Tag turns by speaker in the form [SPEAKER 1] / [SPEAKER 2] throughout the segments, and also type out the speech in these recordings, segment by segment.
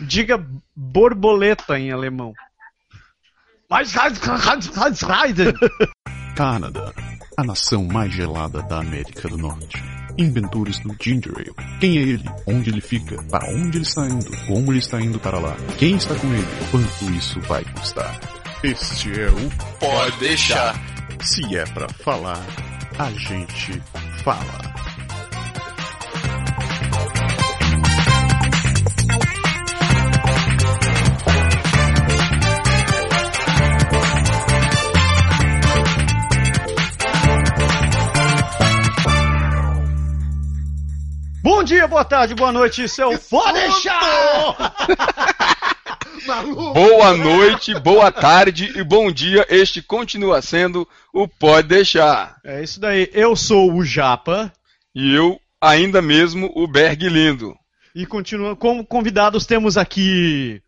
[SPEAKER 1] Diga borboleta em alemão.
[SPEAKER 2] Canadá, a nação mais gelada da América do Norte. Inventores do Ginger Ale. Quem é ele? Onde ele fica? Para onde ele está indo? Como ele está indo para lá? Quem está com ele? Quanto isso vai custar? Este é o
[SPEAKER 3] Pode deixar.
[SPEAKER 2] Se é pra falar, a gente fala.
[SPEAKER 1] Bom dia, boa tarde, boa noite, isso é o Pode deixar!
[SPEAKER 3] Boa noite, boa tarde e bom dia. Este continua sendo o Pode Deixar.
[SPEAKER 1] É isso daí, eu sou o Japa
[SPEAKER 3] E eu, ainda mesmo, o Berg Lindo.
[SPEAKER 1] e continua como convidados temos aqui.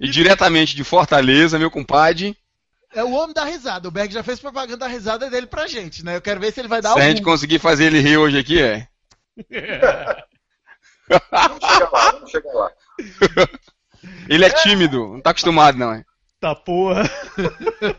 [SPEAKER 3] E diretamente de Fortaleza, meu compadre,
[SPEAKER 4] É o homem da risada. O Berg já fez propaganda da risada dele pra gente, né? Eu quero ver se ele vai
[SPEAKER 3] se
[SPEAKER 4] dar
[SPEAKER 3] a
[SPEAKER 4] algum.
[SPEAKER 3] gente conseguir fazer ele rir hoje aqui, é.
[SPEAKER 5] Vamos chegar lá, vamos chegar lá.
[SPEAKER 3] Ele é tímido, não tá acostumado não, é.
[SPEAKER 1] Tá porra.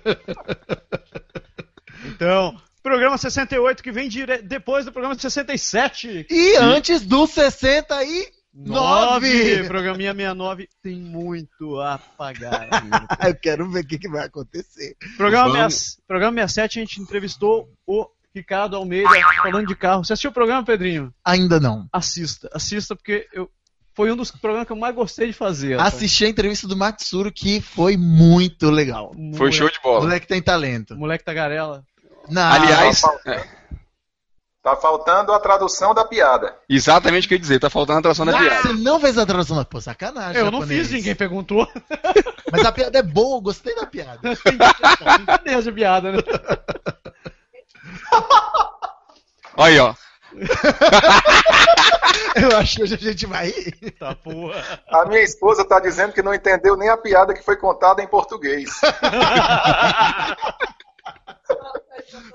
[SPEAKER 1] então, programa 68 que vem dire... depois do programa 67.
[SPEAKER 4] E antes do 69.
[SPEAKER 1] Programinha 69 tem muito a pagar. ainda.
[SPEAKER 4] Ah, Eu quero ver o que, que vai acontecer.
[SPEAKER 1] Programa,
[SPEAKER 3] Vamos.
[SPEAKER 1] 6 programa 67, a gente entrevistou o Ricardo Almeida falando de carro. Você assistiu o programa, Pedrinho?
[SPEAKER 4] Ainda não.
[SPEAKER 1] Assista, assista, porque eu, foi um dos programas que eu mais gostei de fazer. rapaz.
[SPEAKER 4] Assisti a entrevista do Matsuro que foi muito legal.
[SPEAKER 1] Moleque-
[SPEAKER 3] Foi show de
[SPEAKER 4] O
[SPEAKER 3] bola.
[SPEAKER 4] moleque tem talento.
[SPEAKER 1] Moleque tagarela.
[SPEAKER 4] Não,
[SPEAKER 3] Aliás,
[SPEAKER 5] Tá faltando,
[SPEAKER 3] é,
[SPEAKER 5] tá faltando a tradução da piada.
[SPEAKER 3] exatamente o que eu ia dizer, tá faltando a atração da piada.
[SPEAKER 4] você não fez a tradução da. Pô, sacanagem.
[SPEAKER 1] Eu não
[SPEAKER 4] japonês.
[SPEAKER 1] fiz, ninguém perguntou.
[SPEAKER 4] Mas a piada é boa, eu gostei da piada.
[SPEAKER 1] Cadê essa piada, né?
[SPEAKER 3] Olha aí, ó.
[SPEAKER 4] Eu acho que hoje a gente vai rir.
[SPEAKER 1] Tá porra.
[SPEAKER 5] A
[SPEAKER 3] Ah.
[SPEAKER 5] minha esposa está dizendo que não entendeu nem a piada que foi contada em português.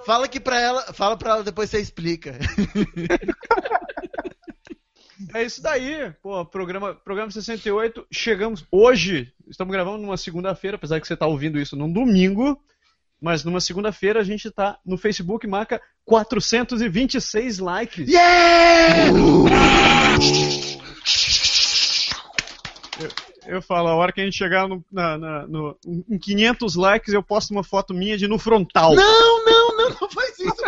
[SPEAKER 4] Fala que pra ela. Fala pra ela depois você explica.
[SPEAKER 1] É isso daí. Pô, programa, programa 68. Chegamos hoje. Estamos gravando numa segunda-feira, apesar que você está ouvindo isso num domingo. Mas numa segunda-feira a gente tá no Facebook, marca 426 likes. Eu, eu falo, a hora que a gente chegar no, na- na- no- em 500 likes, eu posto uma foto minha de no frontal.
[SPEAKER 4] Não, não, não, não faz isso.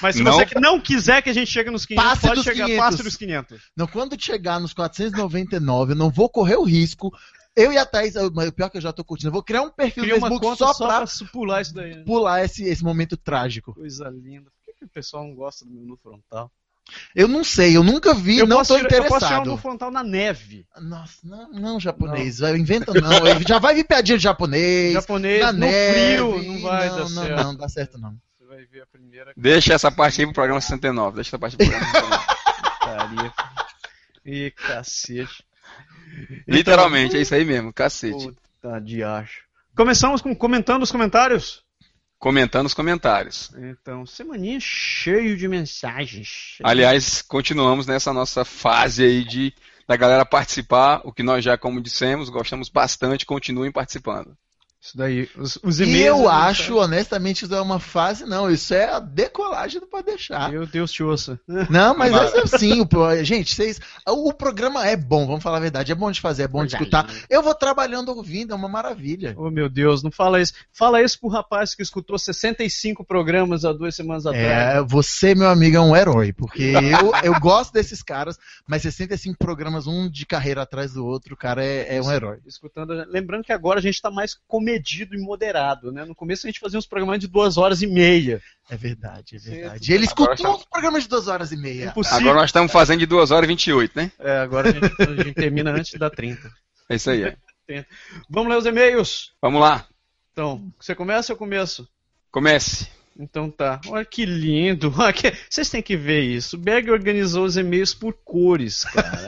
[SPEAKER 1] Mas se
[SPEAKER 3] Não.
[SPEAKER 1] você que não quiser que a gente chegue nos 500,
[SPEAKER 4] Passe
[SPEAKER 1] pode
[SPEAKER 4] dos
[SPEAKER 1] chegar,
[SPEAKER 4] 500.
[SPEAKER 1] passe dos 500.
[SPEAKER 4] Não, quando chegar nos 499, eu não vou correr o risco. Eu e a Thaís, eu- mas o pior é que eu já tô curtindo, eu vou criar um perfil
[SPEAKER 1] Cria
[SPEAKER 4] no
[SPEAKER 1] uma
[SPEAKER 4] Facebook
[SPEAKER 1] conta
[SPEAKER 4] só,
[SPEAKER 1] só
[SPEAKER 4] pra
[SPEAKER 1] pra pular isso daí. né?
[SPEAKER 4] pular esse, esse momento trágico.
[SPEAKER 1] Coisa linda. Por que, que o pessoal não gosta do meu nu frontal?
[SPEAKER 4] Eu não sei, eu nunca vi, não tô
[SPEAKER 1] tirar- eu posso tirar um
[SPEAKER 4] interessado.
[SPEAKER 1] nu frontal na neve.
[SPEAKER 4] Nossa, não, não, japonês, vai, inventa não. Ele Já vai vir piadinha de japonês,
[SPEAKER 1] Japonês,
[SPEAKER 4] É na
[SPEAKER 1] no
[SPEAKER 4] neve.
[SPEAKER 1] frio, não vai
[SPEAKER 4] não,
[SPEAKER 1] dar
[SPEAKER 4] não,
[SPEAKER 1] certo.
[SPEAKER 4] Não, não dá certo não.
[SPEAKER 1] Você vai ver a primeira
[SPEAKER 3] Deixa essa parte aí pro programa 69, deixa essa parte pro programa 69.
[SPEAKER 1] putaria. E cacete.
[SPEAKER 3] Literalmente, é isso aí mesmo, cacete.
[SPEAKER 1] Puta Tá de acho. Começamos com comentando os comentários.
[SPEAKER 3] Comentando os comentários.
[SPEAKER 1] Então, semaninha cheio de mensagens.
[SPEAKER 3] Aliás, continuamos nessa nossa fase aí de da galera participar, o que nós já, como dissemos, gostamos bastante, continuem participando.
[SPEAKER 1] Isso daí, os, os
[SPEAKER 4] E
[SPEAKER 1] e-mails.
[SPEAKER 4] eu
[SPEAKER 1] né,
[SPEAKER 4] acho, honestamente, isso é uma fase não, isso é a decolagem do Pode Deixar.
[SPEAKER 1] cara? Meu Deus te ouça.
[SPEAKER 4] Não, mas
[SPEAKER 3] Tomara.
[SPEAKER 4] é sim, o, pro- gente, vocês, o programa é bom, vamos falar a verdade, é bom de fazer, é bom de
[SPEAKER 1] Coisa
[SPEAKER 4] escutar.
[SPEAKER 1] linda.
[SPEAKER 4] Eu vou trabalhando ouvindo, é uma maravilha.
[SPEAKER 1] Oh, meu Deus, não fala isso. Fala isso pro rapaz que escutou 65 programas há duas semanas atrás.
[SPEAKER 4] É, você, meu amigo, é um herói, porque eu, eu gosto desses caras, mas 65 programas, um de carreira atrás do outro, o cara é, é um herói.
[SPEAKER 1] Escutando, lembrando que agora a gente tá mais comedido e moderado, né? No começo a gente fazia uns programas de duas horas e meia.
[SPEAKER 4] É verdade, é verdade.
[SPEAKER 1] Sim.
[SPEAKER 4] Ele escutou
[SPEAKER 3] Agora tá-
[SPEAKER 4] os programas de duas horas e meia.
[SPEAKER 1] Impossível.
[SPEAKER 3] É, Agora nós estamos fazendo de 2 horas e 28, né?
[SPEAKER 1] É, agora a gente, a gente termina antes da 30.
[SPEAKER 3] É isso aí. é.
[SPEAKER 1] Vamos ler os e-mails.
[SPEAKER 3] Vamos lá,
[SPEAKER 1] Então, você começa ou eu começo?
[SPEAKER 3] comece.
[SPEAKER 1] Então tá. Olha que lindo. Olha que- Vocês têm que ver isso. O Berg organizou os e-mails por cores, cara.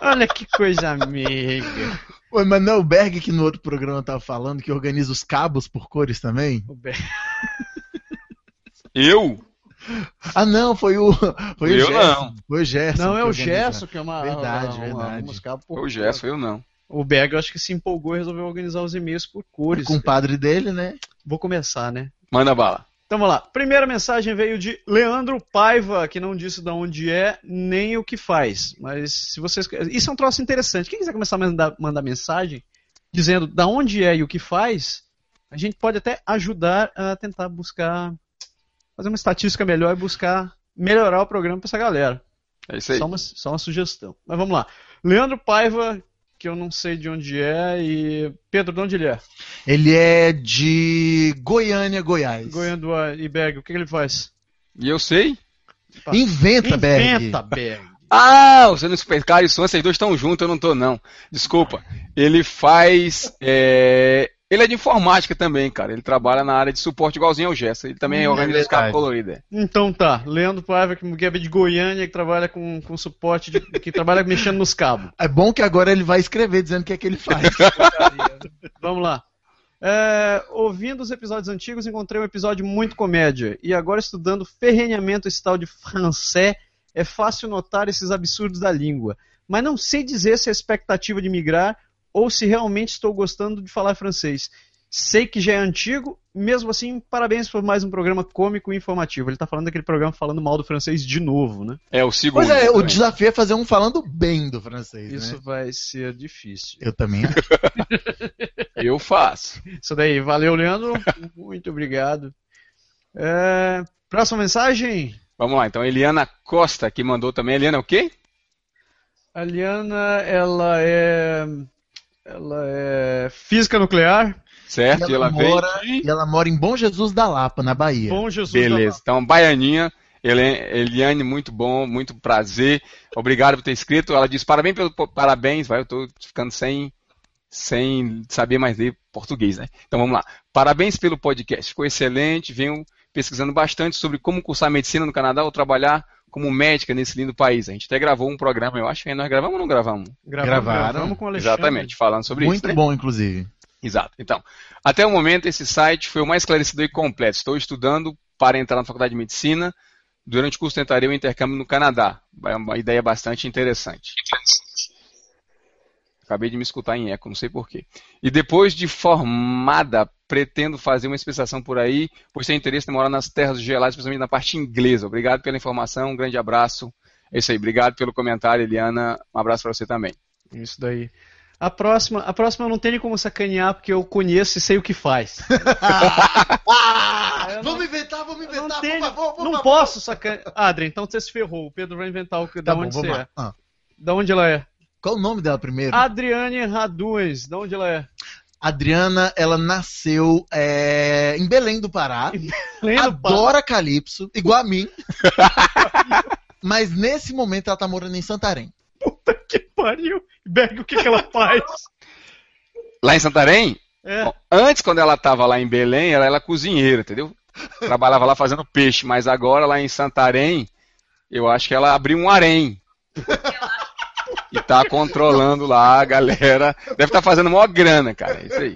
[SPEAKER 1] Olha que coisa amiga.
[SPEAKER 4] é O Emanuel Berg, que no outro programa tava falando, que organiza os cabos por cores também.
[SPEAKER 1] O Berg.
[SPEAKER 3] Eu?
[SPEAKER 4] Ah, não, foi o. Foi o
[SPEAKER 3] Eu
[SPEAKER 4] Gerson.
[SPEAKER 3] não.
[SPEAKER 4] Foi o Gerson.
[SPEAKER 1] Não, é
[SPEAKER 4] que
[SPEAKER 1] o
[SPEAKER 4] organizou.
[SPEAKER 1] Gerson, que é uma.
[SPEAKER 4] Verdade,
[SPEAKER 1] uma- uma-
[SPEAKER 4] verdade.
[SPEAKER 1] uma música por-
[SPEAKER 3] Foi É o Gerson, eu não.
[SPEAKER 1] O Berg, eu acho que se empolgou e resolveu organizar os e-mails por
[SPEAKER 4] O
[SPEAKER 1] cores.
[SPEAKER 4] compadre dele, né?
[SPEAKER 1] Vou começar, né?
[SPEAKER 3] Manda bala.
[SPEAKER 1] Então vamos lá. Primeira mensagem veio de Leandro Paiva, que não disse de onde é nem o que faz. Mas se vocês. Isso é um troço interessante. Quem quiser começar a mandar, mandar mensagem dizendo da onde é e o que faz, a gente pode até ajudar a tentar buscar. fazer uma estatística melhor e buscar melhorar o programa para essa galera.
[SPEAKER 3] É isso aí.
[SPEAKER 1] Só, uma, só uma sugestão. Mas vamos lá. Leandro Paiva, que eu não sei de onde é, e. Pedro, de onde ele é?
[SPEAKER 4] Ele é de Goiânia, Goiás.
[SPEAKER 1] Goiânia e Berg, o que que ele faz?
[SPEAKER 3] E eu sei.
[SPEAKER 4] Inventa, Berg.
[SPEAKER 1] Inventa, Berg.
[SPEAKER 3] Ah, você não Supercar e Swan, vocês dois estão juntos, eu não tô, não. Desculpa. Ele faz. é, Ele é de informática também, cara. Ele trabalha na área de suporte igualzinho ao Gerson. Ele também
[SPEAKER 4] Hum, é
[SPEAKER 3] organiza os
[SPEAKER 4] verdade.
[SPEAKER 3] carros coloridos. é.
[SPEAKER 1] Então tá, Leandro Paiva, que que é de Goiânia, que trabalha com, com suporte, de- que trabalha mexendo nos cabos.
[SPEAKER 4] É bom que agora ele vai escrever dizendo o que é que ele faz.
[SPEAKER 1] Vamos lá. É, ouvindo os episódios antigos, encontrei um episódio muito comédia. E agora, estudando ferrenhamento esse tal de francês, é fácil notar esses absurdos da língua. Mas não sei dizer se é expectativa de migrar ou se realmente estou gostando de falar francês. Sei que já é antigo, mesmo assim, parabéns por mais um programa cômico e informativo. Ele tá falando daquele programa falando mal do francês de novo, né?
[SPEAKER 3] É o segundo.
[SPEAKER 4] pois é, o
[SPEAKER 3] também.
[SPEAKER 4] desafio é fazer um falando bem do francês,
[SPEAKER 1] Isso
[SPEAKER 4] né?
[SPEAKER 1] vai ser difícil.
[SPEAKER 4] Eu também acho.
[SPEAKER 3] Eu faço.
[SPEAKER 1] Isso daí. Valeu, Leandro. Muito obrigado. É, Próxima mensagem.
[SPEAKER 3] Vamos lá, então. Eliana Costa, que mandou também. Eliana é o quê?
[SPEAKER 1] A Liana, ela é. Ela é física nuclear.
[SPEAKER 3] Certo? E ela,
[SPEAKER 4] Ela mora-
[SPEAKER 3] veio. de-
[SPEAKER 4] E ela mora em Bom Jesus da Lapa, na Bahia.
[SPEAKER 1] Bom Jesus.
[SPEAKER 3] Beleza. Então, Baianinha, Ele- Eliane, muito bom, muito prazer. Obrigado por ter escrito. Ela diz parabéns pelo po- parabéns, vai, eu tô ficando sem sem saber mais ler português, né? Então vamos lá. Parabéns pelo podcast. Ficou excelente. Venho pesquisando bastante sobre como cursar medicina no Canadá ou trabalhar como médica nesse lindo país. A gente até gravou um programa, eu acho que nós gravamos ou não gravamos?
[SPEAKER 1] Gravaram.
[SPEAKER 4] Gravaram.
[SPEAKER 1] Gravamos com o Alexandre.
[SPEAKER 3] Exatamente, falando sobre isso.
[SPEAKER 4] Muito
[SPEAKER 3] né?
[SPEAKER 4] bom, inclusive.
[SPEAKER 3] Exato. Então, até o momento, esse site foi o mais esclarecedor e completo. Estou estudando para entrar na faculdade de medicina. Durante o curso, tentarei o intercâmbio no Canadá. É uma ideia bastante interessante. Acabei de me escutar em eco, não sei porquê. E depois de formada, pretendo fazer uma especialização por aí, pois tenho interesse em morar nas terras geladas, principalmente na parte inglesa. Obrigado pela informação, um grande abraço. É isso aí, obrigado pelo comentário, Eliana. Um abraço para você também.
[SPEAKER 1] Isso daí. A próxima, a próxima eu não tenho como sacanear, porque eu conheço e sei o que faz.
[SPEAKER 4] Ah,
[SPEAKER 1] eu não-
[SPEAKER 4] vamos inventar, vamos
[SPEAKER 1] Eu
[SPEAKER 4] inventar,
[SPEAKER 1] não
[SPEAKER 4] por
[SPEAKER 1] tenho,
[SPEAKER 4] favor, por
[SPEAKER 1] não
[SPEAKER 4] favor.
[SPEAKER 1] posso sacanear. Adri, então você se ferrou. O Pedro vai inventar o que,
[SPEAKER 4] Tá
[SPEAKER 1] da
[SPEAKER 4] bom,
[SPEAKER 1] onde você
[SPEAKER 4] vamos
[SPEAKER 1] é. Ah.
[SPEAKER 4] lá. Ah,
[SPEAKER 1] Da onde ela é?
[SPEAKER 4] qual o nome dela primeiro?
[SPEAKER 1] Adriane Raduz, de onde ela é?
[SPEAKER 4] Adriana, ela nasceu é, em Belém do Pará. adora Calypso, igual a mim. Mas nesse momento ela tá morando em Santarém.
[SPEAKER 1] que pariu. Berg, o que, que ela faz?
[SPEAKER 3] Lá em Santarém,
[SPEAKER 1] É.
[SPEAKER 3] Bom, Antes, quando ela estava lá em Belém, ela era cozinheira, entendeu? Trabalhava lá fazendo peixe, mas agora lá em Santarém, eu acho que ela abriu um harém. E tá controlando lá a galera. Deve estar fazendo maior grana, cara. É isso aí.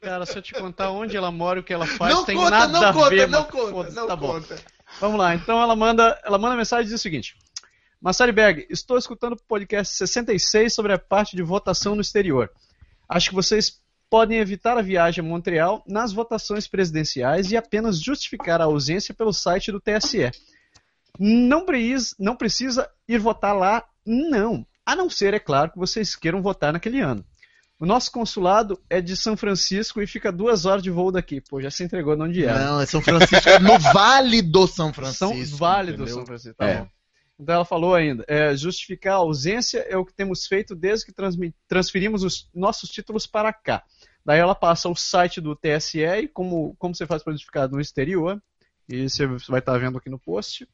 [SPEAKER 1] Cara, se eu te contar onde ela mora e o que ela faz,
[SPEAKER 4] não
[SPEAKER 1] tem
[SPEAKER 4] conta,
[SPEAKER 1] nada
[SPEAKER 4] não
[SPEAKER 1] a
[SPEAKER 4] conta,
[SPEAKER 1] ver.
[SPEAKER 4] não
[SPEAKER 1] mano.
[SPEAKER 4] conta,
[SPEAKER 1] Foda-se,
[SPEAKER 4] não
[SPEAKER 1] tá bom.
[SPEAKER 4] conta.
[SPEAKER 1] Vamos lá, então ela manda, ela manda mensagem e diz o seguinte. Massari Berg, estou escutando o podcast 66 sobre a parte de votação no exterior. Acho que vocês podem evitar a viagem a Montreal nas votações presidenciais e apenas justificar a ausência pelo site do TSE. Não, preis- não precisa ir votar lá, não. A não ser, é claro, que vocês queiram votar naquele ano. O nosso consulado é de São Francisco e fica duas horas de voo daqui. Pô, já se entregou de onde era.
[SPEAKER 4] Não, é São Francisco, é no Vale do São Francisco.
[SPEAKER 1] São válidos,
[SPEAKER 4] entendeu?
[SPEAKER 1] São Francisco. Tá
[SPEAKER 3] É.
[SPEAKER 1] bom. Então ela falou ainda, é, justificar a ausência é o que temos feito desde que transmi- transferimos os nossos títulos para cá. Daí ela passa o site do TSE e como, como você faz para justificar no exterior, e você vai estar vendo aqui no post.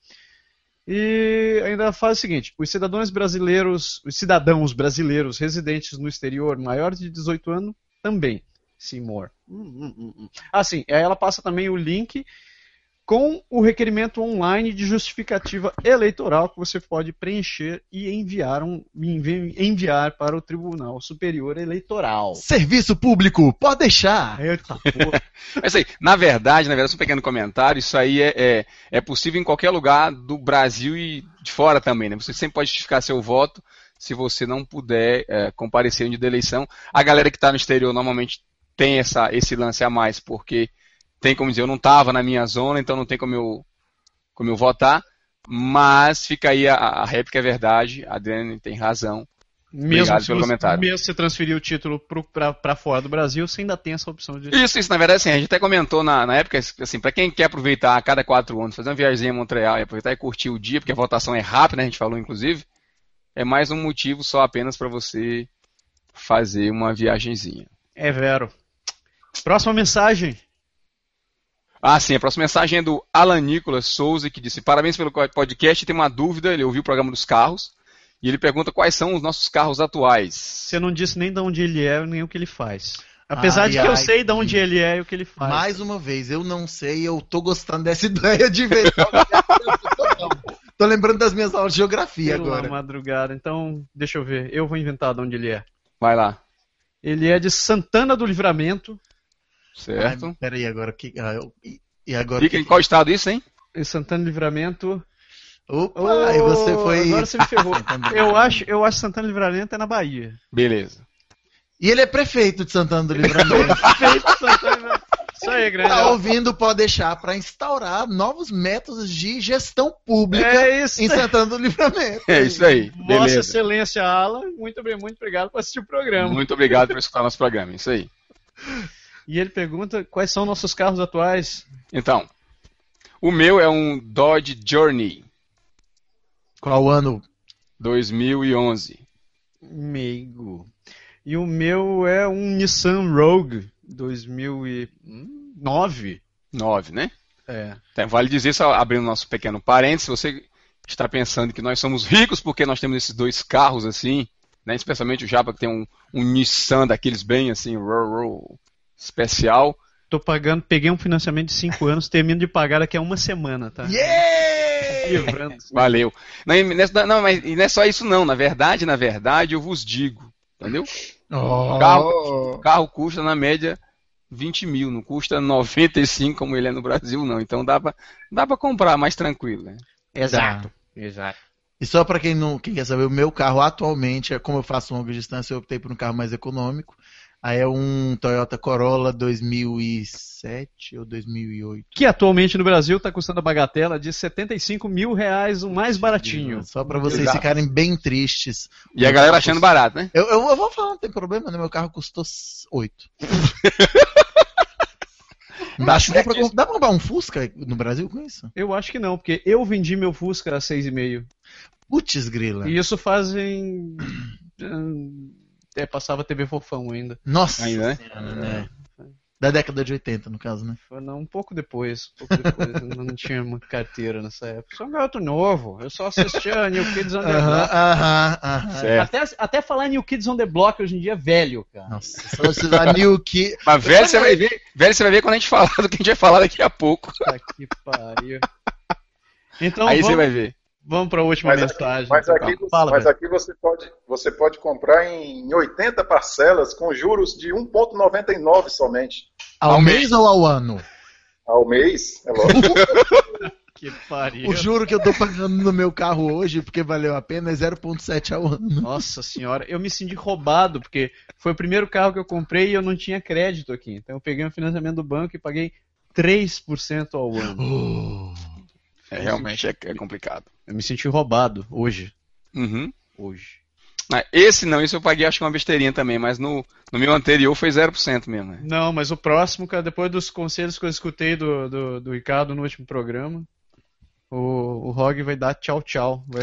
[SPEAKER 1] E ainda faz o seguinte: os cidadãos brasileiros, os cidadãos brasileiros residentes no exterior maiores de 18 anos também, Seymour. Hum, hum, hum, hum. Ah, sim, aí ela passa também o link com o requerimento online de justificativa eleitoral que você pode preencher e enviar, um, envi- enviar para o Tribunal Superior Eleitoral.
[SPEAKER 4] Serviço público, pode deixar.
[SPEAKER 1] Ah, Eita porra.
[SPEAKER 3] É isso aí. Na verdade, na verdade, só um pequeno comentário, isso aí é, é, é possível em qualquer lugar do Brasil e de fora também, né? Você sempre pode justificar seu voto se você não puder é, comparecer em dia da eleição. A galera que está no exterior normalmente tem essa, esse lance a mais, porque tem como dizer, eu não estava na minha zona, então não tem como eu, como eu votar. Mas fica aí a, a réplica, é verdade, a Dani tem razão.
[SPEAKER 1] Mesmo, se
[SPEAKER 3] pelo
[SPEAKER 1] você,
[SPEAKER 3] comentário.
[SPEAKER 1] mesmo se você transferir o título para fora do Brasil, você ainda tem essa opção de.
[SPEAKER 3] Isso, isso, na verdade, assim, a gente até comentou na, na época, assim, pra quem quer aproveitar a cada quatro anos, fazer uma viagem a Montreal e aproveitar e curtir o dia, porque a votação é rápida, né, a gente falou, inclusive, é mais um motivo só apenas para você fazer uma viagenzinha.
[SPEAKER 1] É vero. Próxima mensagem.
[SPEAKER 3] Ah, sim, a próxima mensagem é do Alan Nicolas Souza, que disse, parabéns pelo podcast, tem uma dúvida, ele ouviu o programa dos carros, e ele pergunta quais são os nossos carros atuais.
[SPEAKER 1] Você não disse nem de onde ele é, nem o que ele faz. Apesar de
[SPEAKER 4] Ai,
[SPEAKER 1] que eu
[SPEAKER 4] ai,
[SPEAKER 1] sei de onde
[SPEAKER 4] que-
[SPEAKER 1] ele é e o que ele faz.
[SPEAKER 4] Mais uma vez, eu não sei, eu tô gostando dessa ideia de ver. tô lembrando das minhas aulas de geografia
[SPEAKER 1] Pela
[SPEAKER 4] agora.
[SPEAKER 1] madrugada. Então, deixa eu ver. Eu vou inventar de onde ele é.
[SPEAKER 3] Vai lá,
[SPEAKER 1] Ele é de Santana do Livramento,
[SPEAKER 3] certo?
[SPEAKER 4] Ai, peraí, agora que. ah, eu- e- E agora
[SPEAKER 3] Fica
[SPEAKER 4] que.
[SPEAKER 3] em qual estado isso, hein?
[SPEAKER 1] em Santana do Livramento.
[SPEAKER 4] Opa,
[SPEAKER 1] Ô,
[SPEAKER 4] Ah, e você foi.
[SPEAKER 1] Oh, Agora você me ferrou.
[SPEAKER 4] Santana do
[SPEAKER 1] eu
[SPEAKER 4] Livramento.
[SPEAKER 1] acho, eu acho que Santana do Livramento é na Bahia.
[SPEAKER 3] Beleza.
[SPEAKER 4] E ele é prefeito de Santana do Livramento.
[SPEAKER 1] Perfeito, Santana do Livramento. Isso aí, grande.
[SPEAKER 4] tá ouvindo pode deixar para instaurar novos métodos de gestão pública
[SPEAKER 1] É isso.
[SPEAKER 4] em Santana do Livramento.
[SPEAKER 3] É isso aí,
[SPEAKER 1] Vossa
[SPEAKER 3] beleza.
[SPEAKER 1] Excelência Alan, muito bem, muito obrigado por assistir o programa.
[SPEAKER 3] Muito obrigado por escutar nosso programa, é isso aí.
[SPEAKER 1] E ele pergunta quais são nossos carros atuais.
[SPEAKER 3] Então, o meu é um Dodge Journey
[SPEAKER 4] Qual ano?
[SPEAKER 3] 2011.
[SPEAKER 1] Meigo. E o meu é um Nissan Rogue 2009.
[SPEAKER 3] 9, né?
[SPEAKER 1] É.
[SPEAKER 3] Tá, vale dizer, só abrindo nosso pequeno parênteses, se você está pensando que nós somos ricos porque nós temos esses dois carros assim, né? especialmente o Japa que tem um, um Nissan daqueles bem assim, row, row, especial.
[SPEAKER 1] Tô pagando, peguei um financiamento de 5 anos, termino de pagar daqui a uma semana, tá?
[SPEAKER 4] Yeah!
[SPEAKER 1] Livrando.
[SPEAKER 3] Valeu. Não, e nessa- não, mas e não é só isso não, na verdade, na verdade, eu vos digo, entendeu? Carro- O carro custa, na média, 20 mil, não custa 95 como ele é no Brasil, não. Então dá pra, dá pra comprar mais tranquilo, né?
[SPEAKER 4] Exato.
[SPEAKER 1] Exato.
[SPEAKER 4] E só para quem não quem quer saber, o meu carro atualmente, é como eu faço longa distância, eu optei por um carro mais econômico. Aí é um Toyota Corolla 2007 ou 2008.
[SPEAKER 1] Que atualmente no Brasil tá custando a bagatela de 75 mil reais, o mais baratinho.
[SPEAKER 4] Só para vocês
[SPEAKER 3] Exato.
[SPEAKER 4] ficarem bem tristes.
[SPEAKER 3] E a galera achando barato, né?
[SPEAKER 4] Eu, eu- eu vou falar, não tem problema, né? Meu carro custou 8. dá,
[SPEAKER 3] é
[SPEAKER 4] dá, pra, comp- dá pra comprar um Fusca no Brasil com isso?
[SPEAKER 1] Eu acho que não, porque eu vendi meu Fusca a 6,5.
[SPEAKER 4] Putz, grila.
[SPEAKER 1] E isso fazem. É, passava TV Fofão ainda.
[SPEAKER 4] Nossa
[SPEAKER 3] Ainda, né?
[SPEAKER 4] Senhora, né? Da década de 80, no caso, né?
[SPEAKER 1] Foi, Não, um pouco depois. Um pouco depois. eu não tinha muita carteira nessa época. Sou um garoto novo. Eu só assistia New Kids on the
[SPEAKER 4] Aham,
[SPEAKER 1] Block.
[SPEAKER 4] aham, aham.
[SPEAKER 3] Certo.
[SPEAKER 1] Até, até falar New Kids on the Block hoje em dia é velho, cara.
[SPEAKER 4] Nossa, só se da New Ki-
[SPEAKER 3] Mas velho você vai ver, velho você vai ver quando a gente falar do que a gente vai falar daqui a pouco.
[SPEAKER 1] Puta que pariu. Então
[SPEAKER 3] Aí você
[SPEAKER 1] vamos,
[SPEAKER 3] vai ver.
[SPEAKER 1] vamos para a última
[SPEAKER 5] Mas aqui-
[SPEAKER 1] mensagem. então,
[SPEAKER 5] Mas
[SPEAKER 3] Então tá.
[SPEAKER 5] aqui,
[SPEAKER 4] Fala,
[SPEAKER 5] você-
[SPEAKER 4] fala,
[SPEAKER 5] mas
[SPEAKER 4] velho.
[SPEAKER 5] aqui você, pode, você pode comprar em 80 parcelas com juros de 1,99 somente
[SPEAKER 4] Ao
[SPEAKER 3] Ao
[SPEAKER 4] mês ou ao ano?
[SPEAKER 5] ao mês. É lógico.
[SPEAKER 1] Que pariu.
[SPEAKER 4] O juro que eu tô pagando no meu carro hoje, porque valeu a pena, é 0,7 ao ano.
[SPEAKER 1] Nossa senhora, eu me senti roubado, porque foi o primeiro carro que eu comprei e eu não tinha crédito aqui. Então eu peguei um financiamento do banco e paguei 3% ao ano.
[SPEAKER 4] Oh.
[SPEAKER 3] É, realmente é, é complicado.
[SPEAKER 1] Eu me senti roubado hoje.
[SPEAKER 3] Uhum.
[SPEAKER 1] Hoje.
[SPEAKER 3] Ah, Esse não, esse eu paguei acho que uma besteirinha também, mas no, no meu anterior foi 0% mesmo. né?
[SPEAKER 1] Não, mas o próximo, cara, depois dos conselhos que eu escutei do, do, do Ricardo no último programa, o, o Rog vai dar tchau, tchau. Vai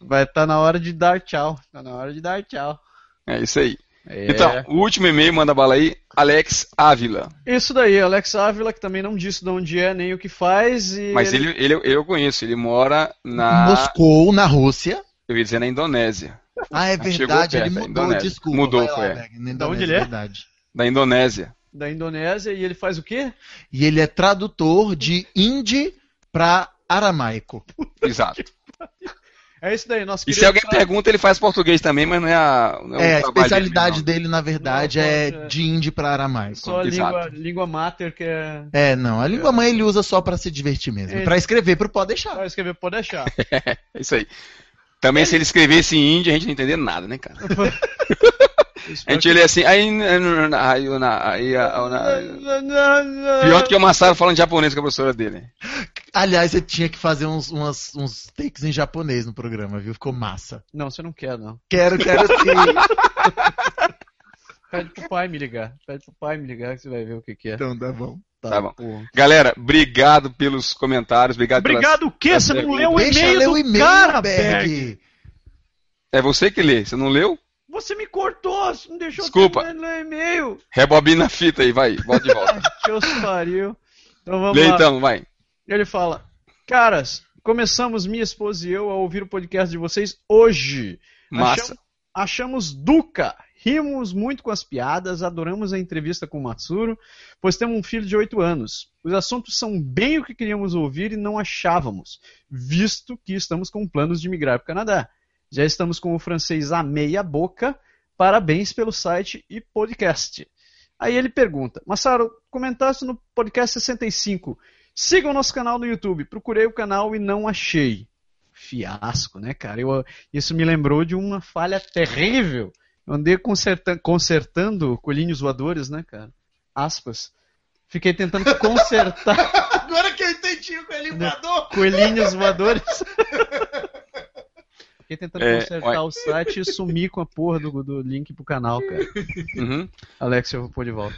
[SPEAKER 1] vai tá na hora de dar tchau. Tá na hora de dar tchau.
[SPEAKER 3] É isso aí.
[SPEAKER 1] É.
[SPEAKER 3] Então, o último e-mail, manda bala aí, Alex Ávila.
[SPEAKER 1] Isso daí, Alex Ávila, que também não disse de onde é nem o que faz. E
[SPEAKER 3] Mas ele, ele eu conheço, ele mora na.
[SPEAKER 4] Moscou, na Rússia.
[SPEAKER 3] Eu ia dizer na Indonésia.
[SPEAKER 4] Ah, é
[SPEAKER 3] Chegou
[SPEAKER 4] verdade, ele
[SPEAKER 3] perto,
[SPEAKER 4] mudou,
[SPEAKER 3] Indonésia.
[SPEAKER 4] desculpa.
[SPEAKER 3] Mudou,
[SPEAKER 4] vai lá,
[SPEAKER 3] foi.
[SPEAKER 4] Wagner, Indonésia,
[SPEAKER 1] Da onde ele é?
[SPEAKER 4] Verdade.
[SPEAKER 3] Da Indonésia.
[SPEAKER 1] da Indonésia e ele faz o quê?
[SPEAKER 4] E ele é tradutor de hindi pra aramaico.
[SPEAKER 3] Exato.
[SPEAKER 1] É isso daí, nosso
[SPEAKER 3] E se
[SPEAKER 1] querido
[SPEAKER 3] alguém
[SPEAKER 1] Fra-
[SPEAKER 3] pergunta, ele faz português também, mas não é a. não
[SPEAKER 4] É, a
[SPEAKER 3] o trabalho
[SPEAKER 4] especialidade
[SPEAKER 3] dele,
[SPEAKER 4] dele, na verdade,
[SPEAKER 1] Não,
[SPEAKER 4] é
[SPEAKER 1] é.
[SPEAKER 4] de hindi pra aramaico.
[SPEAKER 1] Só a língua,
[SPEAKER 3] Exato.
[SPEAKER 1] língua mater que é.
[SPEAKER 4] É, não. A língua mãe ele usa só pra se divertir mesmo.
[SPEAKER 1] Ele-
[SPEAKER 4] Pra escrever, pro pode deixar.
[SPEAKER 1] Só escrever, pode deixar.
[SPEAKER 3] não. É isso aí. Também se ele escrevesse em índia, a gente não entenderia nada, né, cara? A gente lê assim. Aí, aí, aí, aí, aí, Pior do que o Massaro falando japonês com a professora dele.
[SPEAKER 4] Aliás, você tinha que fazer uns, umas- uns takes em japonês no programa, viu? Ficou massa.
[SPEAKER 1] Não, você não quer, não.
[SPEAKER 4] Quero, quero sim.
[SPEAKER 1] Pede pro pai me ligar. Pede pro pai me ligar que você vai ver o que, que é.
[SPEAKER 4] então, tá bom.
[SPEAKER 3] Tá bom.
[SPEAKER 1] Porra.
[SPEAKER 3] Galera, obrigado pelos comentários. Obrigado,
[SPEAKER 1] Obrigado o quê?
[SPEAKER 3] pelas
[SPEAKER 1] Você não
[SPEAKER 3] perguntas.
[SPEAKER 1] leu o
[SPEAKER 4] Deixa eu
[SPEAKER 1] É um e-mail
[SPEAKER 4] ler
[SPEAKER 1] do
[SPEAKER 4] o e-mail,
[SPEAKER 1] cara, Berg.
[SPEAKER 4] Berg.
[SPEAKER 3] Pelas... É você que lê. Você não leu?
[SPEAKER 1] Você me cortou, você não deixou eu
[SPEAKER 3] Desculpa.
[SPEAKER 1] terminar de ler o e-mail.
[SPEAKER 3] Rebobina a fita aí, vai. Volta de volta.
[SPEAKER 1] Deus pariu. Então vamos
[SPEAKER 3] lê
[SPEAKER 1] lá.
[SPEAKER 3] então, vai.
[SPEAKER 1] Ele fala: Caras, começamos minha esposa e eu a ouvir o podcast de vocês hoje.
[SPEAKER 3] Massa.
[SPEAKER 1] Achamos, achamos Duca. Rimos muito com as piadas, adoramos a entrevista com o Matsuro, pois temos um filho de 8 anos. Os assuntos são bem o que queríamos ouvir e não achávamos, visto que estamos com planos de migrar para o Canadá. Já estamos com o francês a meia boca. Parabéns pelo site e podcast. Aí ele pergunta: Massaro, comentaste no podcast 65. Sigam nosso canal no YouTube. Procurei o canal e não achei. Fiasco, né, cara? Eu, isso me lembrou de uma falha terrível. Eu andei conserta- consertando colinhos voadores, né, cara? Aspas. Fiquei tentando consertar Né,
[SPEAKER 4] Agora que eu entendi o que ele mandou.
[SPEAKER 1] coelhinhos voadores. Fiquei tentando
[SPEAKER 3] É,
[SPEAKER 1] consertar
[SPEAKER 3] olha.
[SPEAKER 1] o site e sumir com a porra do, do link pro canal, cara.
[SPEAKER 3] Uhum.
[SPEAKER 1] Alex, eu vou pôr de volta.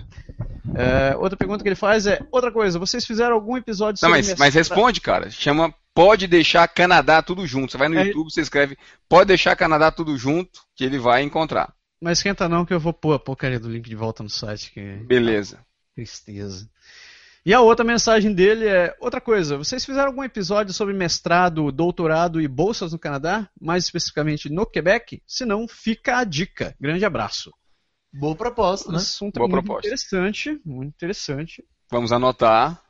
[SPEAKER 1] É, outra pergunta que ele faz é: outra coisa, vocês fizeram algum episódio
[SPEAKER 3] Não,
[SPEAKER 1] sobre
[SPEAKER 3] mas, mas responde, cara. Chama Pode Deixar Canadá Tudo Junto. Você vai no
[SPEAKER 1] É.
[SPEAKER 3] YouTube, você escreve Pode Deixar Canadá Tudo Junto, que ele vai encontrar.
[SPEAKER 1] Mas esquenta não que eu vou pôr a porcaria do link de volta no site, que
[SPEAKER 3] Beleza.
[SPEAKER 1] tristeza. E a outra mensagem dele é: outra coisa, vocês fizeram algum episódio sobre mestrado, doutorado e bolsas no Canadá, mais especificamente no Quebec? Se não, fica a dica. Grande abraço.
[SPEAKER 4] Boa proposta,
[SPEAKER 1] Um
[SPEAKER 4] né?
[SPEAKER 1] assunto
[SPEAKER 3] Boa
[SPEAKER 1] muito
[SPEAKER 3] proposta.
[SPEAKER 1] interessante, muito interessante.
[SPEAKER 3] Vamos anotar.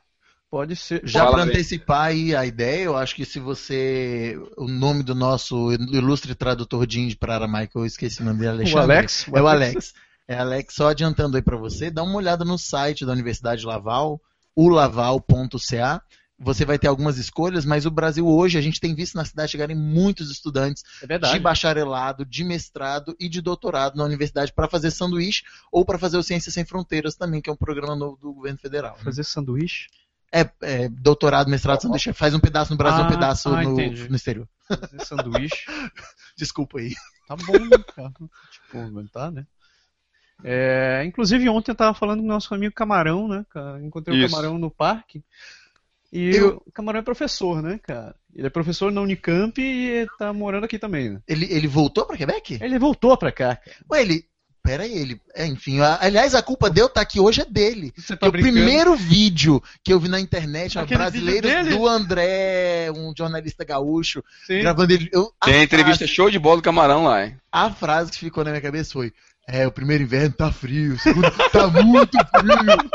[SPEAKER 1] Pode ser.
[SPEAKER 4] Já
[SPEAKER 3] Fala
[SPEAKER 4] para
[SPEAKER 3] bem.
[SPEAKER 4] antecipar aí a ideia, eu acho que se você. O nome do nosso ilustre tradutor de indie para aramaico, eu esqueci o nome dele,
[SPEAKER 1] O
[SPEAKER 4] Alexandre.
[SPEAKER 1] Alex?
[SPEAKER 4] É o Alex. É Alex, só adiantando aí para você, dá uma olhada no site da Universidade Laval, ulaval.ca. Você vai ter algumas escolhas, mas o Brasil hoje, a gente tem visto na cidade chegarem muitos estudantes
[SPEAKER 1] É verdade.
[SPEAKER 4] de bacharelado, de mestrado e de doutorado na universidade para fazer sanduíche ou para fazer o Ciências Sem Fronteiras também, que é um programa novo do governo federal. né?
[SPEAKER 1] Fazer sanduíche.
[SPEAKER 4] É, é, doutorado, mestrado, sanduíche, faz um pedaço no Brasil,
[SPEAKER 1] Ah,
[SPEAKER 4] um pedaço
[SPEAKER 1] ah,
[SPEAKER 4] no,
[SPEAKER 1] entendi.
[SPEAKER 4] no exterior.
[SPEAKER 1] Fazer sanduíche.
[SPEAKER 4] Desculpa aí.
[SPEAKER 1] Tá bom, né, cara. Tipo, tá, né? É, inclusive, ontem eu tava falando com o nosso amigo Camarão, né, cara? Encontrei o
[SPEAKER 3] Isso.
[SPEAKER 1] Camarão no parque. E
[SPEAKER 4] Eu-
[SPEAKER 1] o Camarão é professor, né, cara? Ele é professor na Unicamp e tá morando aqui também, né?
[SPEAKER 4] Ele, ele voltou para Quebec?
[SPEAKER 1] Ele voltou pra cá. cara.
[SPEAKER 4] Ué, ele. Pera aí, ele. É, enfim, a- aliás, a culpa de eu estar aqui hoje é dele.
[SPEAKER 1] Você tá
[SPEAKER 4] Porque o
[SPEAKER 1] brincando?
[SPEAKER 4] primeiro vídeo que eu vi na internet, um
[SPEAKER 1] Aquele
[SPEAKER 4] brasileiro
[SPEAKER 1] vídeo dele?
[SPEAKER 4] do André, um jornalista gaúcho,
[SPEAKER 1] Sim.
[SPEAKER 4] gravando ele. eu-
[SPEAKER 1] Ah,
[SPEAKER 4] a
[SPEAKER 3] Tem a entrevista
[SPEAKER 4] frase-
[SPEAKER 3] show de bola do Camarão lá, hein?
[SPEAKER 4] a frase que ficou na minha cabeça foi: É, o primeiro inverno tá frio, o segundo tá muito frio.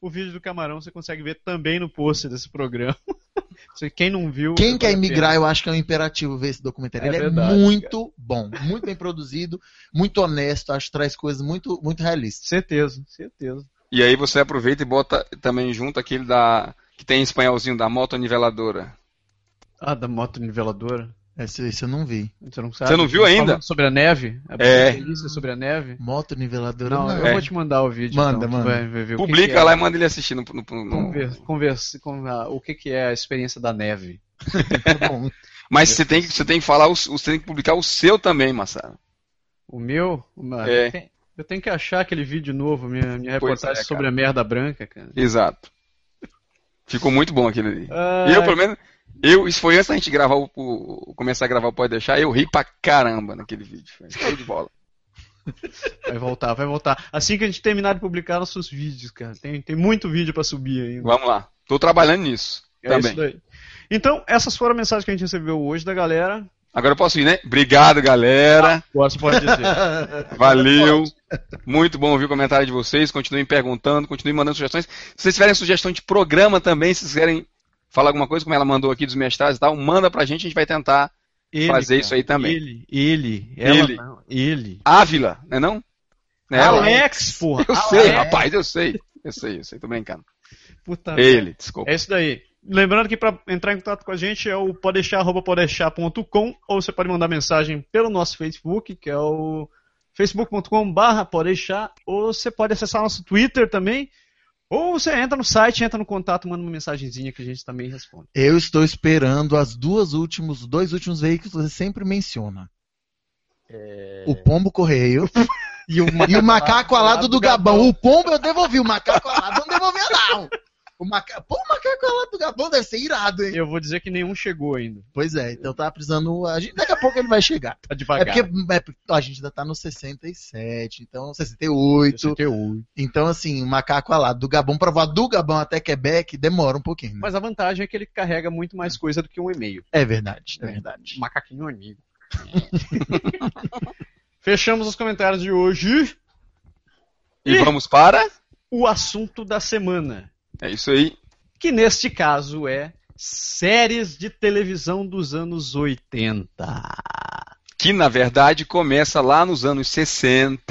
[SPEAKER 1] O vídeo do Camarão você consegue ver também no post desse programa. Se Quem não viu.
[SPEAKER 4] Quem
[SPEAKER 1] vale
[SPEAKER 4] quer
[SPEAKER 1] a pena.
[SPEAKER 4] imigrar, eu acho que é um imperativo ver esse documentário.
[SPEAKER 1] É
[SPEAKER 4] ele
[SPEAKER 1] verdade,
[SPEAKER 4] é muito bom, muito bem produzido, muito honesto, acho que traz coisas muito, muito realistas.
[SPEAKER 1] Certeza, certeza.
[SPEAKER 3] E aí você aproveita e bota também junto aquele da. que tem em espanholzinho, da moto niveladora.
[SPEAKER 1] Ah, da moto niveladora.
[SPEAKER 4] Esse, esse eu não vi.
[SPEAKER 1] Você não sabe?
[SPEAKER 3] Você não viu ainda?
[SPEAKER 1] Falando sobre a neve? A
[SPEAKER 3] É.
[SPEAKER 1] delícia sobre a neve?
[SPEAKER 4] Moto niveladora.
[SPEAKER 1] Não,
[SPEAKER 4] não.
[SPEAKER 1] eu
[SPEAKER 3] É.
[SPEAKER 1] vou te mandar o vídeo.
[SPEAKER 4] Manda,
[SPEAKER 1] então, tu
[SPEAKER 4] manda.
[SPEAKER 1] vai ver- ver o que
[SPEAKER 3] Publica
[SPEAKER 1] que é.
[SPEAKER 3] lá e manda ele assistir no. no- no-
[SPEAKER 1] Conver- converse com a- o que, que é a experiência da neve.
[SPEAKER 4] Tá bom.
[SPEAKER 3] Mas você tem, que, você tem que falar, o- você tem que publicar o seu também, Massaro.
[SPEAKER 1] O meu? Uma-
[SPEAKER 3] É.
[SPEAKER 1] eu tenho- Eu tenho que achar aquele vídeo novo, minha, minha
[SPEAKER 3] Pois
[SPEAKER 1] reportagem
[SPEAKER 3] é, cara.
[SPEAKER 1] sobre a merda branca, cara.
[SPEAKER 3] Exato. Ficou muito bom aquele ali.
[SPEAKER 1] Ah,
[SPEAKER 3] Eu, pelo menos, eu, isso foi antes da gente gravar o, o- começar a gravar o Pode Deixar, eu ri pra caramba naquele vídeo. Foi Show de bola.
[SPEAKER 1] Vai voltar, vai voltar. Assim que a gente terminar de publicar nossos vídeos, cara. Tem, tem muito vídeo pra subir ainda.
[SPEAKER 3] Vamos lá. Tô trabalhando nisso
[SPEAKER 1] É isso
[SPEAKER 3] também.
[SPEAKER 1] daí. Então, essas foram as mensagens que a gente recebeu hoje da galera.
[SPEAKER 3] Agora eu posso ir, né? Obrigado, galera.
[SPEAKER 1] Posso, pode dizer.
[SPEAKER 3] Valeu. Muito bom ouvir o comentário de vocês. Continuem perguntando, continuem mandando sugestões. Se vocês tiverem sugestão de programa também, se vocês querem falar alguma coisa, como ela mandou aqui dos mestrados e tal, manda pra gente, a gente vai tentar
[SPEAKER 1] Ele,
[SPEAKER 3] fazer
[SPEAKER 1] cara,
[SPEAKER 3] isso aí também.
[SPEAKER 1] Ele, ele, ela
[SPEAKER 3] Ele.
[SPEAKER 1] não, ele.
[SPEAKER 3] Ávila, não é não? Não é ela?
[SPEAKER 1] Alex, porra.
[SPEAKER 3] Eu sei, rapaz, eu sei. Eu sei, eu sei, tô brincando.
[SPEAKER 1] Puta
[SPEAKER 3] Ele, desculpa.
[SPEAKER 1] É isso daí. Lembrando que para entrar em contato com a gente é o podeixar.podeixar.com ou você pode mandar mensagem pelo nosso Facebook, que é o facebook.com barra podeixar, ou você pode acessar nosso Twitter também, ou você entra no site, entra no contato, manda uma mensagenzinha que a gente também responde.
[SPEAKER 4] Eu estou esperando as duas últimos, dois últimos veículos que você sempre menciona. O pombo correio
[SPEAKER 1] E o
[SPEAKER 4] É. e o macaco alado do Gabão. O pombo eu devolvi, o macaco alado eu não devolvia não. O maca... Pô, o macaco alado do Gabão deve ser irado, hein?
[SPEAKER 1] Eu vou dizer que nenhum chegou ainda.
[SPEAKER 4] Pois é, então tá precisando. a gente- Daqui a pouco ele vai chegar.
[SPEAKER 1] Tá
[SPEAKER 4] É
[SPEAKER 1] devagar.
[SPEAKER 4] porque, é porque a gente ainda tá no 67, então 68.
[SPEAKER 1] é um.
[SPEAKER 4] Então, assim, o macaco alado do Gabão pra voar do Gabão até Quebec demora um pouquinho. né?
[SPEAKER 1] Mas a vantagem é que ele carrega muito mais coisa do que um e-mail.
[SPEAKER 4] É verdade, é verdade.
[SPEAKER 1] Macaquinho amigo. Fechamos os comentários de hoje.
[SPEAKER 3] E vamos para?
[SPEAKER 1] O assunto da semana.
[SPEAKER 3] É isso aí.
[SPEAKER 1] que neste caso é séries de televisão dos anos 80.
[SPEAKER 3] Que na verdade começa lá nos anos 60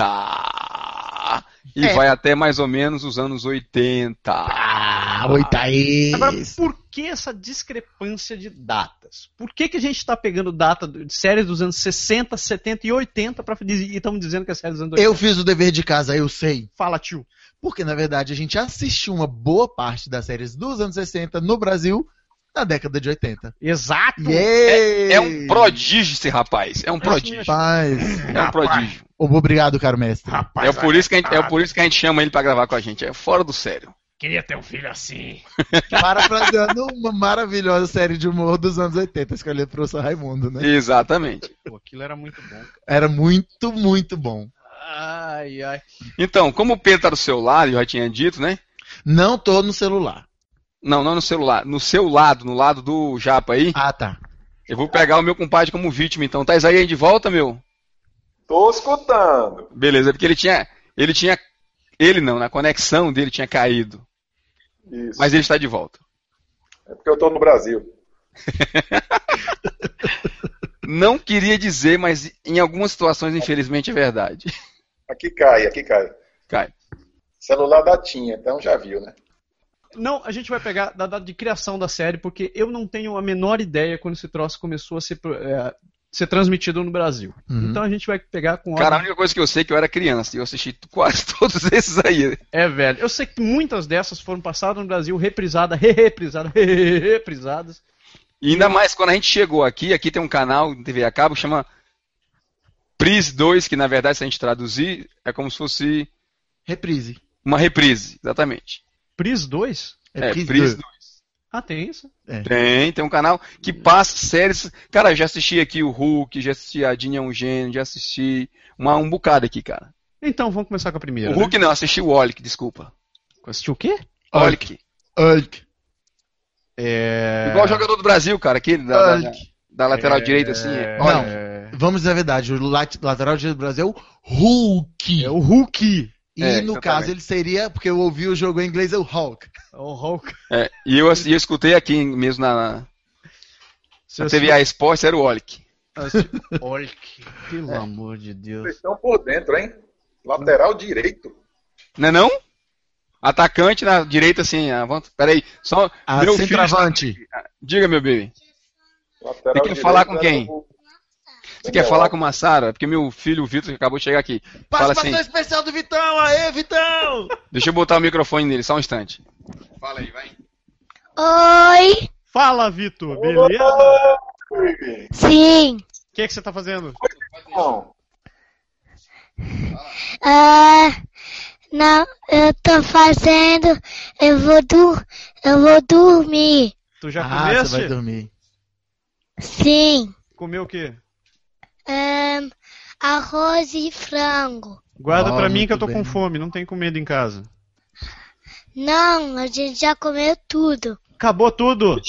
[SPEAKER 3] e
[SPEAKER 4] É.
[SPEAKER 3] vai até mais ou menos os anos 80.
[SPEAKER 4] Ah, oitaí!
[SPEAKER 1] Agora, por que essa discrepância de datas? Por que, que a gente está pegando data de séries dos anos 60, 70 e 80 pra, dizer- e estamos dizendo que é série dos anos 80?
[SPEAKER 4] Eu fiz o dever de casa, eu sei.
[SPEAKER 1] Fala, tio.
[SPEAKER 4] Porque, na verdade, a gente assistiu uma boa parte das séries dos anos 60 no Brasil na década de 80.
[SPEAKER 1] Exato.
[SPEAKER 4] Yay!
[SPEAKER 3] É um prodígio esse rapaz, é um prodígio,
[SPEAKER 4] Rapaz.
[SPEAKER 3] é um prodígio.
[SPEAKER 4] Obrigado, caro mestre.
[SPEAKER 3] É por, isso que a gente, é por isso que a gente chama ele pra gravar com a gente, é fora do sério.
[SPEAKER 1] Queria ter um filho assim.
[SPEAKER 4] Parafraseando uma maravilhosa série de humor dos anos 80, escolhida pelo professor Raimundo, né?
[SPEAKER 3] Exatamente.
[SPEAKER 1] Pô, aquilo era muito bom. cara.
[SPEAKER 4] Era muito, muito bom.
[SPEAKER 1] Ai, ai.
[SPEAKER 3] Então, como o Pedro tá do seu lado, eu já tinha dito, né?
[SPEAKER 4] Não tô no celular.
[SPEAKER 3] Não, não no celular, no seu lado, no lado do Japa aí,
[SPEAKER 4] Ah, tá.
[SPEAKER 3] eu vou pegar o meu compadre como vítima então. Tá aí de volta, meu?
[SPEAKER 5] Tô escutando.
[SPEAKER 3] Beleza, porque ele tinha. Ele tinha. Ele não, na conexão dele tinha caído.
[SPEAKER 5] Isso.
[SPEAKER 3] Mas ele está de volta.
[SPEAKER 5] É porque eu tô no Brasil.
[SPEAKER 3] Não queria dizer, mas em algumas situações, infelizmente, é verdade.
[SPEAKER 5] Aqui cai, aqui cai.
[SPEAKER 3] Cai.
[SPEAKER 5] Celular da Tinha, então já viu, né?
[SPEAKER 1] Não, a gente vai pegar da data de criação da série, porque eu não tenho a menor ideia quando esse troço começou a ser, pro- é, ser transmitido no Brasil.
[SPEAKER 4] Uhum.
[SPEAKER 1] Então a gente vai pegar com
[SPEAKER 3] Cara, a
[SPEAKER 1] ordem.
[SPEAKER 3] única coisa que eu sei é que eu era criança e eu assisti quase todos esses aí.
[SPEAKER 1] É, velho. Eu sei que muitas dessas foram passadas no Brasil, reprisadas, reprisadas, reprisadas.
[SPEAKER 3] E ainda mais quando a gente chegou aqui, aqui tem um canal de TV a cabo que chama Pris 2, que na verdade, se a gente traduzir, é como se fosse
[SPEAKER 4] Reprise.
[SPEAKER 3] uma reprise, exatamente.
[SPEAKER 1] Pris 2?
[SPEAKER 3] É,
[SPEAKER 4] Reprise
[SPEAKER 3] Pris
[SPEAKER 4] do-
[SPEAKER 3] 2.
[SPEAKER 1] Ah, tem isso?
[SPEAKER 3] Tem, tem um canal que passa séries. Cara, já assisti aqui o Hulk, já assisti a Dinha é um Gênio, já assisti uma, um bocado aqui, cara.
[SPEAKER 1] Então vamos começar com a primeira.
[SPEAKER 3] O Hulk não, assisti o Olic, desculpa.
[SPEAKER 1] né? Assistiu o quê?
[SPEAKER 4] Hulk.
[SPEAKER 3] Olic.
[SPEAKER 4] Hulk.
[SPEAKER 3] Igual o jogador do Brasil, cara, aquele da, da,
[SPEAKER 4] Hulk.
[SPEAKER 3] da lateral direita, assim.
[SPEAKER 4] Não.
[SPEAKER 3] Olic.
[SPEAKER 4] Vamos dizer a verdade, o lat- lateral direito do Brasil é o Hulk.
[SPEAKER 1] É o Hulk.
[SPEAKER 4] E
[SPEAKER 3] É,
[SPEAKER 4] no
[SPEAKER 3] exatamente.
[SPEAKER 4] caso ele seria, porque eu ouvi o jogo em inglês, é o Hulk.
[SPEAKER 1] É o Hulk.
[SPEAKER 3] É, e eu, ass- e eu escutei aqui mesmo na,
[SPEAKER 1] Você
[SPEAKER 3] na TV A Esportes, era o Olic.
[SPEAKER 1] assistiu- assistiu- Hulk.
[SPEAKER 3] É.
[SPEAKER 1] Pelo amor de
[SPEAKER 5] Vocês
[SPEAKER 1] Deus.
[SPEAKER 5] estão por dentro, hein? Lateral direito.
[SPEAKER 3] Não é não? Atacante na direita, assim. A... volta- Peraí, só.
[SPEAKER 4] Ah,
[SPEAKER 3] meu filho está-
[SPEAKER 4] centroavante.
[SPEAKER 3] Diga, meu bebê.
[SPEAKER 5] Lateral
[SPEAKER 3] Você quer
[SPEAKER 5] direito é
[SPEAKER 3] falar com
[SPEAKER 5] era
[SPEAKER 3] quem?
[SPEAKER 5] o-
[SPEAKER 3] Você quer falar com o Massara? Porque meu filho, o Vitor, que acabou de chegar aqui. Fala
[SPEAKER 4] Participação
[SPEAKER 3] assim.
[SPEAKER 4] especial do Vitão, aê, Vitão!
[SPEAKER 3] Deixa eu botar o microfone nele, só um instante. Fala aí, vai.
[SPEAKER 6] Oi!
[SPEAKER 1] Fala, Vitor. Beleza? O
[SPEAKER 5] Oi,
[SPEAKER 6] Sim!
[SPEAKER 1] que, que você tá fazendo?
[SPEAKER 5] irmão.
[SPEAKER 6] Ah, não, eu tô fazendo. Eu vou, dur eu vou dormir.
[SPEAKER 1] Tu já
[SPEAKER 4] Ah, você vai
[SPEAKER 1] comeste?
[SPEAKER 4] dormir.
[SPEAKER 6] Sim!
[SPEAKER 1] Comeu o quê?
[SPEAKER 6] Ahn, arroz e frango.
[SPEAKER 1] Guarda
[SPEAKER 4] Ó,
[SPEAKER 1] pra mim
[SPEAKER 4] muito
[SPEAKER 1] que eu tô
[SPEAKER 4] bem.
[SPEAKER 1] com fome, não tem comida em casa.
[SPEAKER 6] Não, a gente já comeu tudo.
[SPEAKER 1] Acabou tudo.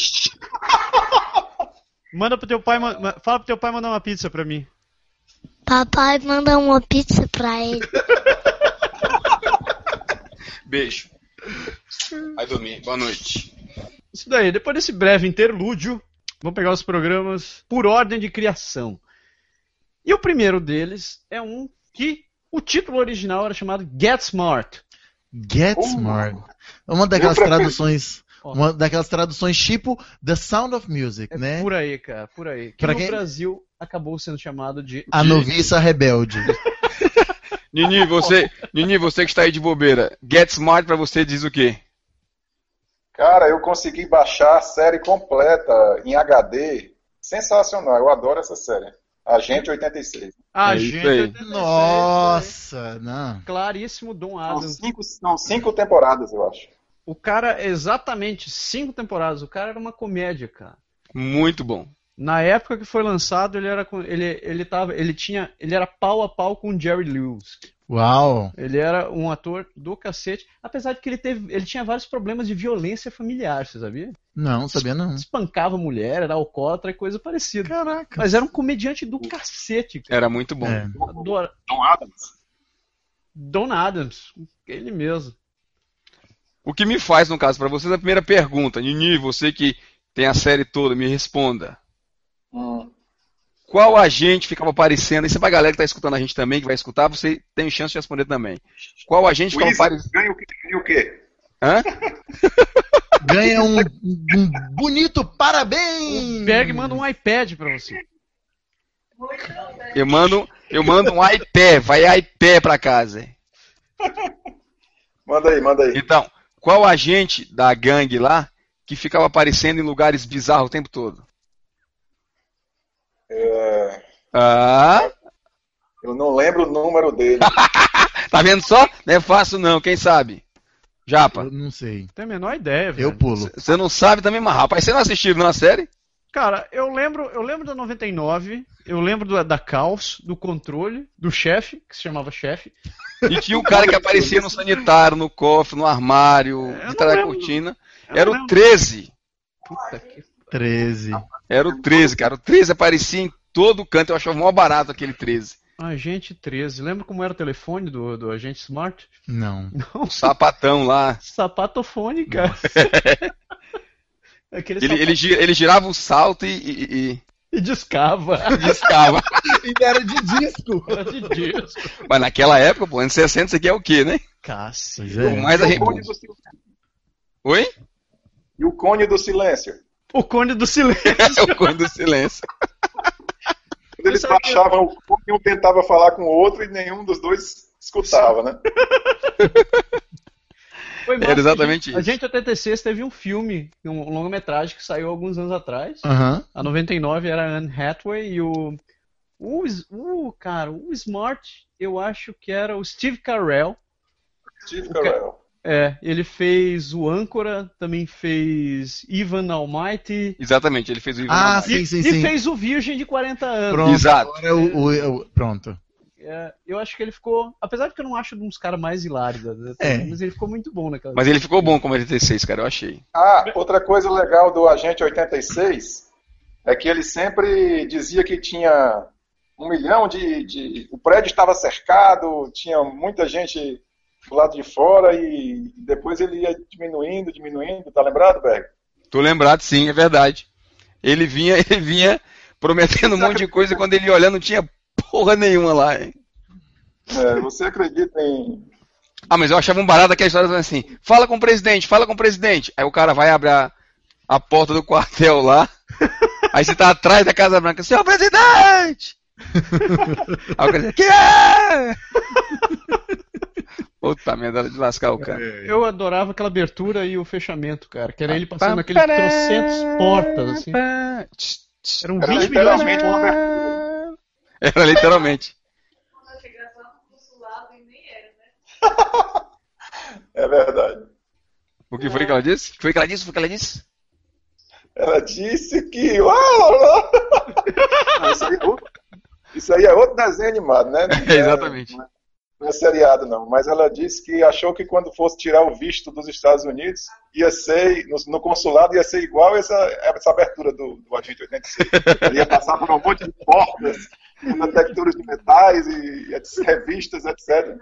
[SPEAKER 1] Manda pro teu pai, ma- ma- fala pro teu pai mandar uma pizza pra mim.
[SPEAKER 6] Papai manda uma pizza pra ele.
[SPEAKER 3] Beijo. Vai dormir. Boa noite.
[SPEAKER 1] Isso daí, depois desse breve interlúdio, vamos pegar os programas por ordem de criação. E o primeiro deles é um que o título original era chamado Get Smart.
[SPEAKER 4] Get
[SPEAKER 3] Oh.
[SPEAKER 4] Smart. É Uma daquelas
[SPEAKER 5] Outra
[SPEAKER 4] traduções.
[SPEAKER 1] Ó.
[SPEAKER 4] Uma daquelas traduções tipo The Sound of Music, né?
[SPEAKER 1] É Por aí, cara, por aí. Que
[SPEAKER 4] Pra
[SPEAKER 1] no
[SPEAKER 4] quem-
[SPEAKER 1] Brasil acabou sendo chamado de.
[SPEAKER 4] A noviça rebelde.
[SPEAKER 3] Nini, você, Nini, você que está aí de bobeira, Get Smart pra você diz o quê?
[SPEAKER 5] Cara, eu consegui baixar a série completa em HD. Sensacional, eu adoro essa série. Agente 86.
[SPEAKER 1] A Ah,
[SPEAKER 3] É isso
[SPEAKER 1] gente.
[SPEAKER 3] aí.
[SPEAKER 1] 86,
[SPEAKER 4] Nossa, não.
[SPEAKER 1] Claríssimo Dom
[SPEAKER 5] São
[SPEAKER 1] Adams.
[SPEAKER 5] cinco, são cinco temporadas, eu acho.
[SPEAKER 1] O cara, exatamente, cinco temporadas. O cara era uma comédia, cara.
[SPEAKER 3] Muito bom.
[SPEAKER 1] Na época que foi lançado, ele era com- ele ele tava, ele tinha, ele era pau a pau com o Jerry Lewis.
[SPEAKER 4] Uau.
[SPEAKER 1] Ele era um ator do cacete, apesar de que ele teve, ele tinha vários problemas de violência familiar, você sabia?
[SPEAKER 4] Não, sabia não.
[SPEAKER 1] Espancava mulher, era alcoólatra e coisa parecida. Caraca. Mas era um comediante do cacete, cara.
[SPEAKER 3] Era muito bom.
[SPEAKER 4] É.
[SPEAKER 1] Adora.
[SPEAKER 5] Tom Adams.
[SPEAKER 1] Don Adams, ele mesmo.
[SPEAKER 3] O que me faz, no caso, pra vocês, a primeira pergunta. Nini, você que tem a série toda, me responda.
[SPEAKER 5] Hum.
[SPEAKER 3] Qual agente ficava aparecendo? Isso é pra galera que tá escutando a gente também, que vai escutar, você tem chance de responder também. Qual agente ficava
[SPEAKER 5] Wizard
[SPEAKER 3] aparecendo?
[SPEAKER 5] ganha o quê? Ganha o quê?
[SPEAKER 3] Hã?
[SPEAKER 4] Ganha um, um bonito parabéns!
[SPEAKER 1] Berg manda um iPad pra você.
[SPEAKER 3] Eu mando, eu mando um iPé, vai iPé pra casa.
[SPEAKER 5] Manda aí, manda aí.
[SPEAKER 3] Então, qual agente da gangue lá que ficava aparecendo em lugares bizarros o tempo todo?
[SPEAKER 5] É,
[SPEAKER 3] Ah,
[SPEAKER 5] eu não lembro o número dele.
[SPEAKER 3] tá vendo só? Não é fácil não, quem sabe? Japa,
[SPEAKER 4] Eu não sei.
[SPEAKER 1] Tem a menor ideia, velho.
[SPEAKER 4] Eu pulo.
[SPEAKER 3] você não sabe também, mas rapaz, você não assistiu na série?
[SPEAKER 1] Cara, eu lembro, eu lembro da 99, eu lembro da, da Caos, do controle, do chefe, que se chamava chefe.
[SPEAKER 3] E tinha o cara que aparecia no sanitário, no cofre, no armário,
[SPEAKER 1] Eu não
[SPEAKER 3] atrás da
[SPEAKER 1] lembro.
[SPEAKER 3] cortina.
[SPEAKER 1] Eu
[SPEAKER 3] Era
[SPEAKER 1] não
[SPEAKER 3] o
[SPEAKER 1] lembro.
[SPEAKER 3] 13.
[SPEAKER 4] 13.
[SPEAKER 3] Era o 13, cara. O 13 aparecia em todo canto. Eu achava mó barato aquele 13.
[SPEAKER 1] Agente 13. Lembra como era o telefone do, do Agente Smart?
[SPEAKER 4] Não.
[SPEAKER 3] O sapatão lá.
[SPEAKER 1] Sapatofone, Um cara. Aquele
[SPEAKER 3] Ele, ele, gi- ele girava o salto e, e, e-
[SPEAKER 1] e discava.
[SPEAKER 3] e discava.
[SPEAKER 4] Ainda era de disco.
[SPEAKER 1] Era de disco.
[SPEAKER 3] Mas naquela época, pô, anos 60, isso aqui é o quê, né?
[SPEAKER 4] Pois
[SPEAKER 1] Cacete.
[SPEAKER 3] O
[SPEAKER 4] é.
[SPEAKER 3] mais
[SPEAKER 5] E o
[SPEAKER 3] arre-
[SPEAKER 5] Cone do Silêncio.
[SPEAKER 3] Oi?
[SPEAKER 5] E o Cone do Silêncio.
[SPEAKER 1] O cone do silêncio.
[SPEAKER 3] É o cone do silêncio.
[SPEAKER 5] Quando eles
[SPEAKER 1] Eu sabia.
[SPEAKER 5] baixavam o cone, um tentava falar com o outro e nenhum dos dois escutava, né?
[SPEAKER 1] Foi massa.
[SPEAKER 3] Era exatamente isso.
[SPEAKER 1] A gente 86 teve um filme, um longa-metragem que saiu alguns anos atrás.
[SPEAKER 4] Aham.
[SPEAKER 1] A 99 era a Anne Hathaway e o. O, S- o cara, o Smart, eu acho que era o Steve Carell.
[SPEAKER 5] Steve
[SPEAKER 1] O ca-
[SPEAKER 5] Carell.
[SPEAKER 1] É, ele fez o Âncora, também fez Ivan Almighty.
[SPEAKER 3] Exatamente, ele fez o Ivan
[SPEAKER 4] Ah,
[SPEAKER 3] Lombardi.
[SPEAKER 4] sim,
[SPEAKER 1] e,
[SPEAKER 4] sim,
[SPEAKER 1] e
[SPEAKER 4] sim.
[SPEAKER 1] fez o Virgem de 40 anos.
[SPEAKER 4] Pronto.
[SPEAKER 3] Exato.
[SPEAKER 4] Agora é o, o- o- pronto.
[SPEAKER 1] É, eu acho que ele ficou. Apesar de que eu não acho um dos caras mais hilários, né,
[SPEAKER 4] É.
[SPEAKER 1] mas ele ficou muito bom naquela.
[SPEAKER 3] Mas ele ficou bom como 86, cara, eu achei.
[SPEAKER 5] Ah, outra coisa legal do Agente 86 é que ele sempre dizia que tinha um milhão de. de- o prédio estava cercado, tinha muita gente do lado de fora e depois ele ia diminuindo, diminuindo, tá lembrado, Berg?
[SPEAKER 3] Tô lembrado, sim, é verdade. Ele vinha, ele vinha prometendo um monte de coisa e quando ele ia olhar não tinha porra nenhuma lá. hein?
[SPEAKER 5] É, você acredita em.
[SPEAKER 3] Ah, mas eu achava um barato aquela história assim, fala com o presidente, fala com o presidente. Aí o cara vai abrir a, a porta do quartel lá, aí você tá atrás da Casa Branca, senhor presidente! aí o cara diz, que é? Puta merda, era de lascar o cara.
[SPEAKER 1] Eu adorava aquela abertura e o fechamento, cara. Que era ele passando aquele trocentos portas, assim. Eram
[SPEAKER 5] Era
[SPEAKER 1] 20 Um milhões de né?
[SPEAKER 5] literalmente uma
[SPEAKER 1] portas.
[SPEAKER 5] abertura.
[SPEAKER 3] Era literalmente.
[SPEAKER 5] É verdade.
[SPEAKER 3] O que foi que ela disse? O que foi que ela disse? O que foi que ela disse?
[SPEAKER 5] Ela disse que. Ah, lá, lá. Não, isso, aí é outro, isso aí é outro desenho animado, né?
[SPEAKER 3] É, exatamente.
[SPEAKER 5] Não é seriado, não. Mas ela disse que achou que quando fosse tirar o visto dos Estados Unidos, ia ser, no, no consulado, ia ser igual essa, essa abertura do, do Agente 86. Ela ia passar por um monte de portas, com detectores de metais e, e revistas, etc. Não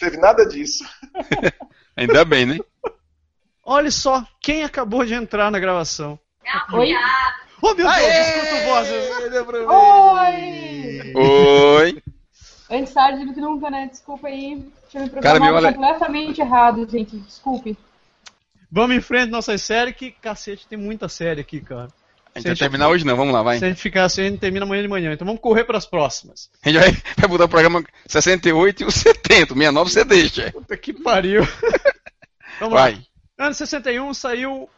[SPEAKER 5] teve nada disso.
[SPEAKER 3] Ainda bem, né?
[SPEAKER 1] Olha só quem acabou de entrar na gravação.
[SPEAKER 7] Oi?
[SPEAKER 1] Oh, meu Deus, escuto vozes.
[SPEAKER 7] Oi!
[SPEAKER 3] Oi.
[SPEAKER 7] Antes tarde do que nunca, né? Desculpa aí. Tinha me
[SPEAKER 3] Cara, meu
[SPEAKER 7] programado
[SPEAKER 3] ale-
[SPEAKER 7] completamente errado, gente. Desculpe.
[SPEAKER 1] Vamos em frente nossa série, que cacete, tem muita série aqui, cara.
[SPEAKER 3] A gente vai terminar hoje não, vamos lá, vai.
[SPEAKER 1] Se a gente ficar assim, a gente termina amanhã de manhã. Então vamos correr pras próximas.
[SPEAKER 3] A gente vai, vai mudar o programa 68 e o 70. 69 você deixa.
[SPEAKER 1] Puta que pariu. vamos lá.
[SPEAKER 3] Vai.
[SPEAKER 1] Ano 61 saiu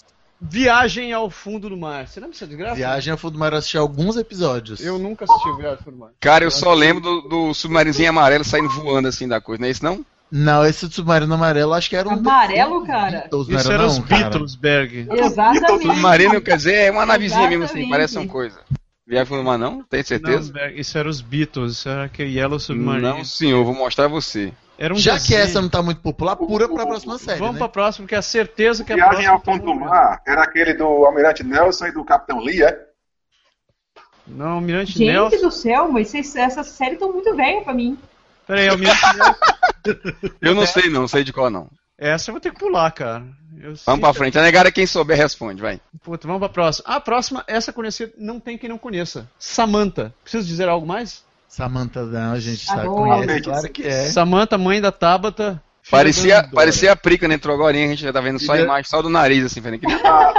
[SPEAKER 1] Viagem ao Fundo do Mar. Você lembra dessa desgraça?
[SPEAKER 4] Viagem ao fundo do mar, eu assisti alguns episódios.
[SPEAKER 1] Tá Eu nunca assisti Viagem ao Fundo do Mar.
[SPEAKER 3] Cara, eu só lembro do, do submarininho amarelo saindo voando assim da coisa, não é isso não?
[SPEAKER 4] Não, esse do submarino amarelo acho que era um.
[SPEAKER 7] Amarelo, cara?
[SPEAKER 4] Beatles, não
[SPEAKER 1] Isso era os
[SPEAKER 4] não, cara?
[SPEAKER 1] Beatles, Berg.
[SPEAKER 7] Exatamente.
[SPEAKER 3] Submarino, quer dizer, é uma navezinha mesmo assim,
[SPEAKER 7] Exatamente.
[SPEAKER 3] parece uma coisa. Viagem no mar não? Tem certeza?
[SPEAKER 1] Não, Berg, Isso era os Beatles, isso era aquele Yellow
[SPEAKER 3] Não,
[SPEAKER 1] Submarine.
[SPEAKER 3] senhor, vou mostrar a você.
[SPEAKER 1] Era um
[SPEAKER 4] Já que
[SPEAKER 1] desenho.
[SPEAKER 4] essa não tá muito popular, pura pra próxima série.
[SPEAKER 1] Vamos
[SPEAKER 4] né?
[SPEAKER 1] pra próxima, que é a certeza que é a
[SPEAKER 5] Viagem
[SPEAKER 1] próxima.
[SPEAKER 5] ao fundo do mar era aquele do Almirante Nelson e do Capitão Lee, é?
[SPEAKER 1] Não, Almirante
[SPEAKER 7] Gente
[SPEAKER 1] Nelson.
[SPEAKER 7] do céu, mas vocês- essas séries estão muito velhas pra mim.
[SPEAKER 1] Peraí, Almirante Nelson.
[SPEAKER 3] Eu não sei não, não sei de qual não.
[SPEAKER 1] Essa eu vou ter que pular, cara. Eu
[SPEAKER 3] Vamos pra frente. A negada quem souber responde, vai.
[SPEAKER 1] Puta, vamos pra próxima. Ah, a próxima, essa conhecida, não tem quem não conheça. Samantha. Preciso dizer algo mais?
[SPEAKER 4] Samantha, não, a gente sabe.
[SPEAKER 7] Adoro.
[SPEAKER 4] Conhece, claro que é.
[SPEAKER 1] Samantha, mãe da Tabata. filha da
[SPEAKER 3] Parecia,
[SPEAKER 1] Dora.
[SPEAKER 3] parecia a prica, né? Entrou agora, a gente já tá vendo só a
[SPEAKER 4] Filha-
[SPEAKER 3] imagem, só do nariz, assim, vendo aquele...
[SPEAKER 5] da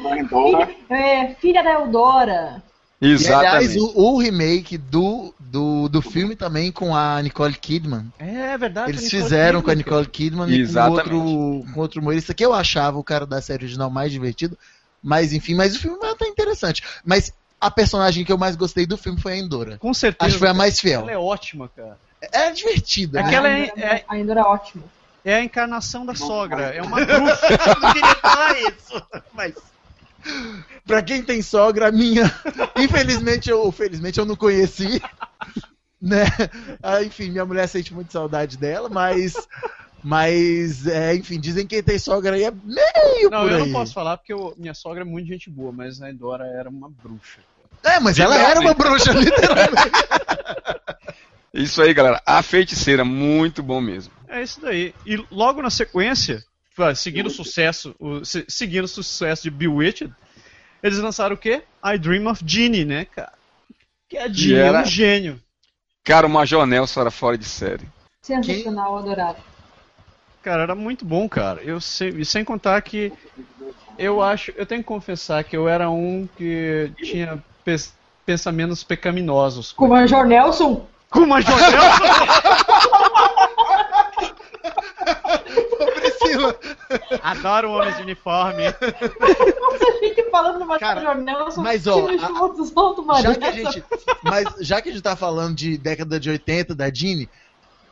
[SPEAKER 5] da Endora.
[SPEAKER 7] É, filha da Eudora.
[SPEAKER 4] E, aliás,
[SPEAKER 3] Exatamente.
[SPEAKER 4] o, o remake do, do, do filme também com a Nicole Kidman.
[SPEAKER 1] É, é verdade.
[SPEAKER 4] Eles
[SPEAKER 1] Nicole
[SPEAKER 4] fizeram com a
[SPEAKER 1] Kidman,
[SPEAKER 4] Nicole Kidman e
[SPEAKER 3] Exatamente.
[SPEAKER 4] com outro, com outro humorista que eu achava o cara da série original mais divertido. Mas enfim, mas o filme é até interessante. Mas a personagem que eu mais gostei do filme foi a Endora.
[SPEAKER 1] cara. Com certeza.
[SPEAKER 4] Acho que foi a mais fiel.
[SPEAKER 1] Ela é ótima, cara.
[SPEAKER 4] É divertida. né?
[SPEAKER 1] Aquela
[SPEAKER 7] a
[SPEAKER 1] é-
[SPEAKER 7] Endora, a Endora é ótima.
[SPEAKER 1] É a encarnação da sogra. É uma trufa. Eu não queria falar isso. Mas.
[SPEAKER 4] Pra quem tem sogra, a minha. Infelizmente eu, felizmente eu não conheci. Né? Ah, enfim, minha mulher sente muito saudade dela, mas. Mas, é, enfim, dizem que quem tem sogra aí é meio
[SPEAKER 1] Não,
[SPEAKER 4] por
[SPEAKER 1] eu
[SPEAKER 4] aí.
[SPEAKER 1] não posso falar porque eu- minha sogra é muito gente boa, mas a Endora era uma bruxa.
[SPEAKER 4] É, mas ela era uma bruxa, literalmente.
[SPEAKER 3] Isso aí, galera. A feiticeira, muito bom mesmo.
[SPEAKER 1] É isso daí. E logo na sequência, fa- seguindo o sucesso, o- se- seguindo o sucesso de Bewitched, eles lançaram o quê? I Dream of Jeannie, né, cara? Que a Jeannie
[SPEAKER 3] era-
[SPEAKER 1] é um gênio.
[SPEAKER 3] Cara, o Major Nelson era fora de série.
[SPEAKER 7] Sensacional, adorado.
[SPEAKER 1] Cara, era muito bom, cara. Eu sei, e sem contar que eu acho, eu tenho que confessar que eu era um que tinha pes- pensamentos pecaminosos.
[SPEAKER 7] Com o Major Nelson,
[SPEAKER 1] Com o Major Nelson?
[SPEAKER 4] Priscila.
[SPEAKER 1] Adoro homens de uniforme.
[SPEAKER 7] você fica falando do Major
[SPEAKER 4] Cara,
[SPEAKER 7] Nelson,
[SPEAKER 4] mas, ó,
[SPEAKER 7] tira os
[SPEAKER 4] a-
[SPEAKER 7] outros, solta o Major
[SPEAKER 4] Já que a
[SPEAKER 7] Nelson.
[SPEAKER 4] gente, mas já que a gente tá falando de década de 80 da Dini,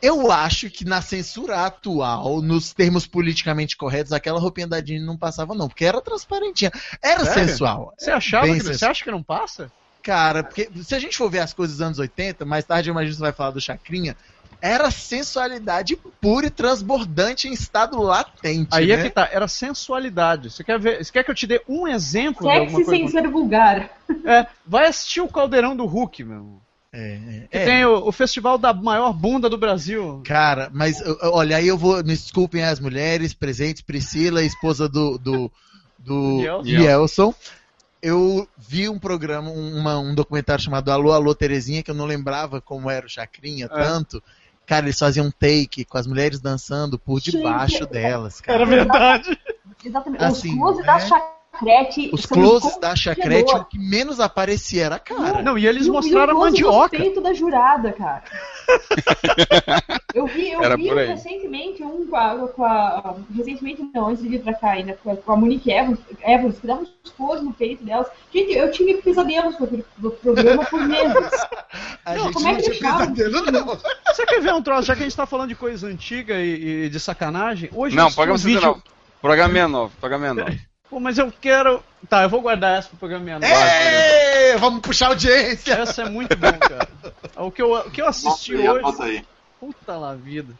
[SPEAKER 4] eu acho que na censura atual, nos termos politicamente corretos, aquela roupinha da Dini não passava não, porque era transparentinha, era
[SPEAKER 1] Sério?
[SPEAKER 4] sensual.
[SPEAKER 1] Você achava
[SPEAKER 4] Bem
[SPEAKER 1] que não, você
[SPEAKER 4] sensual.
[SPEAKER 1] acha que não passa?
[SPEAKER 4] Cara, porque se a gente for ver as coisas dos anos 80, mais tarde eu imagino que você vai falar do Chacrinha, era sensualidade pura e transbordante em estado latente,
[SPEAKER 1] Aí
[SPEAKER 4] né?
[SPEAKER 1] é que tá, era sensualidade. Você quer ver, você quer que eu te dê um exemplo de alguma
[SPEAKER 7] Sexy
[SPEAKER 1] coisa?
[SPEAKER 7] sem ser vulgar.
[SPEAKER 1] É, vai assistir o Caldeirão do Hulk, meu.
[SPEAKER 4] É,
[SPEAKER 1] Que
[SPEAKER 4] é.
[SPEAKER 1] tem o, o festival da maior bunda do Brasil.
[SPEAKER 4] Cara, mas ó, ó, olha, aí eu vou. Me desculpem as mulheres presentes, Priscila, esposa do, do, do
[SPEAKER 1] Nelson.
[SPEAKER 4] Nelson. Eu vi um programa, um- uma- um documentário chamado Alô, Alô, Terezinha, que eu não lembrava como era o
[SPEAKER 1] É.
[SPEAKER 4] Chacrinha tanto. Cara, eles faziam um take com as mulheres dançando por
[SPEAKER 7] Gente, é,
[SPEAKER 4] debaixo delas, cara.
[SPEAKER 1] Era verdade.
[SPEAKER 7] Exatamente.
[SPEAKER 4] Assim,
[SPEAKER 7] os closes
[SPEAKER 4] né?
[SPEAKER 7] da chacrete.
[SPEAKER 4] Os
[SPEAKER 7] são
[SPEAKER 4] closes da chacrete, o
[SPEAKER 7] constrangedor.
[SPEAKER 4] que menos aparecia era a cara.
[SPEAKER 1] Não, e eles
[SPEAKER 7] E o-
[SPEAKER 1] mostraram
[SPEAKER 7] e
[SPEAKER 1] a
[SPEAKER 7] o close do
[SPEAKER 1] mandioca.
[SPEAKER 7] peito da jurada, cara. Eu vi, eu
[SPEAKER 3] Era
[SPEAKER 7] vi
[SPEAKER 3] por aí.
[SPEAKER 7] recentemente um com a, com a- Recentemente não, antes de vir pra cá ainda, com a, com a Monique Evans, Evans, que dava uns close no peito delas. Gente, eu tive pesadelos com aquele do programa por meses.
[SPEAKER 4] A
[SPEAKER 7] Não,
[SPEAKER 4] gente
[SPEAKER 7] como é
[SPEAKER 4] não
[SPEAKER 7] que
[SPEAKER 4] tinha
[SPEAKER 7] deixava?
[SPEAKER 4] pesadelo, não.
[SPEAKER 1] Você quer ver um troço, já que a gente tá falando de coisa antiga e, e de sacanagem? Hoje eu
[SPEAKER 3] Não,
[SPEAKER 1] assisti
[SPEAKER 3] programa
[SPEAKER 1] um vídeo...
[SPEAKER 3] 69. Programa 69, programa 69.
[SPEAKER 1] Pô, mas eu quero... Tá, eu vou guardar essa pro programa minha nova.
[SPEAKER 4] Ê, vamos puxar audiência.
[SPEAKER 1] Essa é muito bom, cara. O que eu, o que eu assisti
[SPEAKER 5] Nossa,
[SPEAKER 1] hoje...
[SPEAKER 5] anota aí.
[SPEAKER 1] Puta lá vida.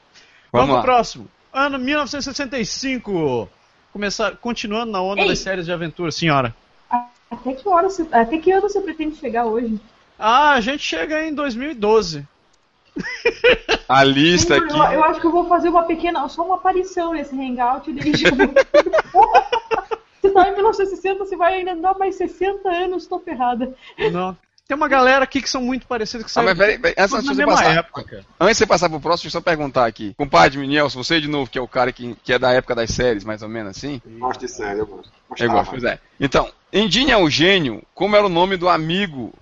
[SPEAKER 1] Vamos,
[SPEAKER 3] Vamos lá.
[SPEAKER 1] pro próximo. Ano 1965. Começar, continuando na onda
[SPEAKER 7] Ei.
[SPEAKER 1] das séries de aventura, senhora.
[SPEAKER 7] Até que, hora você, até que ano você pretende chegar hoje?
[SPEAKER 1] Ah, a gente chega em 2012.
[SPEAKER 3] A lista
[SPEAKER 7] Senhor, eu, eu
[SPEAKER 3] aqui.
[SPEAKER 7] acho que eu vou fazer uma pequena, só uma aparição nesse hangout dele. Se tá em 1960, você vai ainda andar mais 60 anos, tô ferrada.
[SPEAKER 1] Não. Tem uma galera aqui que são muito parecidas que
[SPEAKER 3] Ah,
[SPEAKER 1] são
[SPEAKER 3] mas peraí, peraí, antes,
[SPEAKER 1] tudo
[SPEAKER 3] antes
[SPEAKER 1] na
[SPEAKER 3] de você
[SPEAKER 1] mesma
[SPEAKER 3] passar,
[SPEAKER 1] época.
[SPEAKER 3] antes de você passar pro próximo, deixa eu só perguntar aqui. Compadre Nelson, você de novo, que é o cara que, que é da época das séries, mais ou menos assim.
[SPEAKER 1] Tá.
[SPEAKER 5] Gosto de série, eu gosto.
[SPEAKER 3] É
[SPEAKER 5] Gostava.
[SPEAKER 3] igual, pois é. Então, Indinha o gênio, como era o nome do amigo,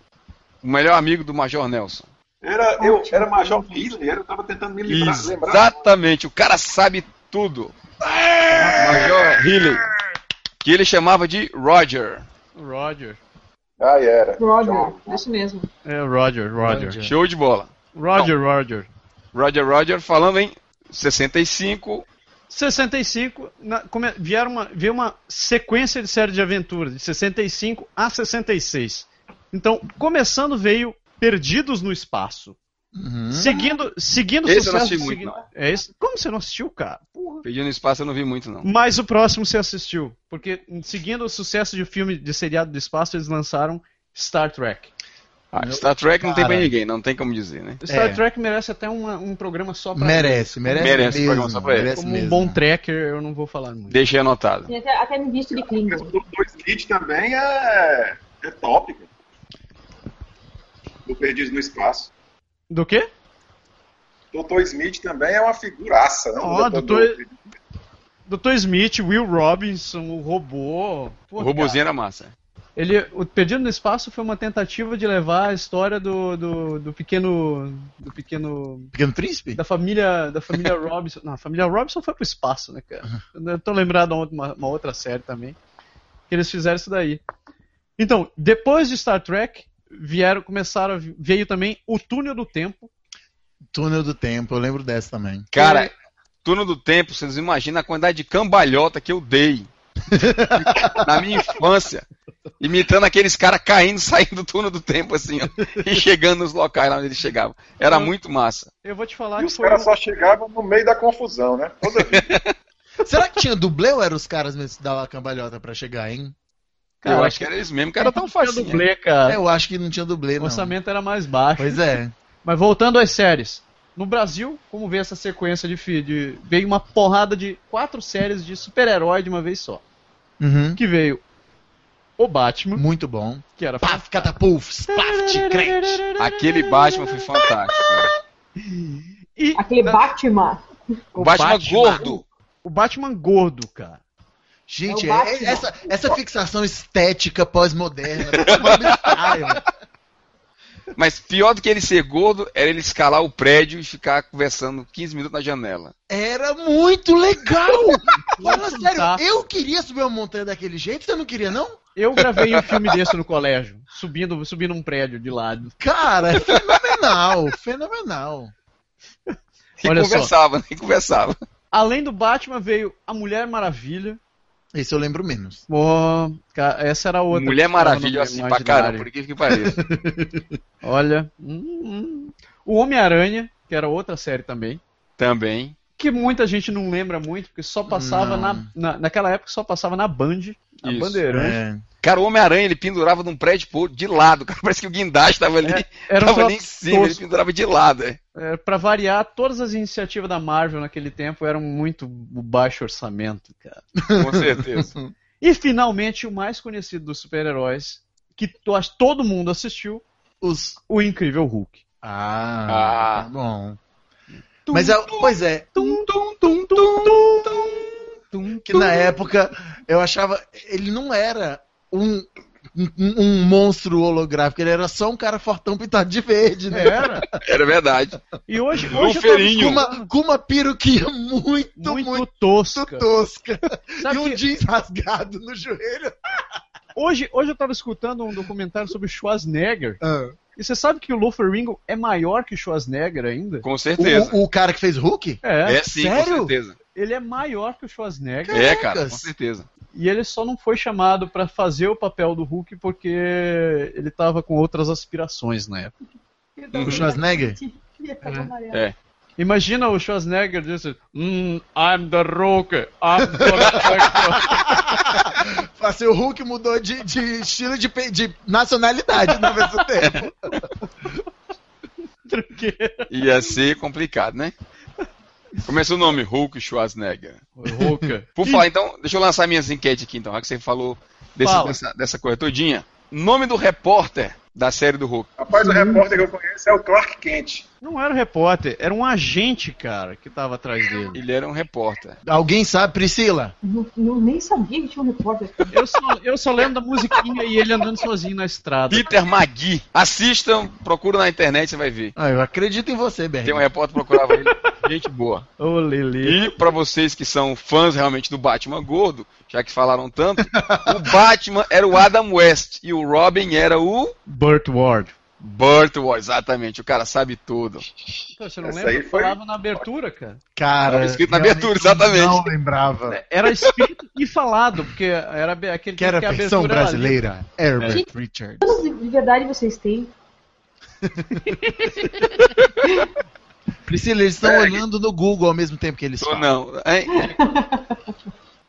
[SPEAKER 3] o melhor amigo do Major Nelson?
[SPEAKER 5] Era, eu, era Major Hitler, eu tava tentando me lembrar. lembrar.
[SPEAKER 3] Exatamente, o cara sabe tudo.
[SPEAKER 1] É!
[SPEAKER 3] Major Healy. Que ele chamava de Roger.
[SPEAKER 1] Roger.
[SPEAKER 5] Ah, era.
[SPEAKER 7] Roger,
[SPEAKER 5] John.
[SPEAKER 7] isso mesmo.
[SPEAKER 1] É, Roger, Roger.
[SPEAKER 3] Show de bola.
[SPEAKER 1] Roger, Roger.
[SPEAKER 3] Roger Roger falando em 65.
[SPEAKER 1] 65, na, come, vieram uma, veio uma sequência de série de aventuras, de 65 a 66. Então, começando veio Perdidos no Espaço.
[SPEAKER 4] Uhum.
[SPEAKER 1] Seguindo, seguindo
[SPEAKER 3] Esse eu
[SPEAKER 1] sucesso.
[SPEAKER 3] não assisti muito,
[SPEAKER 1] seguindo-
[SPEAKER 3] não.
[SPEAKER 1] É esse? Como você não assistiu, cara? Porra.
[SPEAKER 3] Pedindo espaço eu não vi muito, não.
[SPEAKER 1] Mas o próximo você assistiu. Porque seguindo o sucesso de filme de seriado do espaço, eles lançaram Star Trek.
[SPEAKER 3] Ah,
[SPEAKER 4] Meu
[SPEAKER 3] Star Trek não tem pra
[SPEAKER 4] cara.
[SPEAKER 3] ninguém, não tem como dizer, né?
[SPEAKER 1] Star
[SPEAKER 4] É.
[SPEAKER 1] Trek merece até uma- um programa só pra
[SPEAKER 4] Merece, merece,
[SPEAKER 3] Merece, um
[SPEAKER 4] mesmo,
[SPEAKER 3] programa só pra ele.
[SPEAKER 4] merece
[SPEAKER 1] Como um
[SPEAKER 4] mesmo. né?
[SPEAKER 1] bom tracker, eu não vou falar muito.
[SPEAKER 3] Deixei anotado.
[SPEAKER 7] E até, até me visto de
[SPEAKER 5] Mas
[SPEAKER 7] Klingon.
[SPEAKER 5] O Dois Kid também é, é top. cara. Do Perdido no Espaço.
[SPEAKER 1] Do quê?
[SPEAKER 5] Doutor Smith também é uma figuraça, né?
[SPEAKER 1] Ó,
[SPEAKER 5] O
[SPEAKER 1] Dr.
[SPEAKER 5] do-
[SPEAKER 1] Dr. Smith, Will Robinson, o robô. Pô,
[SPEAKER 3] O robozinho era massa.
[SPEAKER 1] cara, Ele, o Perdido no Espaço foi uma tentativa de levar a história do, do, do pequeno. do pequeno.
[SPEAKER 4] Pequeno Príncipe?
[SPEAKER 1] da família. da família Robinson. Não, a família Robinson foi pro espaço, né, cara? Eu tô lembrado de uma, uma outra série também. Que eles fizeram isso daí. Então, depois de Star Trek, vieram, começaram, a vi- veio também o Túnel do Tempo.
[SPEAKER 4] Túnel do Tempo, eu lembro dessa também.
[SPEAKER 3] Cara, turno do tempo, vocês imaginam a quantidade de cambalhota que eu dei na minha infância, imitando aqueles caras caindo, saindo do turno do tempo, assim, ó, e chegando nos locais lá onde eles chegavam. Era muito massa.
[SPEAKER 1] Eu vou te falar
[SPEAKER 5] E
[SPEAKER 1] que
[SPEAKER 5] os
[SPEAKER 1] foi.
[SPEAKER 5] caras
[SPEAKER 1] um-
[SPEAKER 5] só chegavam no meio da confusão, né? Toda vez.
[SPEAKER 4] Será que tinha dublê ou eram os caras mesmo que davam a cambalhota pra chegar, hein?
[SPEAKER 3] eu
[SPEAKER 1] Cara,
[SPEAKER 3] acho que era eles mesmo, que era tão
[SPEAKER 1] Tinha
[SPEAKER 4] assim,
[SPEAKER 3] fácil.
[SPEAKER 1] dublê, cara.
[SPEAKER 4] Eu acho É que não tinha dublê,
[SPEAKER 1] O
[SPEAKER 4] não.
[SPEAKER 1] orçamento era mais baixo.
[SPEAKER 4] Pois é.
[SPEAKER 1] Mas voltando às séries. No Brasil, como veio essa sequência de, fi- de- Veio uma porrada de quatro séries de super-herói de uma vez só.
[SPEAKER 4] Uhum.
[SPEAKER 1] Que veio o Batman,
[SPEAKER 4] Muito bom.
[SPEAKER 1] que era.
[SPEAKER 4] Paf, catapufs, paf, crente.
[SPEAKER 3] Aquele Batman foi fantástico. cara.
[SPEAKER 1] E
[SPEAKER 7] Aquele Batman.
[SPEAKER 3] O Batman,
[SPEAKER 4] Batman.
[SPEAKER 3] gordo.
[SPEAKER 1] o Batman gordo, cara.
[SPEAKER 4] Gente,
[SPEAKER 7] É o Batman.
[SPEAKER 4] é- essa, essa fixação estética pós-moderna. tá uma besteira, mano.
[SPEAKER 3] Mas pior do que ele ser gordo era ele escalar o prédio e ficar conversando 15 minutos na janela.
[SPEAKER 4] Era muito legal! Fala
[SPEAKER 1] Nossa,
[SPEAKER 4] sério,
[SPEAKER 1] tá.
[SPEAKER 4] eu queria subir uma montanha daquele jeito, você não queria, não?
[SPEAKER 1] Eu gravei um filme desse no colégio, subindo, subindo um prédio de lado.
[SPEAKER 4] Cara, é fenomenal, fenomenal.
[SPEAKER 3] E
[SPEAKER 1] Olha só.
[SPEAKER 3] conversava, né? E conversava.
[SPEAKER 1] Além do Batman, veio a Mulher Maravilha.
[SPEAKER 4] Esse eu lembro menos.
[SPEAKER 1] Ó, cara, essa era a outra.
[SPEAKER 3] Mulher
[SPEAKER 1] que tava no
[SPEAKER 3] Maravilha,
[SPEAKER 1] meu
[SPEAKER 3] assim, pra
[SPEAKER 1] imaginário.
[SPEAKER 3] caramba, por que que pareça.
[SPEAKER 1] Olha. hum, hum. O Homem-Aranha, que era outra série também.
[SPEAKER 3] Também.
[SPEAKER 1] Que muita gente não lembra muito, porque só passava
[SPEAKER 4] Não.
[SPEAKER 1] na, na- Naquela época só passava na Band, na
[SPEAKER 3] Isso, É.
[SPEAKER 1] Bandeirante.
[SPEAKER 4] É.
[SPEAKER 3] Cara, o Homem-Aranha, ele pendurava de um prédio pro outro, de lado. Cara, parece que o guindaste tava ali,
[SPEAKER 1] Era um
[SPEAKER 3] tava ali
[SPEAKER 1] troço
[SPEAKER 3] em cima, ele
[SPEAKER 1] tosco.
[SPEAKER 3] pendurava de lado. é.
[SPEAKER 1] É, pra variar, todas as iniciativas da Marvel naquele tempo eram muito baixo orçamento, cara.
[SPEAKER 3] Com certeza.
[SPEAKER 1] E finalmente, o mais conhecido dos super-heróis, que to- acho que todo mundo assistiu,
[SPEAKER 4] Os.
[SPEAKER 1] o Incrível Hulk.
[SPEAKER 4] Ah,
[SPEAKER 3] Ah.
[SPEAKER 4] tá bom.
[SPEAKER 1] Tum,
[SPEAKER 4] Mas é, pois é,
[SPEAKER 1] tum, tum, tum, tum, tum, tum,
[SPEAKER 4] que na época eu achava. Ele não era um, um, um monstro holográfico, ele era só um cara fortão pintado de verde, né?
[SPEAKER 1] Era.
[SPEAKER 3] Era verdade.
[SPEAKER 1] E hoje, hoje eu tô
[SPEAKER 3] Wolferinho.
[SPEAKER 4] Com uma, com uma peruquinha muito,
[SPEAKER 1] muito,
[SPEAKER 4] muito,
[SPEAKER 1] tosca.
[SPEAKER 4] tosca.
[SPEAKER 1] Sabe
[SPEAKER 4] e um
[SPEAKER 1] que-
[SPEAKER 4] jeans rasgado no joelho.
[SPEAKER 1] Hoje, hoje eu tava escutando um documentário sobre Schwarzenegger. E você sabe que o Loferingo é maior que o Schwarzenegger ainda?
[SPEAKER 3] Com certeza.
[SPEAKER 4] O, o cara que fez Hulk?
[SPEAKER 1] É.
[SPEAKER 3] É sim,
[SPEAKER 4] Sério?
[SPEAKER 3] com certeza.
[SPEAKER 1] Ele é maior que o Schwarzenegger.
[SPEAKER 3] É, cara, com
[SPEAKER 4] Caracas.
[SPEAKER 3] certeza.
[SPEAKER 1] E ele só não foi chamado pra fazer o papel do Hulk porque ele tava com outras aspirações na época.
[SPEAKER 4] O Schwarzenegger?
[SPEAKER 7] Ele tava amarelo.
[SPEAKER 3] É.
[SPEAKER 1] Imagina o Schwarzenegger dizendo hum, I'm the Rock, I'm the Rock.
[SPEAKER 4] Assim, o Hulk mudou de, de estilo de, pe- de nacionalidade no mesmo tempo.
[SPEAKER 3] Ia ser complicado, né? Começa o nome, Hulk Schwarzenegger.
[SPEAKER 1] Roca.
[SPEAKER 3] Por falar, então, deixa eu lançar minhas enquetes aqui, então, já que você falou desse-
[SPEAKER 1] Fala.
[SPEAKER 3] dessa, dessa coisa todinha. Nome do repórter da série do Hulk.
[SPEAKER 5] Rapaz, o repórter que eu conheço é o Clark Kent.
[SPEAKER 1] Não era um repórter, era um agente, cara, que tava atrás dele.
[SPEAKER 3] Ele era um repórter.
[SPEAKER 4] Alguém sabe, Priscila?
[SPEAKER 7] Não, não- nem sabia que tinha um repórter.
[SPEAKER 1] Eu só, eu só lembro da musiquinha e ele andando sozinho na estrada.
[SPEAKER 3] Peter Magui. Assistam, procura na internet, você vai ver.
[SPEAKER 4] Ah, eu acredito em você, Berg.
[SPEAKER 3] Tem um repórter que procurava ele. Gente boa.
[SPEAKER 1] Ô, Lele.
[SPEAKER 3] E pra vocês que são fãs realmente do Batman gordo, já que falaram tanto, o Batman era o Adam West e o Robin era o
[SPEAKER 1] Burt Ward.
[SPEAKER 3] Burt Ward, exatamente. O cara sabe tudo.
[SPEAKER 1] Então, Você não
[SPEAKER 5] Essa
[SPEAKER 1] lembra?
[SPEAKER 5] aí foi-
[SPEAKER 1] Falava na abertura, cara.
[SPEAKER 4] Cara,
[SPEAKER 3] Tava escrito na
[SPEAKER 4] realmente
[SPEAKER 3] abertura, exatamente.
[SPEAKER 4] Não
[SPEAKER 5] É.
[SPEAKER 4] lembrava.
[SPEAKER 1] Era escrito e falado, porque era be- aquele
[SPEAKER 4] Que era a
[SPEAKER 1] tempo
[SPEAKER 4] versão
[SPEAKER 1] abertura era
[SPEAKER 4] brasileira. Herbert
[SPEAKER 7] Gente,
[SPEAKER 4] Richards.
[SPEAKER 7] Quantos de de verdade vocês têm?
[SPEAKER 4] Priscila, eles estão
[SPEAKER 5] Berg.
[SPEAKER 4] olhando no Google ao mesmo tempo que eles
[SPEAKER 3] Ou
[SPEAKER 4] falam.
[SPEAKER 3] não. hein?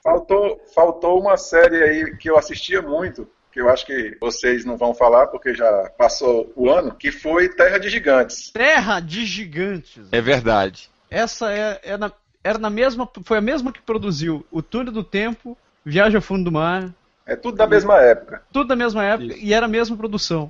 [SPEAKER 5] Faltou, faltou uma série aí que eu assistia muito, que eu acho que vocês não vão falar porque já passou o ano, que foi Terra de Gigantes.
[SPEAKER 1] Terra de Gigantes.
[SPEAKER 3] É verdade.
[SPEAKER 1] Essa é, é na- era na mesma. Foi a mesma que produziu O Túnel do Tempo, Viagem ao Fundo do Mar.
[SPEAKER 5] É tudo da mesma época.
[SPEAKER 1] Tudo da mesma época e era a mesma produção.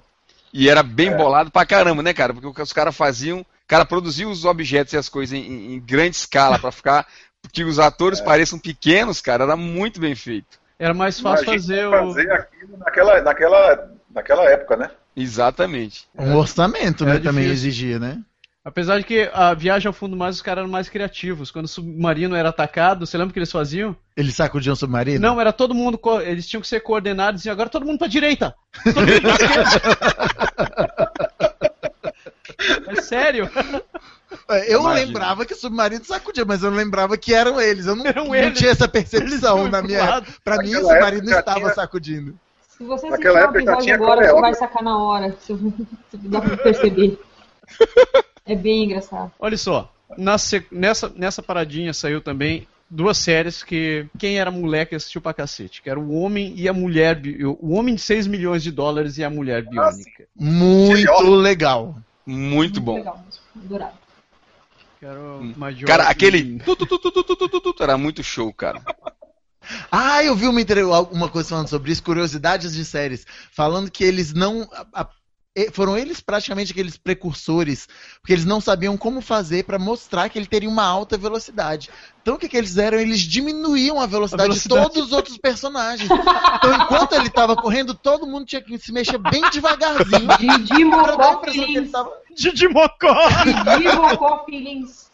[SPEAKER 3] E era bem bolado pra caramba, né, cara? Porque os caras faziam. O cara produzia os objetos e as coisas em- em, em grande escala pra ficar. Que os atores pareçam pequenos, cara, era muito bem feito.
[SPEAKER 1] Era mais fácil
[SPEAKER 5] Imagina
[SPEAKER 1] fazer o.
[SPEAKER 5] fazer aquilo naquela, naquela, naquela época, né?
[SPEAKER 3] Exatamente.
[SPEAKER 4] Um orçamento, né?
[SPEAKER 1] Era
[SPEAKER 4] Também
[SPEAKER 1] difícil.
[SPEAKER 4] exigia, né?
[SPEAKER 1] Apesar de que a viagem ao fundo do mar, os caras eram mais criativos. Quando o submarino era atacado, você lembra o que eles faziam?
[SPEAKER 4] Eles sacudiam o submarino?
[SPEAKER 1] Não, era todo mundo. co- Eles tinham que ser coordenados e agora todo mundo pra direita! Todo mundo pra esquerda. é sério?
[SPEAKER 4] é, Eu
[SPEAKER 3] Imagina.
[SPEAKER 4] lembrava que o submarino sacudia, mas eu não lembrava que eram eles. Eu não,
[SPEAKER 1] Eram
[SPEAKER 4] não
[SPEAKER 1] eles.
[SPEAKER 4] tinha essa percepção
[SPEAKER 1] Eles
[SPEAKER 4] na
[SPEAKER 1] do
[SPEAKER 4] minha época.
[SPEAKER 1] lado.
[SPEAKER 4] Pra mim, o
[SPEAKER 5] Naquela
[SPEAKER 4] submarino
[SPEAKER 5] época já
[SPEAKER 4] estava
[SPEAKER 5] tinha-
[SPEAKER 4] sacudindo.
[SPEAKER 7] Se você assistir um
[SPEAKER 5] Naquela época já
[SPEAKER 7] episódio
[SPEAKER 5] tinha
[SPEAKER 7] agora, você
[SPEAKER 5] coreógrafo.
[SPEAKER 7] vai sacar na hora. Você você dá pra perceber. É bem engraçado.
[SPEAKER 1] Olha só, na se- nessa, nessa paradinha saiu também duas séries que quem era moleque assistiu pra cacete, que era o Homem e a Mulher, Bi- o Homem de 6 milhões de dólares e a Mulher Biônica.
[SPEAKER 4] Muito
[SPEAKER 5] Melhor.
[SPEAKER 4] legal.
[SPEAKER 3] Muito bom.
[SPEAKER 7] Legal, mesmo. adorava.
[SPEAKER 1] Que era o Major-
[SPEAKER 3] Hum. Cara, aquele. tu, tu, tu, tu, tu, tu, tu, tu, tu, Era muito show, cara.
[SPEAKER 4] Ah, eu vi uma, entre- uma coisa falando sobre isso, curiosidades de séries, falando que eles não. a- a- e- foram eles praticamente aqueles precursores, porque eles não sabiam como fazer pra mostrar que ele teria uma alta velocidade. Então o que, que eles fizeram? Eles diminuíam a velocidade,
[SPEAKER 1] A velocidade.
[SPEAKER 4] de todos os outros personagens. Então enquanto ele tava correndo, todo mundo tinha que se mexer bem devagarzinho.
[SPEAKER 7] Didi
[SPEAKER 4] Pra dar a impressão
[SPEAKER 7] Mocó
[SPEAKER 4] que ele
[SPEAKER 7] Filins.
[SPEAKER 4] tava...
[SPEAKER 1] Didi Mocó!
[SPEAKER 7] Didi Mocó Filins.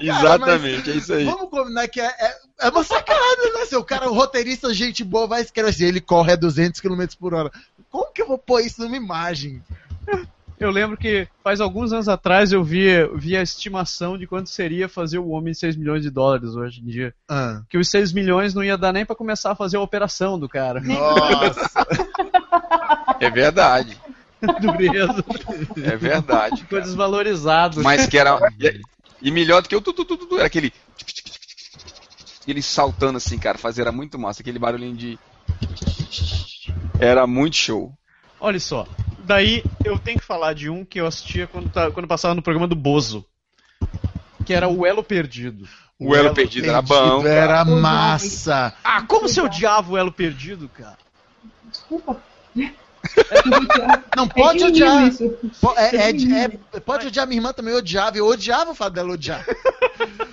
[SPEAKER 3] Exatamente, é isso aí.
[SPEAKER 4] Vamos combinar que é, é, é uma sacanagem, né? Se o cara, o roteirista, gente boa, vai escrever assim, ele corre a 200 km por hora. Como que eu vou pôr isso numa imagem?
[SPEAKER 1] Eu lembro que faz alguns anos atrás eu vi, vi a estimação de quanto seria fazer o Homem de 6 milhões de dólares hoje em dia.
[SPEAKER 4] Ah.
[SPEAKER 1] Que os 6 milhões não ia dar nem pra começar a fazer a operação do cara.
[SPEAKER 4] Nossa.
[SPEAKER 3] É verdade.
[SPEAKER 1] Dureza.
[SPEAKER 3] É verdade.
[SPEAKER 1] Ficou
[SPEAKER 3] cara.
[SPEAKER 1] desvalorizado.
[SPEAKER 3] Mas que era. e- E melhor do que o tu, tu, tu, tu, tu, era aquele. Ele saltando assim, cara, fazer era muito massa. Aquele barulhinho de. Era muito show.
[SPEAKER 1] Olha só, daí eu tenho que falar de um que eu assistia quando, ta- quando passava no programa do Bozo. Que era o Elo Perdido.
[SPEAKER 3] O Elo Perdido era bom. cara.
[SPEAKER 4] Era massa.
[SPEAKER 1] Ah, como você odiava o Elo Perdido, cara?
[SPEAKER 7] Desculpa.
[SPEAKER 4] Não,
[SPEAKER 7] É
[SPEAKER 4] pode
[SPEAKER 7] genuíno
[SPEAKER 4] odiar.
[SPEAKER 7] isso.
[SPEAKER 4] Po- é- é- é- pode odiar. Minha irmã também odiava. Eu odiava o fato dela odiar.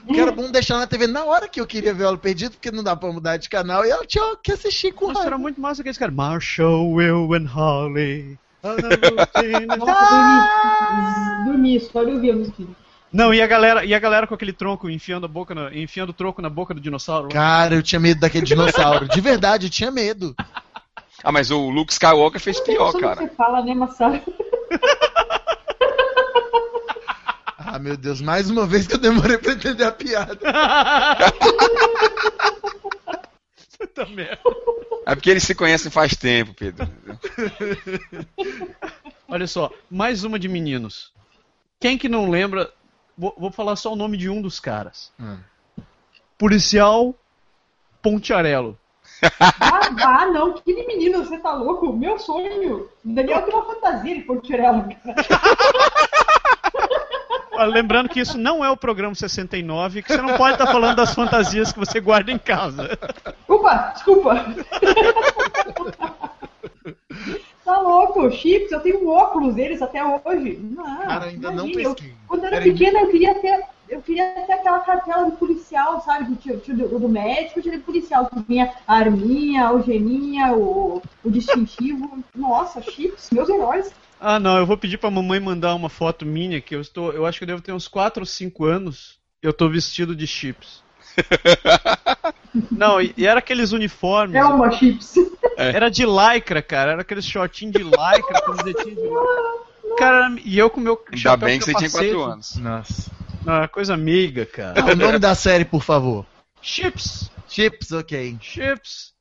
[SPEAKER 4] Porque era bom deixar na TV na hora que eu queria ver ela perdido, porque não dá pra mudar de canal. E ela tinha que assistir com
[SPEAKER 1] Nossa,
[SPEAKER 4] raiva.
[SPEAKER 1] era muito massa aqueles caras. Marshall, Will and Holly.
[SPEAKER 3] Ah!
[SPEAKER 7] Nossa, dormi. Dormi, só de ouvir a musiquinha.
[SPEAKER 1] Não, e a galera, e a galera com aquele tronco enfiando a boca, na- enfiando o troco na boca do dinossauro.
[SPEAKER 4] Cara, eu tinha medo daquele dinossauro. De verdade, eu tinha medo.
[SPEAKER 3] Ah, mas o Luke Skywalker fez pior,
[SPEAKER 7] Só no que
[SPEAKER 3] cara.
[SPEAKER 7] Você fala, né, Massaro?
[SPEAKER 4] Ah, meu Deus, mais uma vez que eu demorei pra entender a piada.
[SPEAKER 1] Puta merda.
[SPEAKER 3] É porque eles se conhecem faz tempo, Pedro.
[SPEAKER 1] Olha só, mais uma de meninos. Quem que não lembra Vou, vou falar só o nome de um dos caras.
[SPEAKER 4] Hum.
[SPEAKER 1] Policial Pontiarello.
[SPEAKER 7] Ah, ah, não, que menino, você tá louco? Meu sonho. O Daniel tem uma fantasia de Pontirello, cara.
[SPEAKER 1] Ah, Lembrando que isso não é o programa 69, que você não pode estar falando das fantasias que você guarda em casa.
[SPEAKER 7] Opa, desculpa. tá louco, chips, eu tenho óculos deles até hoje. Não,
[SPEAKER 4] Cara, ainda não
[SPEAKER 7] imagina, eu-
[SPEAKER 4] pesquei.
[SPEAKER 7] Quando eu era
[SPEAKER 4] Peraí.
[SPEAKER 7] pequena, eu queria ter. Eu queria ter aquela cartela do policial, sabe? Do, tio, tio do, do médico, tio do policial, que vinha a arminha, a algeminha, o, o distintivo. Nossa, chips, meus heróis.
[SPEAKER 1] Ah, não, eu vou pedir pra mamãe mandar uma foto minha, que eu estou. Eu acho que eu devo ter uns 4 ou 5 anos. Eu tô vestido de chips. Não, e, e era aqueles uniformes.
[SPEAKER 7] É uma chips.
[SPEAKER 3] É.
[SPEAKER 1] Era de lycra, cara. Era aqueles shortinhos de lycra, camisetinha de lycra. Cara, e eu com meu
[SPEAKER 3] Ainda
[SPEAKER 1] chapéu
[SPEAKER 3] bem que você tinha
[SPEAKER 1] capacete.
[SPEAKER 3] 4 anos.
[SPEAKER 4] Nossa.
[SPEAKER 1] Ah, coisa amiga, cara.
[SPEAKER 4] Ah, O nome da série, por favor.
[SPEAKER 1] Chips!
[SPEAKER 4] Chips, ok.
[SPEAKER 1] Chips!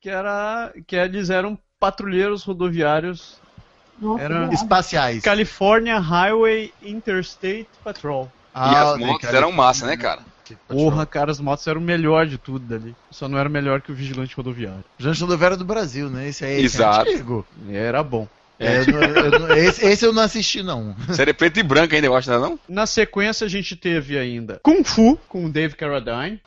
[SPEAKER 1] Que era. Que eles eram patrulheiros rodoviários.
[SPEAKER 7] Nossa,
[SPEAKER 1] Era-
[SPEAKER 7] cara.
[SPEAKER 4] Espaciais.
[SPEAKER 1] California Highway Interstate Patrol.
[SPEAKER 4] Ah,
[SPEAKER 3] e as
[SPEAKER 4] ok,
[SPEAKER 3] motos
[SPEAKER 4] cara.
[SPEAKER 3] eram massa, né, cara?
[SPEAKER 1] Porra, cara, as motos eram o melhor de tudo dali. Só não era melhor que o vigilante rodoviário.
[SPEAKER 4] Jancho Rodoviário do Brasil, né? Esse aí
[SPEAKER 3] Exato.
[SPEAKER 4] esse é antigo.
[SPEAKER 1] Era bom.
[SPEAKER 3] É.
[SPEAKER 4] É, eu não- eu não- esse, esse eu não assisti, não.
[SPEAKER 3] Série preta e branca ainda, eu acho, não é não?
[SPEAKER 1] Na sequência, a gente teve ainda Kung Fu, com o Dave Carradine.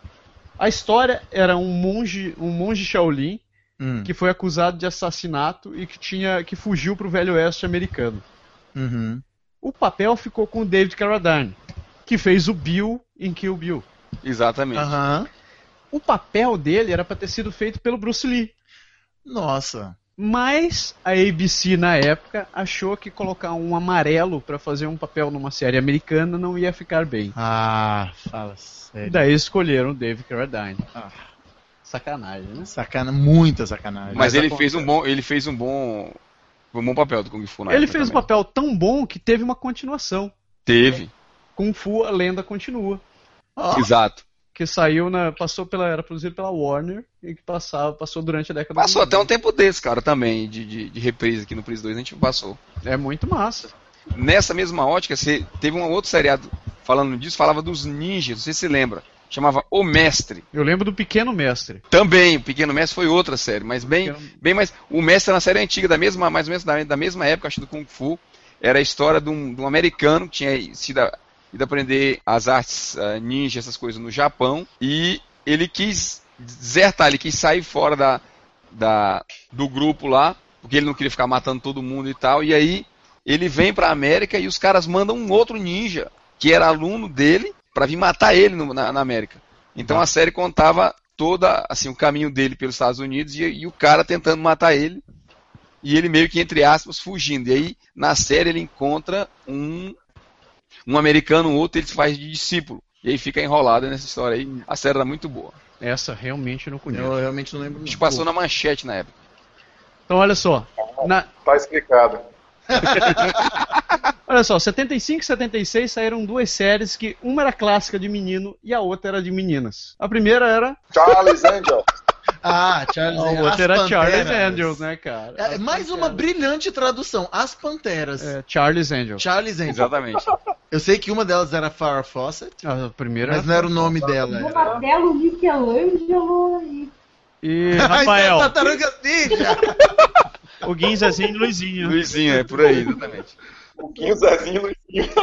[SPEAKER 1] A história era um monge, um monge Shaolin
[SPEAKER 4] Hum,
[SPEAKER 1] que foi acusado de assassinato e que tinha que fugiu pro Velho Oeste americano.
[SPEAKER 4] uhum.
[SPEAKER 1] O papel ficou com o David Carradine, que fez o Bill em Kill Bill.
[SPEAKER 3] Exatamente.
[SPEAKER 4] Aham.
[SPEAKER 1] O papel dele era pra ter sido feito pelo Bruce Lee,
[SPEAKER 4] Nossa.
[SPEAKER 1] mas a ABC na época achou que colocar um amarelo pra fazer um papel numa série americana não ia ficar bem.
[SPEAKER 4] Ah, fala
[SPEAKER 1] E
[SPEAKER 4] sério.
[SPEAKER 1] daí escolheram o David Carradine.
[SPEAKER 4] Ah.
[SPEAKER 1] Sacanagem, né?
[SPEAKER 4] Sacana, muita sacanagem.
[SPEAKER 3] Mas ele
[SPEAKER 1] acontece.
[SPEAKER 3] fez um bom, ele fez um bom, um bom papel do Kung Fu na
[SPEAKER 1] Ele
[SPEAKER 3] época
[SPEAKER 1] fez um
[SPEAKER 3] também.
[SPEAKER 1] papel tão bom que teve uma continuação.
[SPEAKER 3] Teve,
[SPEAKER 1] Kung Fu, a lenda continua.
[SPEAKER 4] Ó,
[SPEAKER 3] exato.
[SPEAKER 1] Que saiu na. Passou pela. Era produzido pela Warner e que passava, passou durante a década
[SPEAKER 3] Passou até um
[SPEAKER 1] 90.
[SPEAKER 3] tempo desse, cara, também, de, de, de reprise aqui no Pris 2, a gente passou.
[SPEAKER 1] É muito massa.
[SPEAKER 3] Nessa mesma ótica, você teve um outro seriado falando disso, falava dos ninjas, não sei se você lembra. Chamava O Mestre.
[SPEAKER 1] Eu lembro do Pequeno Mestre.
[SPEAKER 3] Também, o Pequeno Mestre foi outra série, mas bem,
[SPEAKER 1] Pequeno-
[SPEAKER 3] bem mais. O Mestre era uma série antiga, da mesma, mais ou menos da, da mesma época, acho, do Kung Fu. Era a história de um, de um americano que tinha sido a- ido aprender as artes ah, ninja, essas coisas, no Japão. E ele quis desertar, ele quis sair fora da, da- do grupo lá, porque ele não queria ficar matando todo mundo e tal. E aí ele vem pra América e os caras mandam um outro ninja, que era aluno dele, pra vir matar ele no- na, na América. Então a série contava toda assim o caminho dele pelos Estados Unidos e, e o cara tentando matar ele e ele meio que entre aspas fugindo e aí na série ele encontra um um americano um outro ele se faz de discípulo e aí fica enrolado nessa história aí a série era muito boa
[SPEAKER 1] Essa realmente eu não conheço.
[SPEAKER 4] Eu realmente não lembro.
[SPEAKER 3] é a gente
[SPEAKER 4] não.
[SPEAKER 3] passou na manchete na época
[SPEAKER 1] Então olha só. Na,
[SPEAKER 5] Tá explicado.
[SPEAKER 1] olha só, 75 e 76 saíram duas séries que uma era clássica de menino e a outra era de meninas. A primeira era.
[SPEAKER 5] Charles Angel.
[SPEAKER 4] Ah,
[SPEAKER 1] A
[SPEAKER 4] Charles Angel.
[SPEAKER 1] outra era
[SPEAKER 4] As
[SPEAKER 1] Charles
[SPEAKER 4] Panteras.
[SPEAKER 1] Angels, né, cara?
[SPEAKER 4] É,
[SPEAKER 1] As
[SPEAKER 4] mais uma
[SPEAKER 1] Panteras.
[SPEAKER 4] brilhante tradução. As Panteras.
[SPEAKER 1] É, Charles Angels.
[SPEAKER 4] Charles Angel.
[SPEAKER 3] exatamente
[SPEAKER 4] Eu sei que uma delas era Farrah Fawcett,
[SPEAKER 1] A primeira.
[SPEAKER 4] mas não era o nome dela.
[SPEAKER 7] Do
[SPEAKER 4] Era.
[SPEAKER 7] Martelo, Michelangelo e.
[SPEAKER 1] E
[SPEAKER 4] Então,
[SPEAKER 1] Rafael,
[SPEAKER 4] Tartarugas Ninja.
[SPEAKER 1] o Guinzazinho e Luizinho.
[SPEAKER 3] Luizinho é por aí exatamente
[SPEAKER 5] O Quinho, Zezinho, Luizinho.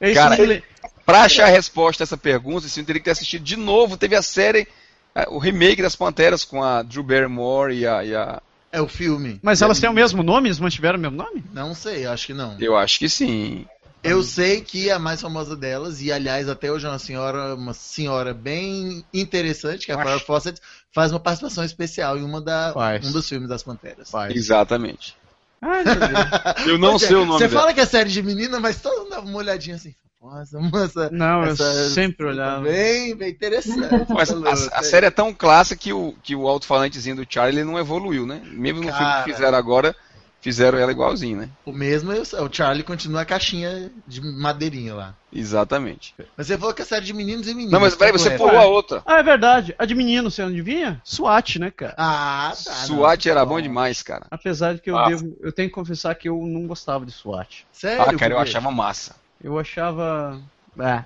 [SPEAKER 1] É isso
[SPEAKER 3] Cara,
[SPEAKER 1] que eu le-
[SPEAKER 3] Pra achar a resposta a essa pergunta, você teria que ter assistido de novo. Teve a série, eh, o remake das Panteras com a Drew Barrymore e a. e a-
[SPEAKER 4] É o filme.
[SPEAKER 1] Mas elas têm o mesmo nome? Eles mantiveram o mesmo nome?
[SPEAKER 4] Não sei, acho que não.
[SPEAKER 3] Eu acho que sim.
[SPEAKER 4] Eu sei que é a mais famosa delas, e aliás até hoje é uma senhora, uma senhora bem interessante, que é a
[SPEAKER 1] Acho.
[SPEAKER 4] Farrah Fawcett, faz uma participação especial em uma da,
[SPEAKER 1] Faz.
[SPEAKER 4] um dos filmes das Panteras.
[SPEAKER 3] Exatamente.
[SPEAKER 1] Ai, meu Deus.
[SPEAKER 3] Eu não
[SPEAKER 4] Pois é,
[SPEAKER 3] sei o nome
[SPEAKER 4] Você
[SPEAKER 3] dela.
[SPEAKER 4] fala que é série de menina, mas todo mundo dá uma olhadinha assim. Nossa, moça.
[SPEAKER 1] Não, eu
[SPEAKER 4] Essa- é
[SPEAKER 1] sempre olhava.
[SPEAKER 4] Bem, bem interessante.
[SPEAKER 3] Mas
[SPEAKER 4] Falou,
[SPEAKER 3] a, a
[SPEAKER 4] sei.
[SPEAKER 3] série é tão clássica que o, que o alto-falantezinho do Charlie ele não evoluiu, né? Mesmo no filme
[SPEAKER 4] Cara.
[SPEAKER 3] que fizeram agora, fizeram ela igualzinho, né?
[SPEAKER 4] O mesmo é o o Charlie continua a caixinha de madeirinha lá.
[SPEAKER 3] Exatamente.
[SPEAKER 4] Mas você falou que é série de meninos e meninas.
[SPEAKER 3] Não, mas peraí,
[SPEAKER 4] qual
[SPEAKER 3] você
[SPEAKER 4] é?
[SPEAKER 3] pulou a outra.
[SPEAKER 1] Ah, é verdade. A de menino, você não adivinha? SWAT, né, cara?
[SPEAKER 4] Ah, tá. não.
[SPEAKER 3] SWAT era bom demais, cara.
[SPEAKER 1] Apesar de que eu
[SPEAKER 5] Ah.
[SPEAKER 1] devo. Eu tenho que confessar que eu não gostava de SWAT.
[SPEAKER 4] Sério?
[SPEAKER 3] Ah, cara, eu
[SPEAKER 4] por quê?
[SPEAKER 3] achava massa.
[SPEAKER 1] Eu achava. Ah,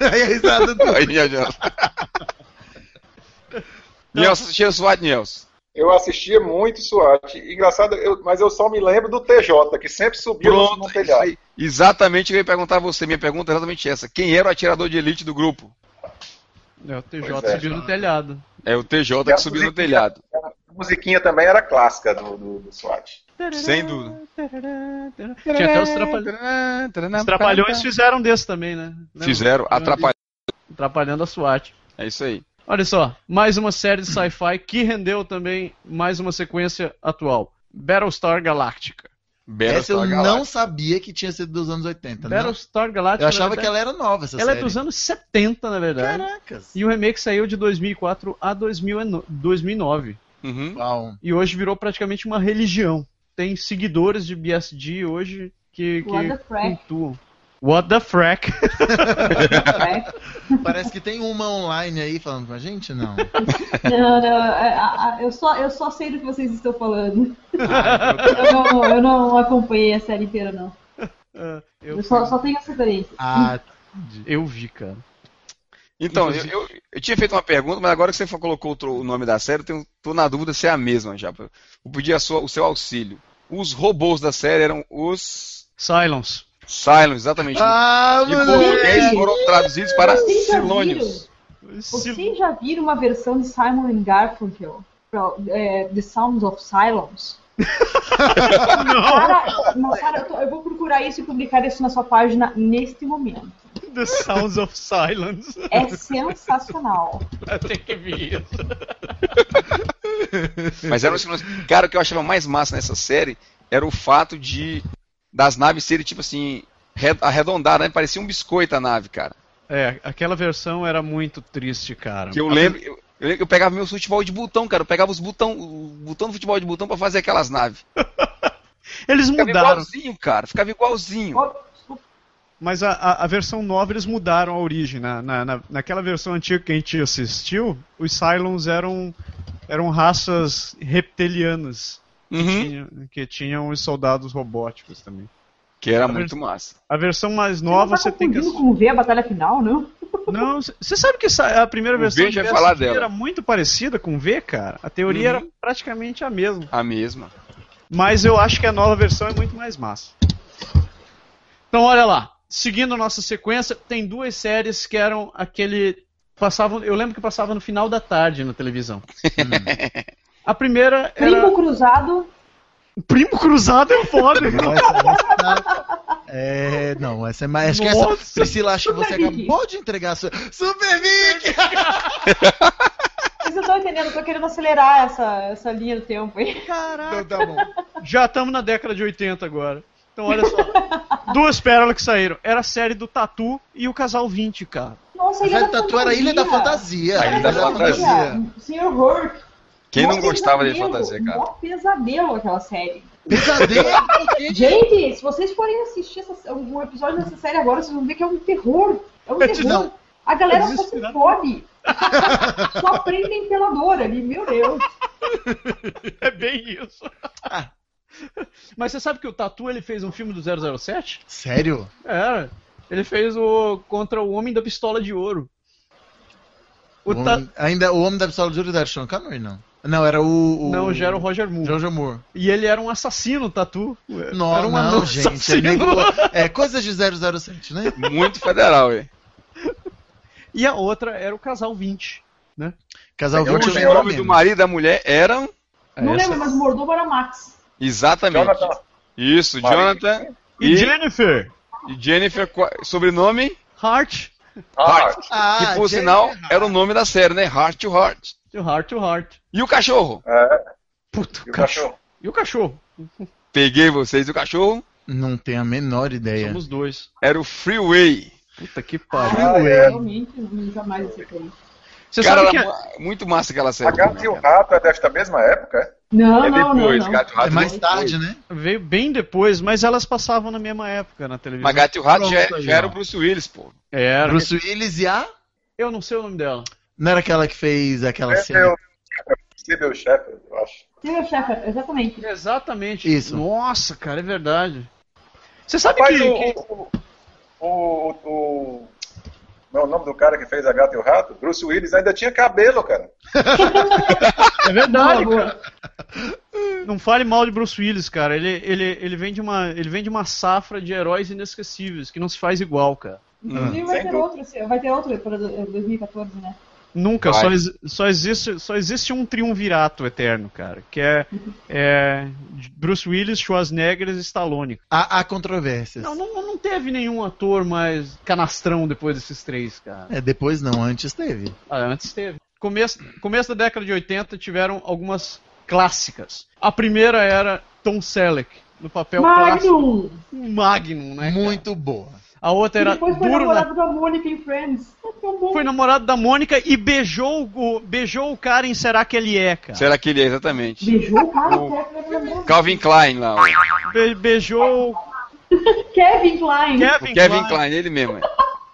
[SPEAKER 4] Aí a risada do...
[SPEAKER 3] Aí, Nelson. Nelson, assistia SWAT, Nelson.
[SPEAKER 5] Eu assistia muito SWAT. Engraçado, eu- mas eu só me lembro do TJ, que sempre subia no, no
[SPEAKER 3] Pronto, é isso
[SPEAKER 5] telhado.
[SPEAKER 3] aí. Exatamente, eu ia perguntar a você. Minha pergunta é exatamente essa. Quem era o atirador de elite do grupo?
[SPEAKER 1] é, o TJ
[SPEAKER 5] Pois é,
[SPEAKER 1] subiu no telhado.
[SPEAKER 3] É o TJ que subiu no telhado.
[SPEAKER 5] A musiquinha também era clássica do, do, do SWAT.
[SPEAKER 3] Sem dúvida.
[SPEAKER 1] Tinha até os trapalhões. Os trapalhões fizeram desse também, né? Lembra?
[SPEAKER 3] Fizeram, atrapalhando.
[SPEAKER 1] Atrapalhando a SWAT.
[SPEAKER 3] É isso aí.
[SPEAKER 1] Olha só, mais uma série de sci-fi que rendeu também mais uma sequência atual. Battlestar Galactica.
[SPEAKER 4] Essa eu
[SPEAKER 3] Battlestar Galactica.
[SPEAKER 4] não sabia que tinha sido dos anos 80, né?
[SPEAKER 1] Battlestar Galactica.
[SPEAKER 4] Eu achava
[SPEAKER 1] na
[SPEAKER 4] que
[SPEAKER 1] verdade,
[SPEAKER 4] ela era nova, essa
[SPEAKER 1] ela é
[SPEAKER 4] série.
[SPEAKER 1] dos anos 70, na verdade.
[SPEAKER 4] Caracas.
[SPEAKER 1] E o remake saiu de 2004 a 2009 2009.
[SPEAKER 3] Uhum.
[SPEAKER 4] Uau.
[SPEAKER 1] E hoje virou praticamente uma religião. Tem seguidores de BSG hoje que,
[SPEAKER 7] What
[SPEAKER 1] que
[SPEAKER 7] the frack?
[SPEAKER 1] cultuam. What the frack?
[SPEAKER 7] né?
[SPEAKER 4] Parece que tem uma online aí falando com a gente, não.
[SPEAKER 7] Não, não, a- a- eu só, eu só sei do que vocês estão falando. Eu não, eu não acompanhei a série inteira, não.
[SPEAKER 1] Ah, eu,
[SPEAKER 7] Eu só, só tenho essa experiência.
[SPEAKER 4] Ah,
[SPEAKER 1] eu vi, cara.
[SPEAKER 3] Então, eu, eu- eu tinha feito uma pergunta, mas agora que você fa- colocou outro- o nome da série, eu tenho- tô na dúvida se é a mesma já. Eu pedi a sua- o seu auxílio. Os robôs da série eram os
[SPEAKER 1] Silence.
[SPEAKER 3] Silence, exatamente.
[SPEAKER 4] ah
[SPEAKER 3] De português
[SPEAKER 4] moleque!
[SPEAKER 3] foram traduzidos para
[SPEAKER 7] Vocês já
[SPEAKER 3] Silônios.
[SPEAKER 7] Vocês já viram uma versão de Simon and Garfunkel? Pro- é, The Sounds of Silence? Cara, não, cara, eu, tô- eu vou procurar isso e publicar isso na sua página neste momento.
[SPEAKER 1] The Sounds of Silence.
[SPEAKER 7] É sensacional.
[SPEAKER 1] Tem que vir isso.
[SPEAKER 3] Mas eram os Silônios. Cara, o que eu achava mais massa nessa série era o fato de das naves serem, tipo assim, re- arredondadas, né? Parecia um biscoito a nave, cara.
[SPEAKER 1] É, aquela versão era muito triste, cara.
[SPEAKER 3] Que eu lembro. Eu, eu lembro que eu pegava meu futebol de botão, cara. Eu pegava os botão, o botão do futebol de botão pra fazer aquelas naves.
[SPEAKER 1] Eles
[SPEAKER 3] Ficava
[SPEAKER 1] mudaram,
[SPEAKER 3] igualzinho, cara. Ficava igualzinho.
[SPEAKER 7] Ó,
[SPEAKER 1] mas a, a, a versão nova eles mudaram a origem. Na, na, na- naquela versão antiga que a gente assistiu, os Cylons eram, eram raças reptilianas
[SPEAKER 3] Uhum.
[SPEAKER 1] tinha- que tinham os soldados robóticos também.
[SPEAKER 3] Que era
[SPEAKER 1] Tá
[SPEAKER 3] muito massa.
[SPEAKER 1] A versão mais nova
[SPEAKER 7] você
[SPEAKER 1] você
[SPEAKER 7] não tá
[SPEAKER 1] tem que.
[SPEAKER 7] confundindo com ver a batalha final, não?
[SPEAKER 1] Não, c- você sabe que essa- a primeira
[SPEAKER 3] O
[SPEAKER 1] versão
[SPEAKER 3] V já
[SPEAKER 1] de
[SPEAKER 3] ia falar
[SPEAKER 1] PSG
[SPEAKER 3] dela.
[SPEAKER 1] era muito parecida com o V, cara. A teoria
[SPEAKER 3] Uhum.
[SPEAKER 1] era praticamente a mesma.
[SPEAKER 3] A mesma.
[SPEAKER 1] Mas eu acho que a nova versão é muito mais massa. Então, olha lá. Seguindo a nossa sequência, tem duas séries que eram aquele. Passavam, eu lembro que passava no final da tarde na televisão. Hum. A primeira era.
[SPEAKER 7] Primo cruzado.
[SPEAKER 1] Primo Cruzado é foda,
[SPEAKER 4] Não,
[SPEAKER 1] cara.
[SPEAKER 4] então essa- essa- É, não, essa é mais. Acho que essa,
[SPEAKER 1] Nossa.
[SPEAKER 4] Priscila, acho que
[SPEAKER 7] Super
[SPEAKER 4] você
[SPEAKER 7] Vicky.
[SPEAKER 4] acabou de entregar a sua. Super Vic!
[SPEAKER 7] Vocês não estão entendendo, eu tô querendo acelerar essa, essa linha do tempo aí.
[SPEAKER 4] Não, tá bom.
[SPEAKER 1] Já estamos na década de 80 agora. Então, olha só. Duas pérolas que saíram. Era a série do Tatu e o Casal 20, cara.
[SPEAKER 7] Nossa,
[SPEAKER 4] Mas
[SPEAKER 7] Ilha
[SPEAKER 4] a
[SPEAKER 7] da
[SPEAKER 4] tatu era tá a Ilha da Fantasia.
[SPEAKER 3] A Ilha da Fantasia.
[SPEAKER 7] Senhor Hork.
[SPEAKER 3] Quem
[SPEAKER 7] Mó
[SPEAKER 3] não gostava de
[SPEAKER 7] pesadelo,
[SPEAKER 3] fantasia, cara?
[SPEAKER 7] Mó pesadelo aquela série.
[SPEAKER 4] Pesadelo, por quê?
[SPEAKER 7] Gente, se vocês forem assistir essa- um episódio dessa série agora, vocês vão ver que é um terror. É um terror.
[SPEAKER 4] Não. né?
[SPEAKER 7] A galera só se
[SPEAKER 1] Desesperado.
[SPEAKER 7] fode. só aprendem pela dor ali, meu Deus.
[SPEAKER 1] É bem isso. Ah. Mas você sabe que o Tatu ele fez um filme do 007?
[SPEAKER 4] Sério?
[SPEAKER 1] Era. Ele fez o contra o Homem da Pistola de Ouro. O
[SPEAKER 4] O
[SPEAKER 1] Ta-
[SPEAKER 4] homem, ainda, o homem da pistola de ouro era Sean Connery, não? Não, era o. o
[SPEAKER 1] Não, já era o Roger Moore.
[SPEAKER 4] John Moore.
[SPEAKER 1] E ele era um assassino, o Tatu.
[SPEAKER 4] Não,
[SPEAKER 1] era um
[SPEAKER 4] não,
[SPEAKER 1] anão
[SPEAKER 4] gente. ele
[SPEAKER 1] assassino.
[SPEAKER 4] negou. É coisa de 007, né?
[SPEAKER 3] Muito federal, hein?
[SPEAKER 1] E a outra era o Casal 20.
[SPEAKER 4] Casal
[SPEAKER 3] Eu
[SPEAKER 4] Vic
[SPEAKER 3] acho
[SPEAKER 4] eu
[SPEAKER 3] que
[SPEAKER 4] lembro
[SPEAKER 3] o É um nome do
[SPEAKER 4] menos.
[SPEAKER 3] marido e da mulher eram.
[SPEAKER 7] Não
[SPEAKER 1] Essa-
[SPEAKER 7] lembro, mas o mordomo era Max.
[SPEAKER 3] Exatamente.
[SPEAKER 5] Jonathan.
[SPEAKER 3] Isso,
[SPEAKER 5] Marido.
[SPEAKER 3] Jonathan
[SPEAKER 1] E,
[SPEAKER 3] e,
[SPEAKER 1] Jennifer
[SPEAKER 3] e Jennifer. qua- Sobrenome?
[SPEAKER 1] Heart.
[SPEAKER 5] Ah,
[SPEAKER 3] Hart.
[SPEAKER 4] Ah,
[SPEAKER 3] que por
[SPEAKER 4] Jennifer
[SPEAKER 3] sinal
[SPEAKER 4] Hart.
[SPEAKER 3] era o nome da série, né? Heart to Heart.
[SPEAKER 1] To Heart to Heart.
[SPEAKER 3] E o cachorro?
[SPEAKER 5] é,
[SPEAKER 1] Puta,
[SPEAKER 5] e o cachorro.
[SPEAKER 1] E o cachorro?
[SPEAKER 3] Peguei vocês. E o cachorro
[SPEAKER 4] Não tenho a menor ideia.
[SPEAKER 1] Somos dois.
[SPEAKER 3] era o Freeway.
[SPEAKER 1] Puta que
[SPEAKER 5] Ah,
[SPEAKER 1] pariu.
[SPEAKER 5] é.
[SPEAKER 7] Realmente, não- jamais acertei.
[SPEAKER 1] Você
[SPEAKER 3] cara,
[SPEAKER 1] sabe que
[SPEAKER 3] era
[SPEAKER 1] a-
[SPEAKER 3] mu- muito massa aquela série.
[SPEAKER 5] A Gato e o Rato é desta mesma época, é?
[SPEAKER 7] Não,
[SPEAKER 3] É
[SPEAKER 7] não, não,
[SPEAKER 3] depois,
[SPEAKER 7] não.
[SPEAKER 3] Gato e o Rato.
[SPEAKER 4] É mais
[SPEAKER 3] depois.
[SPEAKER 4] tarde, né?
[SPEAKER 1] veio bem depois, mas elas passavam na mesma época na televisão.
[SPEAKER 3] Mas Gato e o Rato já, é-
[SPEAKER 4] Pronto aí,
[SPEAKER 3] já era
[SPEAKER 4] ó.
[SPEAKER 3] o
[SPEAKER 4] Tá.
[SPEAKER 3] Bruce Willis, pô.
[SPEAKER 1] Era.
[SPEAKER 4] Bruce Willis e a.
[SPEAKER 1] Eu não sei o nome dela.
[SPEAKER 4] Não era aquela que fez aquela
[SPEAKER 5] Esse é
[SPEAKER 4] cena.
[SPEAKER 5] o Sybil Shepherd, eu acho.
[SPEAKER 7] Sim, chefe, exatamente.
[SPEAKER 1] Exatamente.
[SPEAKER 4] Isso.
[SPEAKER 1] Nossa, cara, é verdade. Você sabe
[SPEAKER 5] Rapaz,
[SPEAKER 1] que,
[SPEAKER 5] o,
[SPEAKER 1] que-
[SPEAKER 5] o, o, o, o- não, o nome do cara que fez a Gato e o Rato, Bruce Willis, ainda tinha cabelo, cara.
[SPEAKER 1] É verdade,
[SPEAKER 7] Boa, boa.
[SPEAKER 1] cara. Não fale mal de Bruce Willis, cara. Ele, ele, ele, vem de uma, ele vem de uma safra de heróis inesquecíveis, que não se faz igual, cara.
[SPEAKER 7] Inclusive
[SPEAKER 5] Hum,
[SPEAKER 7] vai
[SPEAKER 5] sem
[SPEAKER 7] ter
[SPEAKER 5] dúvida.
[SPEAKER 7] outro, esse- vai ter outro para 2014, né?
[SPEAKER 1] Nunca,
[SPEAKER 3] Vai.
[SPEAKER 1] só, ex- só existe, só existe um triunvirato eterno, cara, que é, é Bruce Willis, Schwarzenegger e Stallone.
[SPEAKER 4] Há, há controvérsias.
[SPEAKER 1] Não, não, não teve nenhum ator mais canastrão depois desses três, cara.
[SPEAKER 4] É, depois não, antes teve.
[SPEAKER 1] Ah, antes teve. Começo, começo da década de 80 tiveram algumas clássicas. A primeira era Tom Selleck, no papel clássico.
[SPEAKER 7] Magnum!
[SPEAKER 1] Um Magnum, né? cara?
[SPEAKER 4] Muito boa.
[SPEAKER 1] A outra
[SPEAKER 7] E
[SPEAKER 1] era
[SPEAKER 7] depois foi
[SPEAKER 1] duro na...
[SPEAKER 7] namorado da Mônica em Friends. Tá tão bom.
[SPEAKER 1] Foi namorado da Mônica e beijou o, beijou o cara em Será que ele é, cara?
[SPEAKER 3] Será que ele é exatamente?
[SPEAKER 7] Beijou o cara,
[SPEAKER 3] O-
[SPEAKER 7] Kevin, pelo amor de
[SPEAKER 3] Calvin Klein lá, ó. O
[SPEAKER 1] Be- beijou o
[SPEAKER 7] Deus. Kevin Klein.
[SPEAKER 1] Kevin,
[SPEAKER 3] Kevin
[SPEAKER 1] Klein.
[SPEAKER 3] Klein, ele mesmo. é.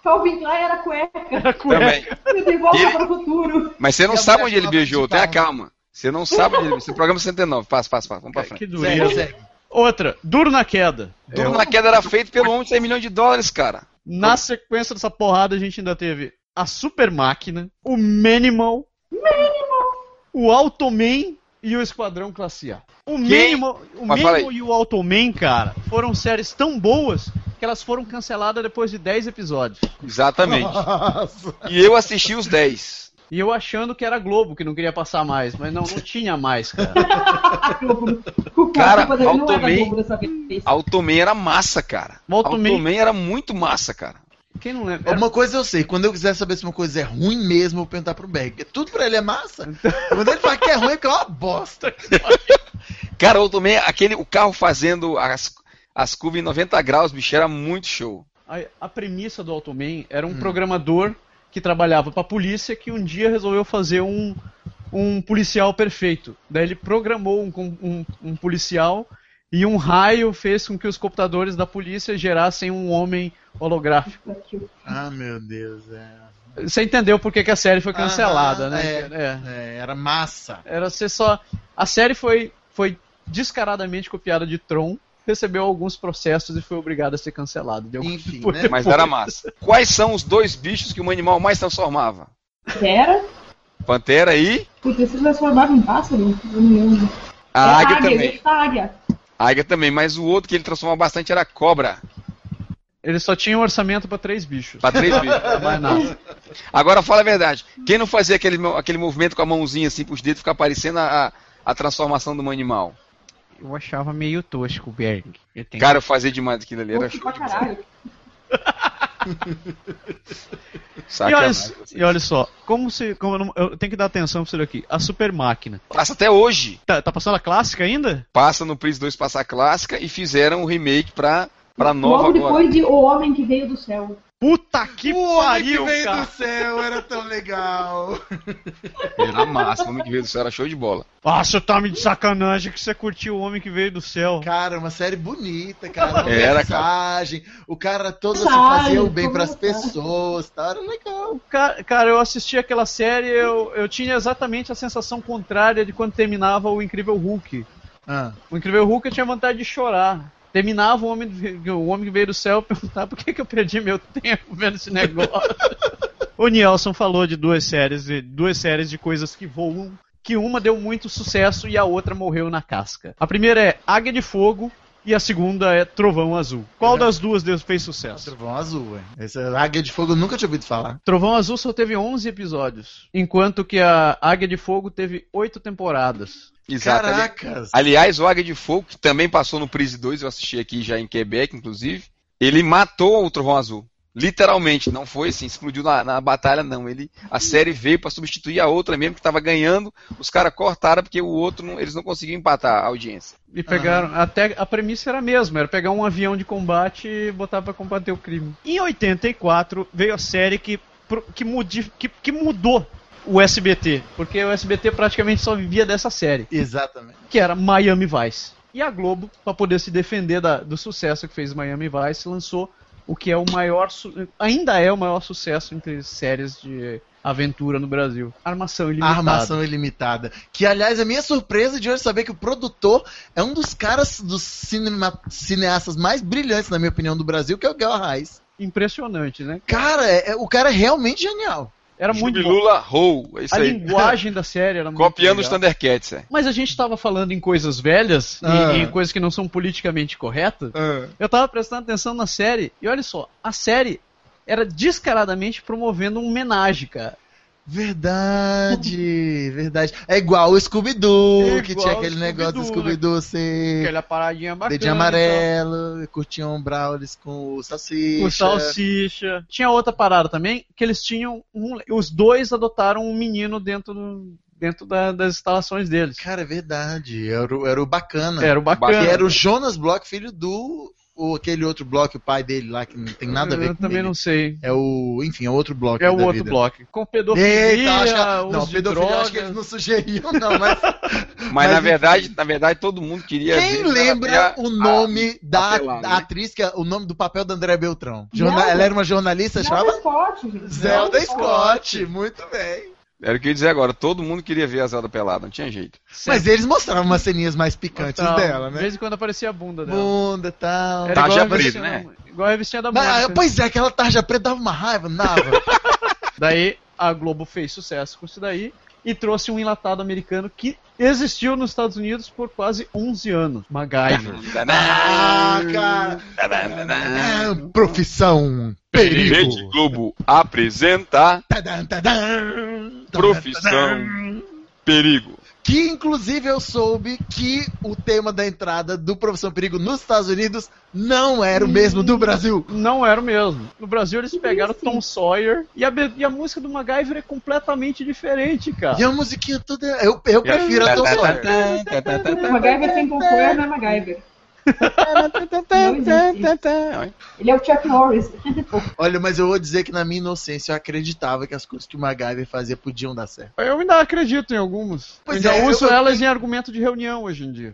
[SPEAKER 7] Calvin Klein era cueca.
[SPEAKER 1] Era cueca.
[SPEAKER 3] Também.
[SPEAKER 7] Ele tem volta
[SPEAKER 3] Ele-
[SPEAKER 7] para o futuro.
[SPEAKER 3] Mas você não
[SPEAKER 4] E a
[SPEAKER 3] sabe
[SPEAKER 4] mulher
[SPEAKER 3] onde ele
[SPEAKER 4] chamava de
[SPEAKER 3] beijou, tenha
[SPEAKER 4] Barra.
[SPEAKER 3] calma. Você não sabe onde ele beijou. é Programa 69, passa, passa, passa.
[SPEAKER 4] É
[SPEAKER 3] Vamos pra
[SPEAKER 1] Que
[SPEAKER 3] frente.
[SPEAKER 1] dureza.
[SPEAKER 4] Segue, segue.
[SPEAKER 1] Outra, Duro na Queda.
[SPEAKER 3] Duro na queda era feito pelo homem de 100 milhões de dólares, cara.
[SPEAKER 1] Na sequência dessa porrada, a gente ainda teve a Super Máquina, o Minimal, o Automan e o Esquadrão Classe A. O Minimal, o
[SPEAKER 3] Mas fala
[SPEAKER 1] Minimal e o Automan, cara, foram séries tão boas que elas foram canceladas depois de 10 episódios.
[SPEAKER 3] Exatamente.
[SPEAKER 4] Nossa.
[SPEAKER 3] E eu assisti os 10.
[SPEAKER 1] E eu achando que era Globo, que não queria passar mais, mas não, não tinha mais, cara.
[SPEAKER 7] O
[SPEAKER 3] Cara,
[SPEAKER 7] poderia- não era
[SPEAKER 3] Altomei-
[SPEAKER 7] bobo dessa vez.
[SPEAKER 3] Automan era massa, cara.
[SPEAKER 1] Automan-
[SPEAKER 3] Automan era muito massa, cara.
[SPEAKER 1] Quem não lembra? Era-
[SPEAKER 4] Uma coisa eu sei, quando eu quiser saber se uma coisa é ruim mesmo, eu vou perguntar pro Berg. porque Tudo pra ele é massa. Quando ele fala que é ruim, é porque é uma bosta.
[SPEAKER 3] Cara, Automan, aquele, o carro fazendo as, as curvas em 90 graus, bicho, era muito show.
[SPEAKER 1] A, a premissa do Automan era um programador que trabalhava pra polícia que um dia resolveu fazer um, um policial perfeito. Daí ele programou um, com- um- um policial e um raio fez com que os computadores da polícia gerassem um homem holográfico.
[SPEAKER 4] Ah, meu Deus, é.
[SPEAKER 1] Você entendeu por que, que a série foi cancelada,
[SPEAKER 4] Ah,
[SPEAKER 1] né? É.
[SPEAKER 4] É, era massa.
[SPEAKER 1] Era ser só. A série foi, foi descaradamente copiada de Tron, recebeu alguns processos e foi obrigada a ser cancelada. Deu-
[SPEAKER 4] Enfim,
[SPEAKER 1] Por
[SPEAKER 4] né?
[SPEAKER 3] Mas era massa. Quais são os dois bichos que um animal mais transformava?
[SPEAKER 7] Era?
[SPEAKER 3] Pantera e
[SPEAKER 7] Putz, você transformava em pássaro? Eu não lembro.
[SPEAKER 3] a
[SPEAKER 7] Era
[SPEAKER 3] águia
[SPEAKER 7] águia,
[SPEAKER 3] também.
[SPEAKER 7] gente, tá, águia.
[SPEAKER 3] A águia também, mas o outro que ele transformava bastante era a cobra.
[SPEAKER 1] Eles só tinham orçamento pra três bichos.
[SPEAKER 3] Pra três bichos.
[SPEAKER 1] Mais nada.
[SPEAKER 3] Agora fala a verdade. Quem não fazia aquele, mo- aquele movimento com a mãozinha assim pros dedos ficar parecendo a, a- a transformação de um animal?
[SPEAKER 1] Eu achava meio tosco o Berg. Eu tenho-
[SPEAKER 3] Cara, eu fazia demais aquilo ali. Era
[SPEAKER 7] Poxa,
[SPEAKER 3] show
[SPEAKER 7] pra
[SPEAKER 3] de bola.
[SPEAKER 7] caralho.
[SPEAKER 1] e, olha,
[SPEAKER 3] Sacanagem.
[SPEAKER 1] e olha só, como se. Como eu, não- eu tenho que dar atenção pra isso daqui. A super máquina.
[SPEAKER 3] Passa até hoje.
[SPEAKER 1] Tá, tá passando a clássica ainda?
[SPEAKER 3] Passa no Prince 2 Passa Clássica e fizeram o remake pra, pra nova
[SPEAKER 7] Logo
[SPEAKER 3] agora.
[SPEAKER 7] depois de O Homem que Veio do Céu.
[SPEAKER 1] Puta que
[SPEAKER 4] é
[SPEAKER 1] pariu, cara.
[SPEAKER 4] céu, era tão legal.
[SPEAKER 3] Era massa, vamos ver do céu, era show de bola.
[SPEAKER 1] Ah, você tá me de sacanagem que você curtiu o homem que veio do céu.
[SPEAKER 4] Cara, uma série bonita, cara. Uma
[SPEAKER 3] Era,
[SPEAKER 4] mensagem. O cara todo se
[SPEAKER 7] Mensagem,
[SPEAKER 4] fazia o bem
[SPEAKER 7] como
[SPEAKER 4] pras
[SPEAKER 7] tá?
[SPEAKER 4] pessoas, tá? Era legal.
[SPEAKER 1] Cara, cara, eu assisti aquela série, eu, eu tinha exatamente a sensação contrária de quando terminava o Incrível Hulk.
[SPEAKER 4] Ah,
[SPEAKER 1] O Incrível Hulk eu tinha vontade de chorar. Terminava o Homem, o homem que Veio do Céu e perguntava por que, que eu perdi meu tempo vendo esse negócio. o Nielsen falou de duas séries, de duas séries de coisas que voam, que uma deu muito sucesso e a outra morreu na casca. A primeira é Águia de Fogo e a segunda é Trovão Azul. Qual das duas deu- fez sucesso?
[SPEAKER 4] Trovão Azul, ué. Essa Águia de Fogo eu nunca tinha ouvido falar.
[SPEAKER 1] Trovão Azul só teve 11 episódios, enquanto que a Águia de Fogo teve 8 temporadas.
[SPEAKER 3] Exato. ali-
[SPEAKER 4] Caracas.
[SPEAKER 3] Aliás, o Águia de Fogo, que também passou no Prise 2, eu assisti aqui já em Quebec, inclusive, ele matou o Trovão Azul. Literalmente, não foi assim, explodiu na, na batalha, não. Ele, a série veio pra substituir a outra mesmo, que tava ganhando, os caras cortaram porque o outro, não- eles não conseguiam empatar a audiência.
[SPEAKER 1] E pegaram. Até a premissa era a mesma, era pegar um avião de combate e botar pra combater o crime. Em 84 veio a série que, pro- que, modi- que- que mudou o SBT, porque o SBT praticamente só vivia dessa série,
[SPEAKER 4] Exatamente.
[SPEAKER 1] que era Miami Vice. E a Globo, pra poder se defender da- do sucesso que fez Miami Vice, lançou o que é o maior, su- ainda é o maior sucesso entre séries de aventura no Brasil, Armação Ilimitada.
[SPEAKER 4] Armação ilimitada. Que, aliás, a minha surpresa de hoje é saber que o produtor é um dos caras dos cinema- cineastas mais brilhantes, na minha opinião, do Brasil, que é o Guel Arraes.
[SPEAKER 1] Impressionante, né?
[SPEAKER 4] Cara, é- é- o cara é realmente genial.
[SPEAKER 1] Era muito bom.
[SPEAKER 3] Lula Roll, é isso
[SPEAKER 1] A
[SPEAKER 3] aí.
[SPEAKER 1] linguagem da série era muito
[SPEAKER 3] Copiando os
[SPEAKER 1] legal.
[SPEAKER 3] Thundercats, é.
[SPEAKER 1] Mas a gente tava falando em coisas velhas e-
[SPEAKER 4] Ah.
[SPEAKER 1] e, em coisas que não são politicamente corretas. Eu tava prestando atenção na série e olha só, a série era descaradamente promovendo um homenagem, cara.
[SPEAKER 4] Verdade, verdade. É igual o Scooby-Doo,
[SPEAKER 1] É
[SPEAKER 4] que
[SPEAKER 1] igual
[SPEAKER 4] tinha
[SPEAKER 1] o
[SPEAKER 4] aquele negócio do
[SPEAKER 1] Scooby-Doo, né?
[SPEAKER 4] Scooby-Doo ser
[SPEAKER 1] Aquela paradinha bacana.
[SPEAKER 4] dedinho amarelo, curtiam Brawlis com o
[SPEAKER 1] e
[SPEAKER 4] Salsicha.
[SPEAKER 1] tal. O salsicha. Tinha outra parada também, que eles tinham. um- os dois adotaram um menino dentro, do- dentro da- das instalações deles.
[SPEAKER 4] Cara, é verdade. Era o, era o bacana.
[SPEAKER 1] Era o bacana.
[SPEAKER 4] Que era o Jonas Block, filho do. O, aquele outro Block, o pai dele lá, que não tem nada a ver
[SPEAKER 1] Eu
[SPEAKER 4] com
[SPEAKER 1] também
[SPEAKER 4] ele.
[SPEAKER 1] não sei.
[SPEAKER 4] É o. Enfim, é outro Block.
[SPEAKER 1] É o
[SPEAKER 4] da
[SPEAKER 1] outro
[SPEAKER 4] vida.
[SPEAKER 1] bloco. Com pedofilia,
[SPEAKER 4] Eita, acho que, não,
[SPEAKER 1] uso de
[SPEAKER 4] pedofilia, eu acho que
[SPEAKER 1] drogas.
[SPEAKER 4] eles não sugeriam, não, mas
[SPEAKER 3] Mas,
[SPEAKER 4] Mas,
[SPEAKER 3] na
[SPEAKER 4] enfim.
[SPEAKER 3] verdade, na verdade, todo mundo queria
[SPEAKER 4] quem
[SPEAKER 3] ver,
[SPEAKER 4] lembra
[SPEAKER 3] era-
[SPEAKER 4] o nome da,
[SPEAKER 3] apelando,
[SPEAKER 4] da
[SPEAKER 3] né?
[SPEAKER 4] atriz, que é- o nome do papel da André Beltrão?
[SPEAKER 7] Não.
[SPEAKER 4] Jorna- Ela era uma jornalista, chamava
[SPEAKER 7] Scott, gente.
[SPEAKER 4] é Zelda
[SPEAKER 7] Zelda
[SPEAKER 4] Scott, muito bem.
[SPEAKER 3] Era o que eu ia dizer agora, todo mundo queria ver a Zelda pelada, não tinha jeito.
[SPEAKER 4] Mas eles mostravam umas ceninhas mais picantes
[SPEAKER 1] Tal.
[SPEAKER 4] dela,
[SPEAKER 1] De
[SPEAKER 4] né?
[SPEAKER 1] vez em quando aparecia a bunda dela.
[SPEAKER 4] Bunda e tal.
[SPEAKER 1] Era
[SPEAKER 3] Tá,
[SPEAKER 1] igual
[SPEAKER 3] já
[SPEAKER 1] a revistinha
[SPEAKER 3] abriu,
[SPEAKER 1] da- Igual a revistinha da
[SPEAKER 4] Mas,
[SPEAKER 1] Mônica.
[SPEAKER 4] pois é, aquela tarja preta dava uma raiva, não dava.
[SPEAKER 1] né? Daí a Globo fez sucesso com isso daí e trouxe um enlatado americano que existiu nos Estados Unidos por quase 11 anos. MacGyver.
[SPEAKER 4] ah, cara. Ah, profissão. Perigo.
[SPEAKER 3] Rede Globo apresenta
[SPEAKER 4] Tadam, tadam.
[SPEAKER 3] Profissão Perigo.
[SPEAKER 4] Que inclusive eu soube que o tema da entrada do Profissão Perigo nos Estados Unidos não era o mesmo do Brasil.
[SPEAKER 1] Não era o mesmo. No Brasil eles
[SPEAKER 7] Que
[SPEAKER 1] pegaram
[SPEAKER 4] assim?
[SPEAKER 7] isso?
[SPEAKER 1] Tom Sawyer e a, be- e a música do MacGyver é completamente diferente, cara.
[SPEAKER 4] E a musiquinha toda. Eu, eu prefiro
[SPEAKER 3] tá,
[SPEAKER 1] Tá,
[SPEAKER 4] a tá Tom Sawyer.
[SPEAKER 7] MacGyver sem concorrer não é MacGyver. Não existe. Ele é o Chuck Norris.
[SPEAKER 4] Olha, mas eu vou dizer que na minha inocência eu acreditava que as coisas que o MacGyver fazia podiam dar certo.
[SPEAKER 1] Eu ainda acredito em algumas.
[SPEAKER 4] Pois
[SPEAKER 1] eu ainda
[SPEAKER 4] é,
[SPEAKER 1] uso
[SPEAKER 4] eu-
[SPEAKER 1] elas em argumento de reunião hoje em dia.